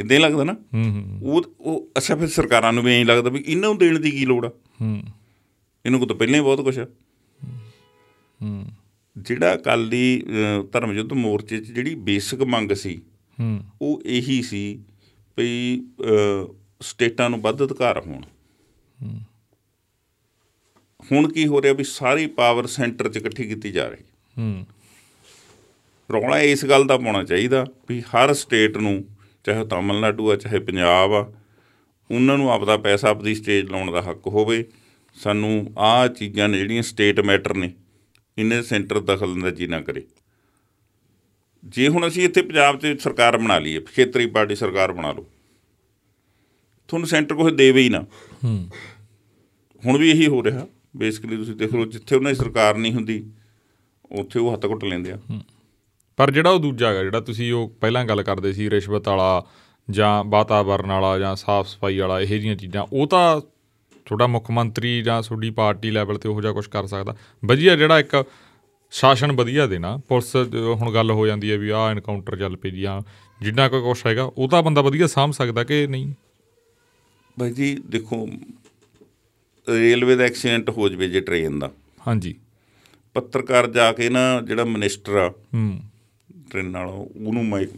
B: ਇਦਾਂ ਹੀ ਲੱਗਦਾ ਨਾ
A: ਹੂੰ ਹੂੰ
B: ਉਹ ਉਹ ਅੱਛਾ ਫਿਰ ਸਰਕਾਰਾਂ ਨੂੰ ਵੀ ਐਂ ਲੱਗਦਾ ਵੀ ਇਹਨਾਂ ਨੂੰ ਦੇਣ ਦੀ ਕੀ ਲੋੜ ਆ
A: ਹੂੰ
B: ਇਹਨੂੰ ਕੋਲ ਤਾਂ ਪਹਿਲਾਂ ਹੀ ਬਹੁਤ ਕੁਝ ਆ
A: ਹੂੰ
B: ਜਿਹੜਾ ਅਕਾਲੀ ਅ, ਧਰਮ ਯੁੱਧ ਮੋਰਚੇ 'ਚ ਜਿਹੜੀ ਬੇਸਿਕ ਮੰਗ ਸੀ
A: ਹੂੰ
B: ਉਹ ਇਹੀ ਸੀ ਵੀ ਅ, ਸਟੇਟਾਂ ਨੂੰ ਵੱਧ ਅਧਿਕਾਰ ਹੋਣ ਹੁਣ ਕੀ ਹੋ ਰਿਹਾ ਵੀ ਸਾਰੀ ਪਾਵਰ ਸੈਂਟਰ 'ਚ ਇਕੱਠੀ ਕੀਤੀ ਜਾ ਰਹੀ
A: ਹੂੰ
B: ਰੌਲਾ ਇਸ ਗੱਲ ਦਾ ਪਾਉਣਾ ਚਾਹੀਦਾ ਵੀ ਹਰ ਸਟੇਟ ਨੂੰ ਚਾਹੇ ਉਹ ਤਾਮਿਲਨਾਡੂ ਆ ਚਾਹੇ ਪੰਜਾਬ ਆ ਉਹਨਾਂ ਨੂੰ ਆਪਦਾ ਪੈਸਾ ਆਪਦੀ ਸਟੇਜ ਲਾਉਣ ਦਾ ਹੱਕ ਹੋਵੇ ਸਾਨੂੰ ਆਹ ਚੀਜ਼ਾਂ ਨੇ ਜਿਹੜੀਆਂ ਸਟੇਟ ਮੈਟਰ ਨੇ ਇਹਨੇ ਸੈਂਟਰ ਦਖਲ ਅੰਦਾਜ਼ੀ ਨਾ ਕਰੇ ਜੇ ਹੁਣ ਅਸੀਂ ਇੱਥੇ ਪੰਜਾਬ 'ਚ ਸਰਕਾਰ ਬਣਾ ਲਈਏ ਖੇਤਰੀ ਪਾਰਟੀ ਸਰਕਾਰ ਬਣਾ ਲਓ ਤੁਹਾਨੂੰ ਸੈਂਟਰ ਕੁਛ ਦੇਵੇ ਹੀ ਨਾ
A: ਹੂੰ
B: ਹੁਣ ਵੀ ਇਹੀ ਹੋ ਰਿਹਾ ਬੇਸਿਕਲੀ ਤੁਸੀਂ ਦੇਖ ਲਓ ਜਿੱਥੇ ਉਹਨਾਂ ਦੀ ਸਰਕਾਰ ਨਹੀਂ ਹੁੰਦੀ ਉੱਥੇ ਉਹ ਹੱਥ ਘੁੱਟ ਲੈਂਦੇ ਆ
A: ਪਰ ਜਿਹੜਾ ਉਹ ਦੂਜਾ ਹੈਗਾ ਜਿਹੜਾ ਤੁਸੀਂ ਉਹ ਪਹਿਲਾਂ ਗੱਲ ਕਰਦੇ ਸੀ ਰਿਸ਼ਵਤ ਵਾਲਾ ਜਾਂ ਵਾਤਾਵਰਣ ਵਾਲਾ ਜਾਂ ਸਾਫ਼ ਸਫਾਈ ਵਾਲਾ ਇਹੋ ਜਿਹੀਆਂ ਚੀਜ਼ਾਂ ਉਹ ਤਾਂ ਤੁਹਾਡਾ ਮੁੱਖ ਮੰਤਰੀ ਜਾਂ ਤੁਹਾਡੀ ਪਾਰਟੀ ਲੈਵਲ ਤੇ ਉਹੋ ਜਿਹਾ ਕੁਝ ਕਰ ਸਕਦਾ ਵਧੀਆ ਜਿਹੜਾ ਇੱਕ ਸ਼ਾਸਨ ਵਧੀਆ ਦੇਣਾ ਪੁਲਿਸ ਜੋ ਹੁਣ ਗੱਲ ਹੋ ਜਾਂਦੀ ਹੈ ਵੀ ਆਹ ਐਨਕਾਊਂਟਰ ਚੱਲ ਪਈ ਜਾਂ ਜਿੰਨਾ ਕੋਈ ਕੁਛ ਹੈਗਾ ਉਹ ਤਾਂ ਬੰਦਾ ਵਧੀਆ ਸਾਂਭ ਸਕਦਾ ਕਿ ਨਹੀਂ
B: ਬਾਈ ਜੀ ਦੇਖੋ ਰੇਲਵੇ ਦਾ ਐਕਸੀਡੈਂਟ ਹੋ ਜਵੇ ਜੇ ਟ੍ਰੇਨ ਦਾ
A: ਹਾਂਜੀ
B: ਪੱਤਰਕਾਰ ਜਾ ਕੇ ਨਾ ਜਿਹੜਾ ਮਿਨਿਸਟਰ ਆ
A: ਹੂੰ
B: ਟ੍ਰੇਨ ਨਾਲ ਉਹਨੂੰ ਮਾਈਕ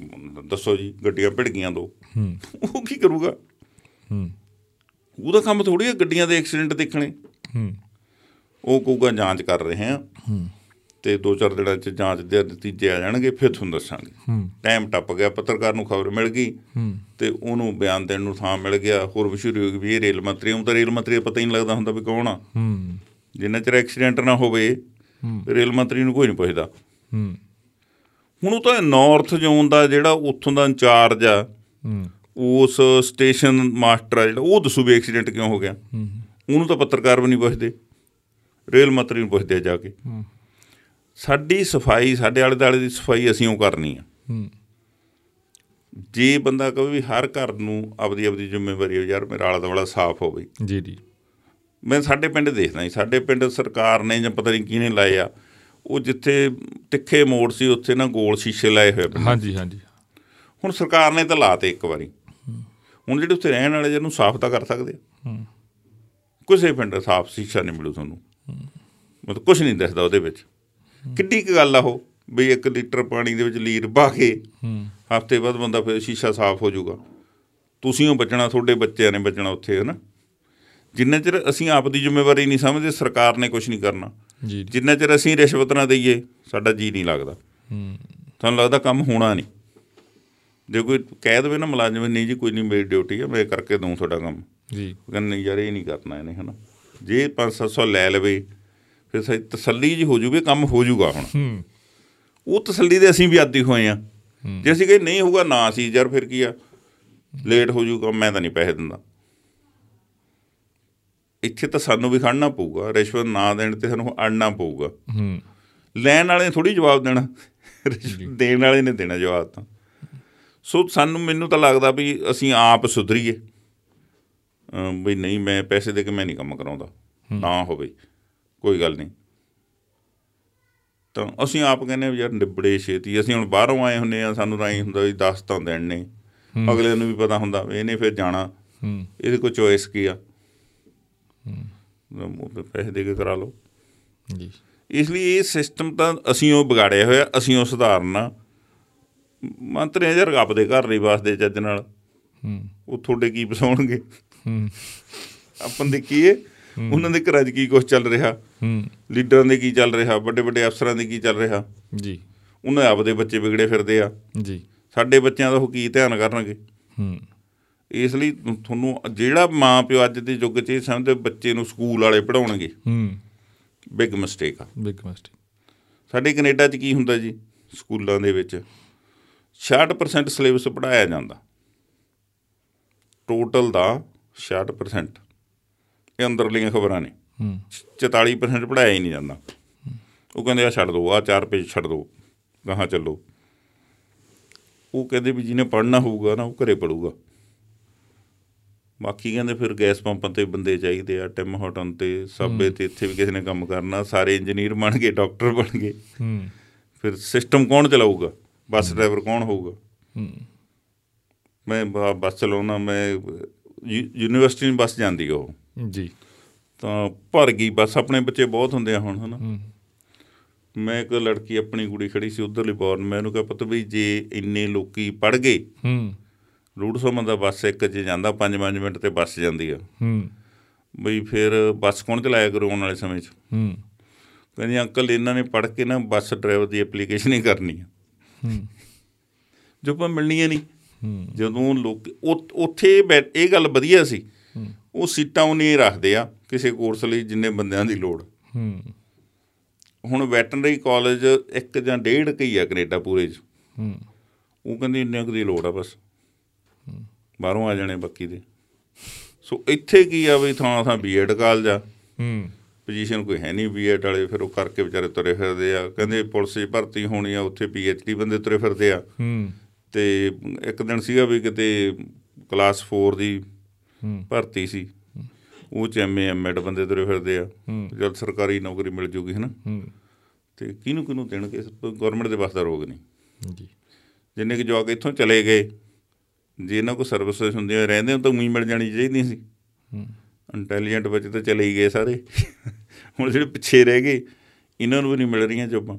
B: ਦੱਸੋ ਜੀ ਗੱਡੀਆਂ ਭਿੜ ਗਈਆਂ ਦੋ
A: ਹੂੰ
B: ਉਹ ਕੀ ਕਰੂਗਾ
A: ਹੂੰ
B: ਉਹਦਾ ਕੰਮ ਥੋੜੀ ਹੈ ਗੱਡੀਆਂ ਦੇ ਐਕਸੀਡੈਂਟ ਦੇਖਣੇ
A: ਹੂੰ
B: ਉਹ ਕਹੂਗਾ ਜਾਂਚ ਕਰ ਰਹੇ ਹਾਂ
A: ਹੂੰ।
B: ਤੇ ਦੋ ਚਾਰ ਦਿਨਾਂ ਚ ਜਾਂਚ ਦੇ ਨਤੀਜੇ ਆ ਜਾਣਗੇ ਫਿਰ ਤੁਹਾਨੂੰ ਦੱਸਾਂਗੇ
A: ਹੂੰ।
B: ਟਾਈਮ ਟੱਪ ਗਿਆ ਪੱਤਰਕਾਰ ਨੂੰ ਖਬਰ ਮਿਲ ਗਈ
A: ਹੂੰ
B: ਤੇ ਉਹਨੂੰ ਬਿਆਨ ਦੇਣ ਨੂੰ ਥਾਂ ਮਿਲ ਗਿਆ ਹੋਰ ਮਸ਼ਹੂਰੀ ਹੋ ਗਈ ਵੀ ਇਹ ਰੇਲ ਮੰਤਰੀ ਉਹ ਤਾਂ ਰੇਲ ਮੰਤਰੀ ਦਾ ਪਤਾ ਹੀ ਨਹੀਂ ਲੱਗਦਾ ਹੁੰਦਾ ਵੀ ਕੌਣ ਆ
A: ਹੂੰ
B: ਜਿੰਨਾ ਚਿਰ ਐਕਸੀਡੈਂਟ ਨਾ ਹੋਵੇ ਰੇਲ ਮੰਤਰੀ ਨੂੰ ਕੋਈ ਨਹੀਂ ਪੁੱਛਦਾ
A: ਹੂੰ
B: ਹੁਣ ਉਹ ਤਾਂ ਨਾਰਥ ਜ਼ੋਨ ਦਾ ਜਿਹੜਾ ਉੱਥੋਂ ਦਾ ਇੰਚਾਰਜ ਆ
A: ਹੂੰ
B: ਉਸ ਸਟੇਸ਼ਨ ਮਾਸਟਰ ਆ ਜਿਹੜਾ ਉਹ ਦੱਸੂ ਵੀ ਐਕਸੀਡੈਂਟ ਕਿਉਂ ਹੋ ਗਿਆ ਉਹਨੂੰ ਤਾਂ ਪੱਤਰਕਾਰ ਵੀ ਨਹੀਂ ਪੁੱਛਦੇ ਰੇਲ ਮੰਤਰੀ ਨੂੰ ਪੁੱਛਦੇ ਆ ਜਾ ਕੇ
A: ਹੂੰ।
B: ਸਾਡੀ ਸਫਾਈ ਸਾਡੇ ਆਲੇ ਦਾਲੇ ਦੀ ਸਫਾਈ ਅਸੀਂ ਉਹ ਕਰਨੀ ਆ
A: ਹੂੰ
B: ਜੇ ਬੰਦਾ ਕਹੇ ਵੀ ਹਰ ਘਰ ਨੂੰ ਆਪਦੀ ਆਪਦੀ ਜ਼ਿੰਮੇਵਾਰੀ ਹੋ ਯਾਰ ਮੇਰਾ ਆਲਾ ਦੁਆਲਾ ਸਾਫ਼ ਹੋਵੇ
A: ਜੀ ਜੀ
B: ਮੈਂ ਸਾਡੇ ਪਿੰਡ ਦੇਖਦਾ ਜੀ ਸਾਡੇ ਪਿੰਡ ਸਰਕਾਰ ਨੇ ਜਾਂ ਪਤਾ ਨਹੀਂ ਕਿਹਨੇ ਲਾਏ ਆ ਉਹ ਜਿੱਥੇ ਤਿੱਖੇ ਮੋੜ ਸੀ ਉੱਥੇ ਨਾ ਗੋਲ ਸ਼ੀਸ਼ੇ ਲਾਏ ਹੋਏ ਪਿੰਡ
A: ਹਾਂਜੀ ਹਾਂਜੀ
B: ਹੁਣ ਸਰਕਾਰ ਨੇ ਤਾਂ ਲਾਤੇ ਇੱਕ ਵਾਰੀ ਹੁਣ ਜਿਹੜੇ ਉੱਥੇ ਰਹਿਣ ਵਾਲੇ ਜਿਹਨੂੰ ਸਾਫ਼ ਤਾਂ ਕਰ ਸਕਦੇ ਆ। ਕਿਸੇ ਪਿੰਡ ਸਾਫ਼ ਸ਼ੀਸ਼ਾ ਨਹੀਂ ਮਿਲੂ ਤੁਹਾਨੂੰ ਮਤਲਬ ਕੁਝ ਨਹੀਂ ਦਿਸਦਾ ਉਹਦੇ ਵਿੱਚ ਕਿੱਡੀ ਕੁ ਗੱਲ ਆ ਉਹ ਵੀ 1 ਲੀਟਰ ਪਾਣੀ ਦੇ ਵਿੱਚ ਲੀਰ ਪਾ ਕੇ
A: ਹੂੰ
B: ਹਫ਼ਤੇ ਬਾਅਦ ਬੰਦਾ ਫਿਰ ਸ਼ੀਸ਼ਾ ਸਾਫ਼ ਹੋ ਜਾਊਗਾ ਤੁਸੀਂ ਉਹ ਬਚਣਾ ਤੁਹਾਡੇ ਬੱਚਿਆਂ ਨੇ ਬਚਣਾ ਉੱਥੇ ਹਨਾ ਜਿੰਨਾ ਚਿਰ ਅਸੀਂ ਆਪ ਦੀ ਜ਼ਿੰਮੇਵਾਰੀ ਨਹੀਂ ਸਮਝਦੇ ਸਰਕਾਰ ਨੇ ਕੁਝ ਨਹੀਂ ਕਰਨਾ
A: ਜੀ ਜੀ
B: ਜਿੰਨਾ ਚਿਰ ਅਸੀਂ ਰਿਸ਼ਵਤ ਨਾ ਦਈਏ ਸਾਡਾ ਜੀ ਨਹੀਂ ਲੱਗਦਾ
A: ਹੂੰ
B: ਤੁਹਾਨੂੰ ਲੱਗਦਾ ਕੰਮ ਹੋਣਾ ਨਹੀਂ ਜੇ ਕੋਈ ਕਹਿ ਦੇਵੇ ਨਾ ਮੁਲਾਜ਼ਮ ਨਹੀਂ ਜੀ ਕੋਈ ਨਹੀਂ ਮੇਰੀ ਡਿਊਟੀ ਹੈ ਮੈਂ ਕਰਕੇ ਦਊਂ ਤੁਹਾਡਾ ਕੰਮ
A: ਜੀ
B: ਉਹ ਕਹਿੰਦੇ ਨਹੀਂ ਯਾਰ ਇਹ ਨਹੀਂ ਕਰਨਾ ਇਹਨੇ ਹਨਾ ਜੇ 5-700 ਲੈ ਲਵੇ ਫਿਰ ਸਹੀ ਤਸੱਲੀ ਜੀ ਹੋ ਜੂਗੀ ਕੰਮ ਹੋ ਜੂਗਾ ਹੁਣ
A: ਹੂੰ
B: ਉਹ ਤਸੱਲੀ ਦੇ ਅਸੀਂ ਵੀ ਆਦੀ ਹੋਏ ਆ ਜੇ ਅਸੀਂ ਕਹੇ ਨਹੀਂ ਹੋਊਗਾ ਨਾ ਸੀ ਯਾਰ ਫਿਰ ਕੀ ਆ ਲੇਟ ਹੋ ਜੂਗਾ ਮੈਂ ਤਾਂ ਨਹੀਂ ਪੈਸੇ ਦਿੰਦਾ ਇੱਥੇ ਤਾਂ ਸਾਨੂੰ ਵੀ ਖੜਨਾ ਪਊਗਾ ਰਿਸ਼ਵਤ ਨਾ ਦੇਣ ਤੇ ਸਾਨੂੰ ਅੜਨਾ ਪਊਗਾ
A: ਹੂੰ
B: ਲੈਣ ਵਾਲੇ ਨੇ ਥੋੜੀ ਜਵਾਬ ਦੇਣਾ ਦੇਣ ਵਾਲੇ ਨੇ ਦੇਣਾ ਜਵਾਬ ਤਾਂ ਸੋ ਸਾਨੂੰ ਮੈਨੂੰ ਤਾਂ ਲੱਗਦਾ ਵੀ ਅਸੀਂ ਆਪ ਸੁਧਰੀਏ ਅਮ ਵੀ ਨਹੀਂ ਮੈਂ ਪੈਸੇ ਦੇ ਕੇ ਮੈਂ ਨਹੀਂ ਕੰਮ ਕਰਾਉਂਦਾ ਨਾ ਹੋਵੇ ਕੋਈ ਗੱਲ ਨਹੀਂ ਤਾਂ ਅਸੀਂ ਆਪ ਕਹਿੰਦੇ ਹਾਂ ਵੀ ਯਾਰ ਨਿਬੜੇ ਛੇਤੀ ਅਸੀਂ ਹੁਣ ਬਾਹਰੋਂ ਆਏ ਹੁੰਨੇ ਆ ਸਾਨੂੰ ਰਾਈ ਹੁੰਦਾ ਵੀ ਦਸ ਤਾਂ ਦੇਣ ਨੇ ਅਗਲੇ ਨੂੰ ਵੀ ਪਤਾ ਹੁੰਦਾ ਵੀ ਇਹਨੇ ਫਿਰ ਜਾਣਾ
A: ਹੂੰ
B: ਇਹਦੇ ਕੋਲ ਚੋਇਸ ਕੀ ਆ ਹੂੰ ਪੈਸੇ ਦੇ ਕੇ ਕਰਾ ਲਓ
A: ਜੀ
B: ਇਸ ਲਈ ਇਹ ਸਿਸਟਮ ਤਾਂ ਅਸੀਂ ਉਹ ਵਿਗਾੜਿਆ ਹੋਇਆ ਅਸੀਂ ਉਹ ਸੁਧਾਰਨਾ ਮੰਤਰੀ ਜਰ ਰੱਬ ਦੇ ਘਰ ਨਹੀਂ ਵਸਦੇ ਚੱਜ ਨਾਲ
A: ਹੂੰ
B: ਉਹ ਤੁਹਾਡੇ ਕੀ ਬਸਾਉਣਗੇ
A: ਹੂੰ
B: ਆਪਾਂ ਦੇਖੀਏ ਉਹਨਾਂ ਦੇ ਘਰਾਂ 'ਚ ਕੀ ਕੁਝ ਚੱਲ ਰਿਹਾ
A: ਹੂੰ
B: ਲੀਡਰਾਂ ਦੇ ਕੀ ਚੱਲ ਰਿਹਾ ਵੱਡੇ ਵੱਡੇ ਅਫਸਰਾਂ ਦੇ ਕੀ ਚੱਲ ਰਿਹਾ
A: ਜੀ
B: ਉਹਨਾਂ ਦੇ ਆਪਦੇ ਬੱਚੇ ਵਿਗੜੇ ਫਿਰਦੇ ਆ
A: ਜੀ
B: ਸਾਡੇ ਬੱਚਿਆਂ ਦਾ ਉਹ ਕੀ ਧਿਆਨ ਕਰਨਗੇ
A: ਹੂੰ
B: ਇਸ ਲਈ ਤੁ- ਤੁਹਾਨੂੰ ਜਿਹੜਾ ਮਾਂ ਪਿਓ ਅੱਜ ਦੇ ਯੁੱਗ 'ਚ ਇਹ ਸਮਝਦੇ ਬੱਚੇ ਨੂੰ ਸਕੂਲ ਵਾਲੇ ਪੜਾਉਣਗੇ
A: ਹੂੰ
B: ਬਿਗ ਮਿਸਟੇਕ ਆ
A: ਬਿਗ ਮਿਸਟੇਕ
B: ਸਾਡੇ ਕੈਨੇਡਾ 'ਚ ਕੀ ਹੁੰਦਾ ਜੀ ਸਕੂਲਾਂ ਦੇ ਵਿੱਚ 60% ਸਿਲੇਬਸ ਪੜਾਇਆ ਜਾਂਦਾ ਟੋਟਲ ਦਾ 60% ਇਹ ਅੰਦਰਲੀਆਂ ਖਬਰਾਂ ਨੇ
A: ਹੂੰ
B: 44% ਪੜਾਇਆ ਹੀ ਨਹੀਂ ਜਾਂਦਾ ਉਹ ਕਹਿੰਦੇ ਆ ਛੱਡ ਦਿਓ ਆ ਚਾਰ ਪੇਜ ਛੱਡ ਦਿਓ ਗਾਹਾਂ ਚੱਲੋ ਉਹ ਕਹਿੰਦੇ ਵੀ ਜਿਹਨੇ ਪੜ੍ਹਨਾ ਹੋਊਗਾ ਨਾ ਉਹ ਘਰੇ ਪੜੂਗਾ ਬਾਕੀ ਕਹਿੰਦੇ ਫਿਰ ਗੈਸ ਪੰਪਾਂ ਤੇ ਬੰਦੇ ਚਾਹੀਦੇ ਆ ਟਿਮ ਹਟਨ ਤੇ ਸਾਬੇ ਤੇ ਇੱਥੇ ਵੀ ਕਿਸੇ ਨੇ ਕੰਮ ਕਰਨਾ ਸਾਰੇ ਇੰਜੀਨੀਅਰ ਬਣ ਗਏ ਡਾਕਟਰ ਬਣ ਗਏ
A: ਹੂੰ
B: ਫਿਰ ਸਿਸਟਮ ਕੌਣ ਚਲਾਊਗਾ ਬੱਸ ਡਰਾਈਵਰ ਕੌਣ ਹੋਊਗਾ
A: ਹੂੰ
B: ਮੈਂ ਬ- ਬੱਸ ਚਲਾਉਣਾ ਮੈਂ ਯੂ- ਯੂਨੀਵਰਸਿਟੀ ਨੂੰ ਬੱਸ ਜਾਂਦੀ ਉਹ
A: ਜੀ
B: ਤਾਂ ਭਰ ਗਈ ਬੱਸ ਆਪਣੇ ਬੱਚੇ ਬਹੁਤ ਹੁੰਦੇ ਆ ਹੁਣ ਹਨਾ
A: ਹੂੰ
B: ਮੈਂ ਇੱਕ ਲੜਕੀ ਆਪਣੀ ਕੁੜੀ ਖੜੀ ਸੀ ਉਧਰਲੀ ਬੌਰਨ ਮੈਂ ਉਹਨੂੰ ਕਿਹਾ ਪੁੱਤ ਵੀ ਜੇ ਇੰਨੇ ਲੋਕੀ ਪੜ ਗਏ
A: ਹੂੰ
B: ਰੂਟ ਸੋਮਨ ਦਾ ਬੱਸ ਇੱਕ 'ਚ ਜਾਂਦਾ 5-5 ਮਿੰਟ ਤੇ ਬੱਸ ਜਾਂਦੀ ਆ
A: ਹੂੰ
B: ਬਈ ਫਿਰ ਬੱਸ ਕੌਣ ਚਲਾਇਆ ਕਰੂ ਆਉਣ ਵਾਲੇ ਸਮੇਂ 'ਚ
A: ਹੂੰ
B: ਕਹਿੰਦੀ ਅੰਕਲ ਇਹਨਾਂ ਨੇ ਪੜ ਕੇ ਨਾ ਬੱਸ ਡਰਾਈਵਰ ਦੀ ਐਪਲੀਕੇਸ਼ਨ ਹੀ ਕਰਨੀ ਆ
A: ਹੂੰ
B: ਜੋ ਆਪਾਂ ਮਿਲਣੀ ਹੀ ਨਹੀਂ
A: ਹੂੰ
B: ਜਦੋਂ ਲੋਕ ਉ- ਉੱਥੇ ਬੈ- ਇਹ ਗੱਲ ਵਧੀਆ ਸੀ ਉਹ ਸੀਟਾਂ ਉਹਨੇ ਰੱਖਦੇ ਆ ਕਿਸੇ ਕੋਰਸ ਲਈ ਜਿੰਨੇ ਬੰਦਿਆਂ ਦੀ ਲੋੜ
A: ਹੂੰ
B: ਹੁਣ ਵੈਟਰਨਰੀ ਕਾਲਜ ਇੱਕ ਜਾਂ ਡੇਢ ਕਈ ਆ ਕੈਨੇਡਾ ਪੂਰੇ 'ਚ
A: ਹੂੰ
B: ਉਹ ਕਹਿੰਦੇ ਇੰਨੇ ਕੁ ਦੀ ਲੋੜ ਆ ਬਸ ਬਾਹਰੋਂ ਆ ਜਾਣੇ ਬਾਕੀ ਦੇ ਸੋ ਇੱਥੇ ਕੀ ਆ ਵੀ ਥਾਂ ਥਾਂ ਬੀਐਡ ਕਾਲਜ ਆ
A: ਹੂੰ
B: ਪੋਜੀਸ਼ਨ ਕੋਈ ਹੈ ਨਹੀਂ ਬੀਐਡ ਵਾਲੇ ਫਿਰ ਉਹ ਕਰਕੇ ਵਿਚਾਰੇ ਤੁਰੇ ਫਿਰਦੇ ਆ ਕਹਿੰਦੇ ਪੁਲਿਸ 'ਚ ਭਰਤੀ ਹੋਣੀ ਆ ਉੱਥੇ ਪੀਐਚਡੀ ਬੰਦੇ ਤੁਰੇ ਫਿਰਦੇ ਆ
A: ਹੂੰ
B: ਤੇ ਇੱਕ ਦਿਨ ਸੀਗਾ ਵੀ ਕਿਤੇ ਕਲਾਸ 4 ਦੀ
A: ਹੂੰ।
B: ਭਰਤੀ ਸੀ ਉਹ ਚ ਐਮਏ ਐਮਐਡ ਬੰਦੇ ਤੁਰੇ ਫਿਰਦੇ ਆ ਜਦ ਸਰਕਾਰੀ ਨੌਕਰੀ ਮਿਲ ਜੂਗੀ ਹਨਾ
A: ਹੂੰ
B: ਤੇ ਕਿਹਨੂੰ ਕਿਹਨੂੰ ਦੇਣਗੇ ਗਵਰਨਮੈਂਟ ਦੇ ਵਾਸਤੇ ਰੋਗ ਨਹੀਂ
A: ਜੀ
B: ਜਿੰਨੇ ਕਿ ਜਵਾਕ ਇੱਥੋਂ ਚਲੇ ਗਏ ਜੇ ਇਹਨਾਂ ਕੋ ਸਰਵਿਸਿਸ ਹੁੰਦੀਆਂ ਰਹਿੰਦੇ ਤਾਂ ਉਹੀ ਮਿਲ ਜਾਣੀ ਚਾਹੀਦੀ ਸੀ
A: ਹੂੰ
B: ਇੰਟੈਲੀਜੈਂਟ ਬੱਚੇ ਤਾਂ ਚਲੇ ਹੀ ਗਏ ਸਾਰੇ ਹੁਣ ਜਿਹੜੇ ਪਿੱਛੇ ਰਹਿ ਗਏ ਇਹਨਾਂ ਨੂੰ ਵੀ ਨਹੀਂ ਮਿਲ ਰਹੀਆਂ ਜੋਬਾਂ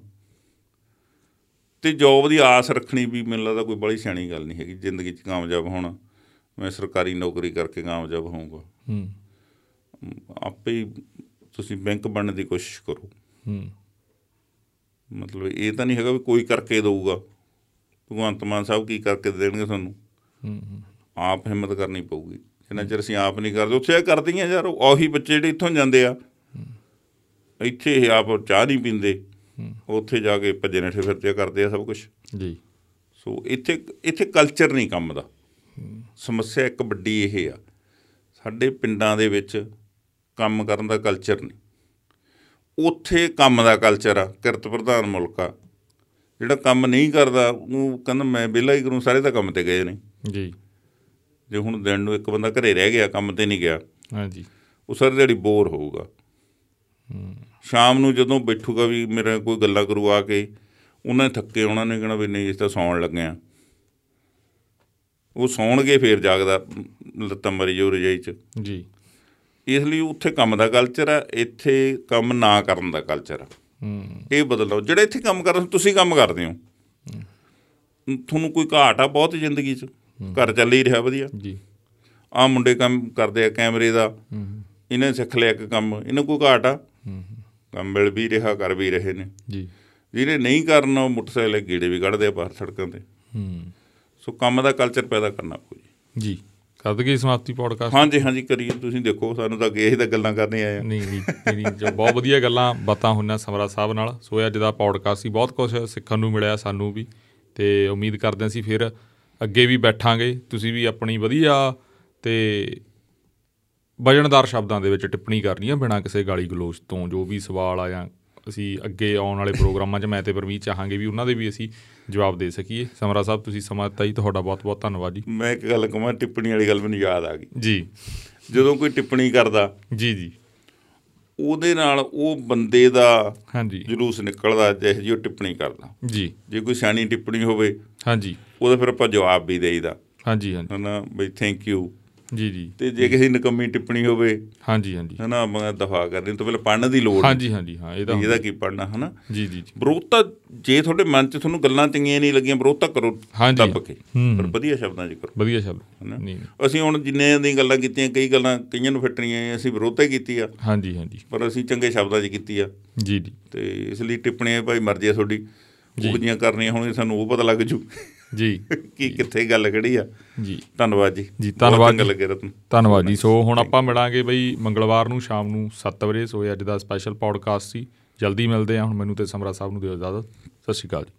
B: ਤੇ ਜੋਬ ਦੀ ਆਸ ਰੱਖਣੀ ਵੀ ਮੈਨੂੰ ਲੱਗਦਾ ਕੋਈ ਬੜੀ ਸਿਆਣੀ ਗੱਲ ਨਹੀਂ ਹੈਗੀ ਜ਼ਿੰਦਗੀ 'ਚ ਕਾਮਯਾਬ ਹੋਣਾ ਮੈਂ ਸਰਕਾਰੀ ਨੌਕਰੀ ਕਰਕੇ ਕਾਮਯਾਬ ਹੋਊਂਗਾ
A: ਹੂੰ
B: ਅਮ, ਆਪੇ ਹੀ ਤੁਸੀਂ ਬੈਂਕ ਬਣਨ ਦੀ ਕੋਸ਼ਿਸ਼ ਕਰੋ
A: ਹੂੰ
B: ਮਤਲਬ ਇਹ ਤਾਂ ਨਹੀਂ ਹੈਗਾ ਵੀ ਕੋਈ ਕਰਕੇ ਦਊਗਾ ਭਗਵੰਤ ਮਾਨ ਸਾਹਿਬ ਕੀ ਕਰਕੇ ਦੇਣਗੇ ਤੁਹਾਨੂੰ
A: ਹੂੰ
B: ਆਪ ਹਿੰਮਤ ਕਰਨੀ ਪਊਗੀ ਜਿੰਨਾ ਚਿਰ ਅਸੀਂ ਆਪ ਨਹੀਂ ਕਰਦੇ ਉੱਥੇ ਇਹ ਕਰਦੀਆਂ ਯਾਰ ਉਹ- ਉਹੀ ਬੱਚੇ ਜਿਹੜੇ ਇੱਥੋਂ ਜਾਂਦੇ ਆ ਇੱਥੇ ਇਹ ਆਪ ਚਾਹ ਨਹੀਂ ਪੀਂਦੇ ਉੱਥੇ ਜਾ ਕੇ ਭੱਜੇ ਨੇਠੇ ਫਿਰਦੇ ਆ, ਕਰਦੇ ਆ ਸਭ ਕੁਝ
A: ਜੀ
B: ਸੋ ਇੱਥੇ ਇੱਥੇ ਕਲਚਰ ਨਹੀਂ ਕੰਮ ਦਾ ਸਮੱਸਿਆ ਇੱਕ ਵੱਡੀ ਇਹ ਆ ਸਾਡੇ ਪਿੰਡਾਂ ਦੇ ਵਿੱਚ ਕੰਮ ਕਰਨ ਦਾ ਕਲਚਰ ਨਹੀਂ ਉੱਥੇ ਕੰਮ ਦਾ ਕਲਚਰ ਆ ਕਿਰਤ ਪ੍ਰਧਾਨ ਮੁਲਕ ਆ ਜਿਹੜਾ ਕੰਮ ਨਹੀਂ ਕਰਦਾ ਉਹ ਕਹਿੰਦਾ ਮੈਂ ਵਿਹਲਾ ਹੀ ਕਰੂੰ ਸਾਰੇ ਤਾਂ ਕੰਮ ਤੇ ਗਏ ਨੇ
A: ਜੀ
B: ਜੇ ਹੁਣ ਦਿਨ ਨੂੰ ਇੱਕ ਬੰਦਾ ਘਰੇ ਰਹਿ ਗਿਆ ਕੰਮ ਤੇ ਨਹੀਂ ਗਿਆ
A: ਹਾਂ ਜੀ
B: ਉਹ ਸਾਰੀ ਦਿਹਾੜੀ ਬੋਰ ਹੋਊਗਾ ਸ਼ਾਮ ਨੂੰ ਜਦੋਂ ਬੈਠੂਗਾ ਵੀ ਮੇਰਾ ਕੋਈ ਗੱਲਾਂ ਕਰੂ ਆ ਕੇ ਉਹਨਾਂ ਨੇ ਥੱਕੇ ਉਹਨਾਂ ਨੇ ਕਹਿਣਾ ਵੀ ਨਹੀਂ ਇਸ ਤਾਂ ਸੌਣ ਲੱਗੇ ਆ ਉਹ ਸੌਣਗੇ ਫੇਰ ਜਾਗਦਾ ਲੱਤਾਂ ਮਰੀ ਜੋ ਰਜਾਈ ਚ
A: ਜੀ
B: ਇਸ ਲਈ ਉੱਥੇ ਕੰਮ ਦਾ ਕਲਚਰ ਆ ਇੱਥੇ ਕੰਮ ਨਾ ਕਰਨ ਦਾ ਕਲਚਰ ਆ
A: ਹੂੰ
B: ਇਹ ਬਦਲ ਲਓ ਜਿਹੜੇ ਇੱਥੇ ਕੰਮ ਕਰਦੇ ਤੁਸੀਂ ਕੰਮ ਕਰਦੇ ਹੋ ਤੁਹਾਨੂੰ ਕੋਈ ਘਾਟ ਆ ਬਹੁਤ ਜ਼ਿੰਦਗੀ ਚ ਘਰ ਚੱਲ ਹੀ ਰਿਹਾ ਵਧੀਆ
A: ਜੀ
B: ਆ ਮੁੰਡੇ ਕੰਮ ਕਰਦੇ ਆ ਕੈਮਰੇ ਦਾ
A: ਹੂੰ
B: ਇਹਨੇ ਸਿੱਖ ਲਿਆ ਇੱਕ ਕੰਮ ਇਹਨੂੰ ਕੋਈ ਘਾਟ ਆ ਕੰਮ ਮਿਲ ਵੀ ਰਿਹਾ ਕਰ ਵੀ ਰਹੇ ਨੇ
A: ਜੀ
B: ਜਿਹੜੇ ਨਹੀਂ ਕਰਨ ਉਹ ਮੋਟਰਸਾਈਕਲ ਦੇ ਗੇੜੇ ਵੀ ਕੱਢਦੇ ਆ ਬਾਹਰ ਸੜਕਾਂ ਤੇ
A: ਹੂੰ
B: ਸੋ ਕੰਮ ਦਾ ਕਲਚਰ ਪੈਦਾ ਕਰਨਾ ਪਊ ਜੀ
A: ਜੀ ਕਰ ਦਈਏ ਸਮਾਪਤੀ ਪੋਡਕਾਸਟ
B: ਹਾਂਜੀ ਹਾਂਜੀ ਕਰੀਏ ਤੁਸੀਂ ਦੇਖੋ ਸਾਨੂੰ ਤਾਂ ਅੱਗੇ ਇਹੀ ਤਾਂ ਗੱਲਾਂ ਕਰਨੇ ਆਏ ਆ
A: ਨਹੀਂ ਨਹੀਂ ਨਹੀਂ, ਨਹੀਂ ਜੋ ਬਹੁਤ ਵਧੀਆ ਗੱਲਾਂ ਬਾਤਾਂ ਹੋਈਆਂ ਸਮਰਾ ਸਾਹਿਬ ਨਾਲ ਸੋ ਅੱਜ ਦਾ ਪੌਡਕਾਸਟ ਸੀ ਬਹੁਤ ਕੁਝ ਸਿੱਖਣ ਨੂੰ ਮਿਲਿਆ ਸਾਨੂੰ ਵੀ ਤੇ ਉਮੀਦ ਕਰਦੇ ਹਾਂ ਅਸੀਂ ਫਿਰ ਅੱਗੇ ਵੀ ਬੈਠਾਂਗੇ ਤੁਸੀਂ ਵੀ ਆਪਣੀ ਵਧੀਆ ਤੇ ਵਜਨਦਾਰ ਸ਼ਬਦਾਂ ਦੇ ਵਿੱਚ ਟਿੱਪਣੀ ਕਰਨੀ ਹੈ ਬਿਨਾਂ ਕਿਸੇ ਗਾਲੀ ਗਲੋਚ ਤੋਂ ਜੋ ਵੀ ਸਵਾਲ ਆ ਜਾਂ ਅਸੀਂ ਅੱਗੇ ਆਉਣ ਵਾਲੇ ਪ੍ਰੋਗਰਾਮਾਂ 'ਚ ਮੈਂ ਤੇ ਪਰਮੀਤ ਚਾਹਾਂਗੇ ਵੀ ਉਹਨਾਂ ਦੇ ਵੀ ਅਸੀਂ ਜਵਾਬ ਦੇ ਸਕੀਏ ਸਮਰਾ ਸਾਹਿਬ ਤੁਸੀਂ ਸਮਾਂ ਦਿੱਤਾ ਜੀ ਤੁਹਾਡਾ ਬਹੁਤ ਬਹੁਤ ਧੰਨਵਾਦ ਜੀ
B: ਮੈਂ ਇੱਕ ਗੱਲ ਕਹਾਂ ਟਿੱਪਣੀ ਵਾਲੀ ਗੱਲ ਮੈਨੂੰ ਯਾਦ ਆ ਗਈ
A: ਜੀ
B: ਜਦੋਂ ਕੋਈ ਟਿੱਪਣੀ ਕਰਦਾ
A: ਜੀ ਜੀ
B: ਉਹਦੇ ਨਾਲ ਉਹ ਬੰਦੇ ਦਾ
A: ਹਾਂਜੀ
B: ਜਲੂਸ ਨਿਕਲਦਾ ਜਿਹੋ ਜਿਹੀ ਉਹ ਟਿੱਪਣੀ ਕਰਦਾ
A: ਜੀ
B: ਜੇ ਕੋਈ ਸਿਆਣੀ ਟਿੱਪਣੀ ਹੋਵੇ
A: ਹਾਂਜੀ
B: ਉਹਦਾ ਫਿਰ ਆਪਾਂ ਜਵਾਬ ਵੀ ਦੇਈਦਾ
A: ਹਾਂਜੀ ਹਾਂਜੀ
B: ਹਨਾ ਬਈ ਥੈਂਕ ਯੂ
A: ਜੀ ਜੀ
B: ਤੇ ਜੇ ਕਿਸੇ ਨਿਕੰਮੀ ਟਿੱਪਣੀ ਹੋਵੇ
A: ਹਾਂਜੀ ਹਾਂਜੀ
B: ਹਨਾ ਮੈਂ ਦਫਾ ਕਰਨੀ ਤੋਂ ਪਹਿਲਾਂ ਪੜਨ ਦੀ ਲੋੜ
A: ਹਾਂਜੀ ਹਾਂਜੀ ਹਾਂ ਇਹਦਾ
B: ਨਹੀਂ, ਇਹਦਾ ਕੀ ਪੜਨਾ ਹਨਾ
A: ਜੀ ਜੀ ਜੀ
B: ਵਿਰੋਧਤਾ ਜੇ ਤੁਹਾਡੇ ਮਨ 'ਚ ਤੁਹਾਨੂੰ ਗੱਲਾਂ ਚੰਗੀਆਂ ਨਹੀਂ ਲੱਗੀਆਂ ਵਿਰੋਧਤਾ ਕਰੋ
A: ਹਾਂਜੀ।
B: ਦੱਬ ਕੇ
A: ਹੂੰ।
B: ਪਰ ਵਧੀਆ ਸ਼ਬਦਾਂ 'ਚ ਕਰੋ
A: ਵਧੀਆ ਸ਼ਬਦ
B: ਹਨਾ?
A: ਨਹੀਂ
B: ਅਸੀਂ ਹੁਣ ਜਿੰਨੇ ਦੀਆਂ ਗੱਲਾਂ ਕੀਤੀਆਂ ਕਈ ਗੱਲਾਂ ਕਈਆਂ ਨੂੰ ਫਿੱਟਣੀਆਂ ਅਸੀਂ ਵਿਰੋਧਤਾ ਹੀ ਕੀਤੀ ਆ
A: ਹਾਂਜੀ ਹਾਂਜੀ
B: ਪਰ ਅਸੀਂ ਚੰਗੇ ਸ਼ਬਦਾਂ 'ਚ ਕੀਤੀ ਆ
A: ਜੀ ਜੀ
B: ਤੇ ਇਸ ਲਈ ਟਿੱਪਣੀਆਂ ਭਾਈ ਮਰਜ਼ੀ ਆ ਤੁਹਾਡੀ ਉਹ ਜੀਆਂ ਕਰਨੀਆਂ ਹੋਣਗੀਆਂ ਸਾਨੂੰ ਉਹ ਪਤਾ ਲੱਗ ਜੂ
A: ਜੀ
B: ਕਿ ਕਿੱਥੇ ਗੱਲ ਖੜੀ ਆ
A: ਜੀ
B: ਧੰਨਵਾਦ ਜੀ
A: ਜੀ,
B: ਬਹੁਤ
A: ਧੰਨਵਾਦ
B: ਚੰਗਾ
A: ਜੀ।
B: ਲੱਗਿਆ ਰਤਨ
A: ਧੰਨਵਾਦ ਜੀ ਸੋ ਹੁਣ ਆਪਾਂ ਮਿਲਾਂਗੇ ਬਈ ਮੰਗਲਵਾਰ ਨੂੰ ਸ਼ਾਮ ਨੂੰ 7 ਵਜੇ ਸੋ ਇਹ ਅੱਜ ਦਾ ਸਪੈਸ਼ਲ ਪੌਡਕਾਸਟ ਸੀ ਜਲਦੀ ਮਿਲਦੇ ਆ ਹੁਣ ਮੈਨੂੰ ਤੇ ਸਮਰਾ ਸਾਹਿਬ ਨੂੰ ਦਿਓ ਇਜਾਜ਼ਤ ਸਤਿ ਸ਼੍ਰੀ ਅਕਾਲ ਜੀ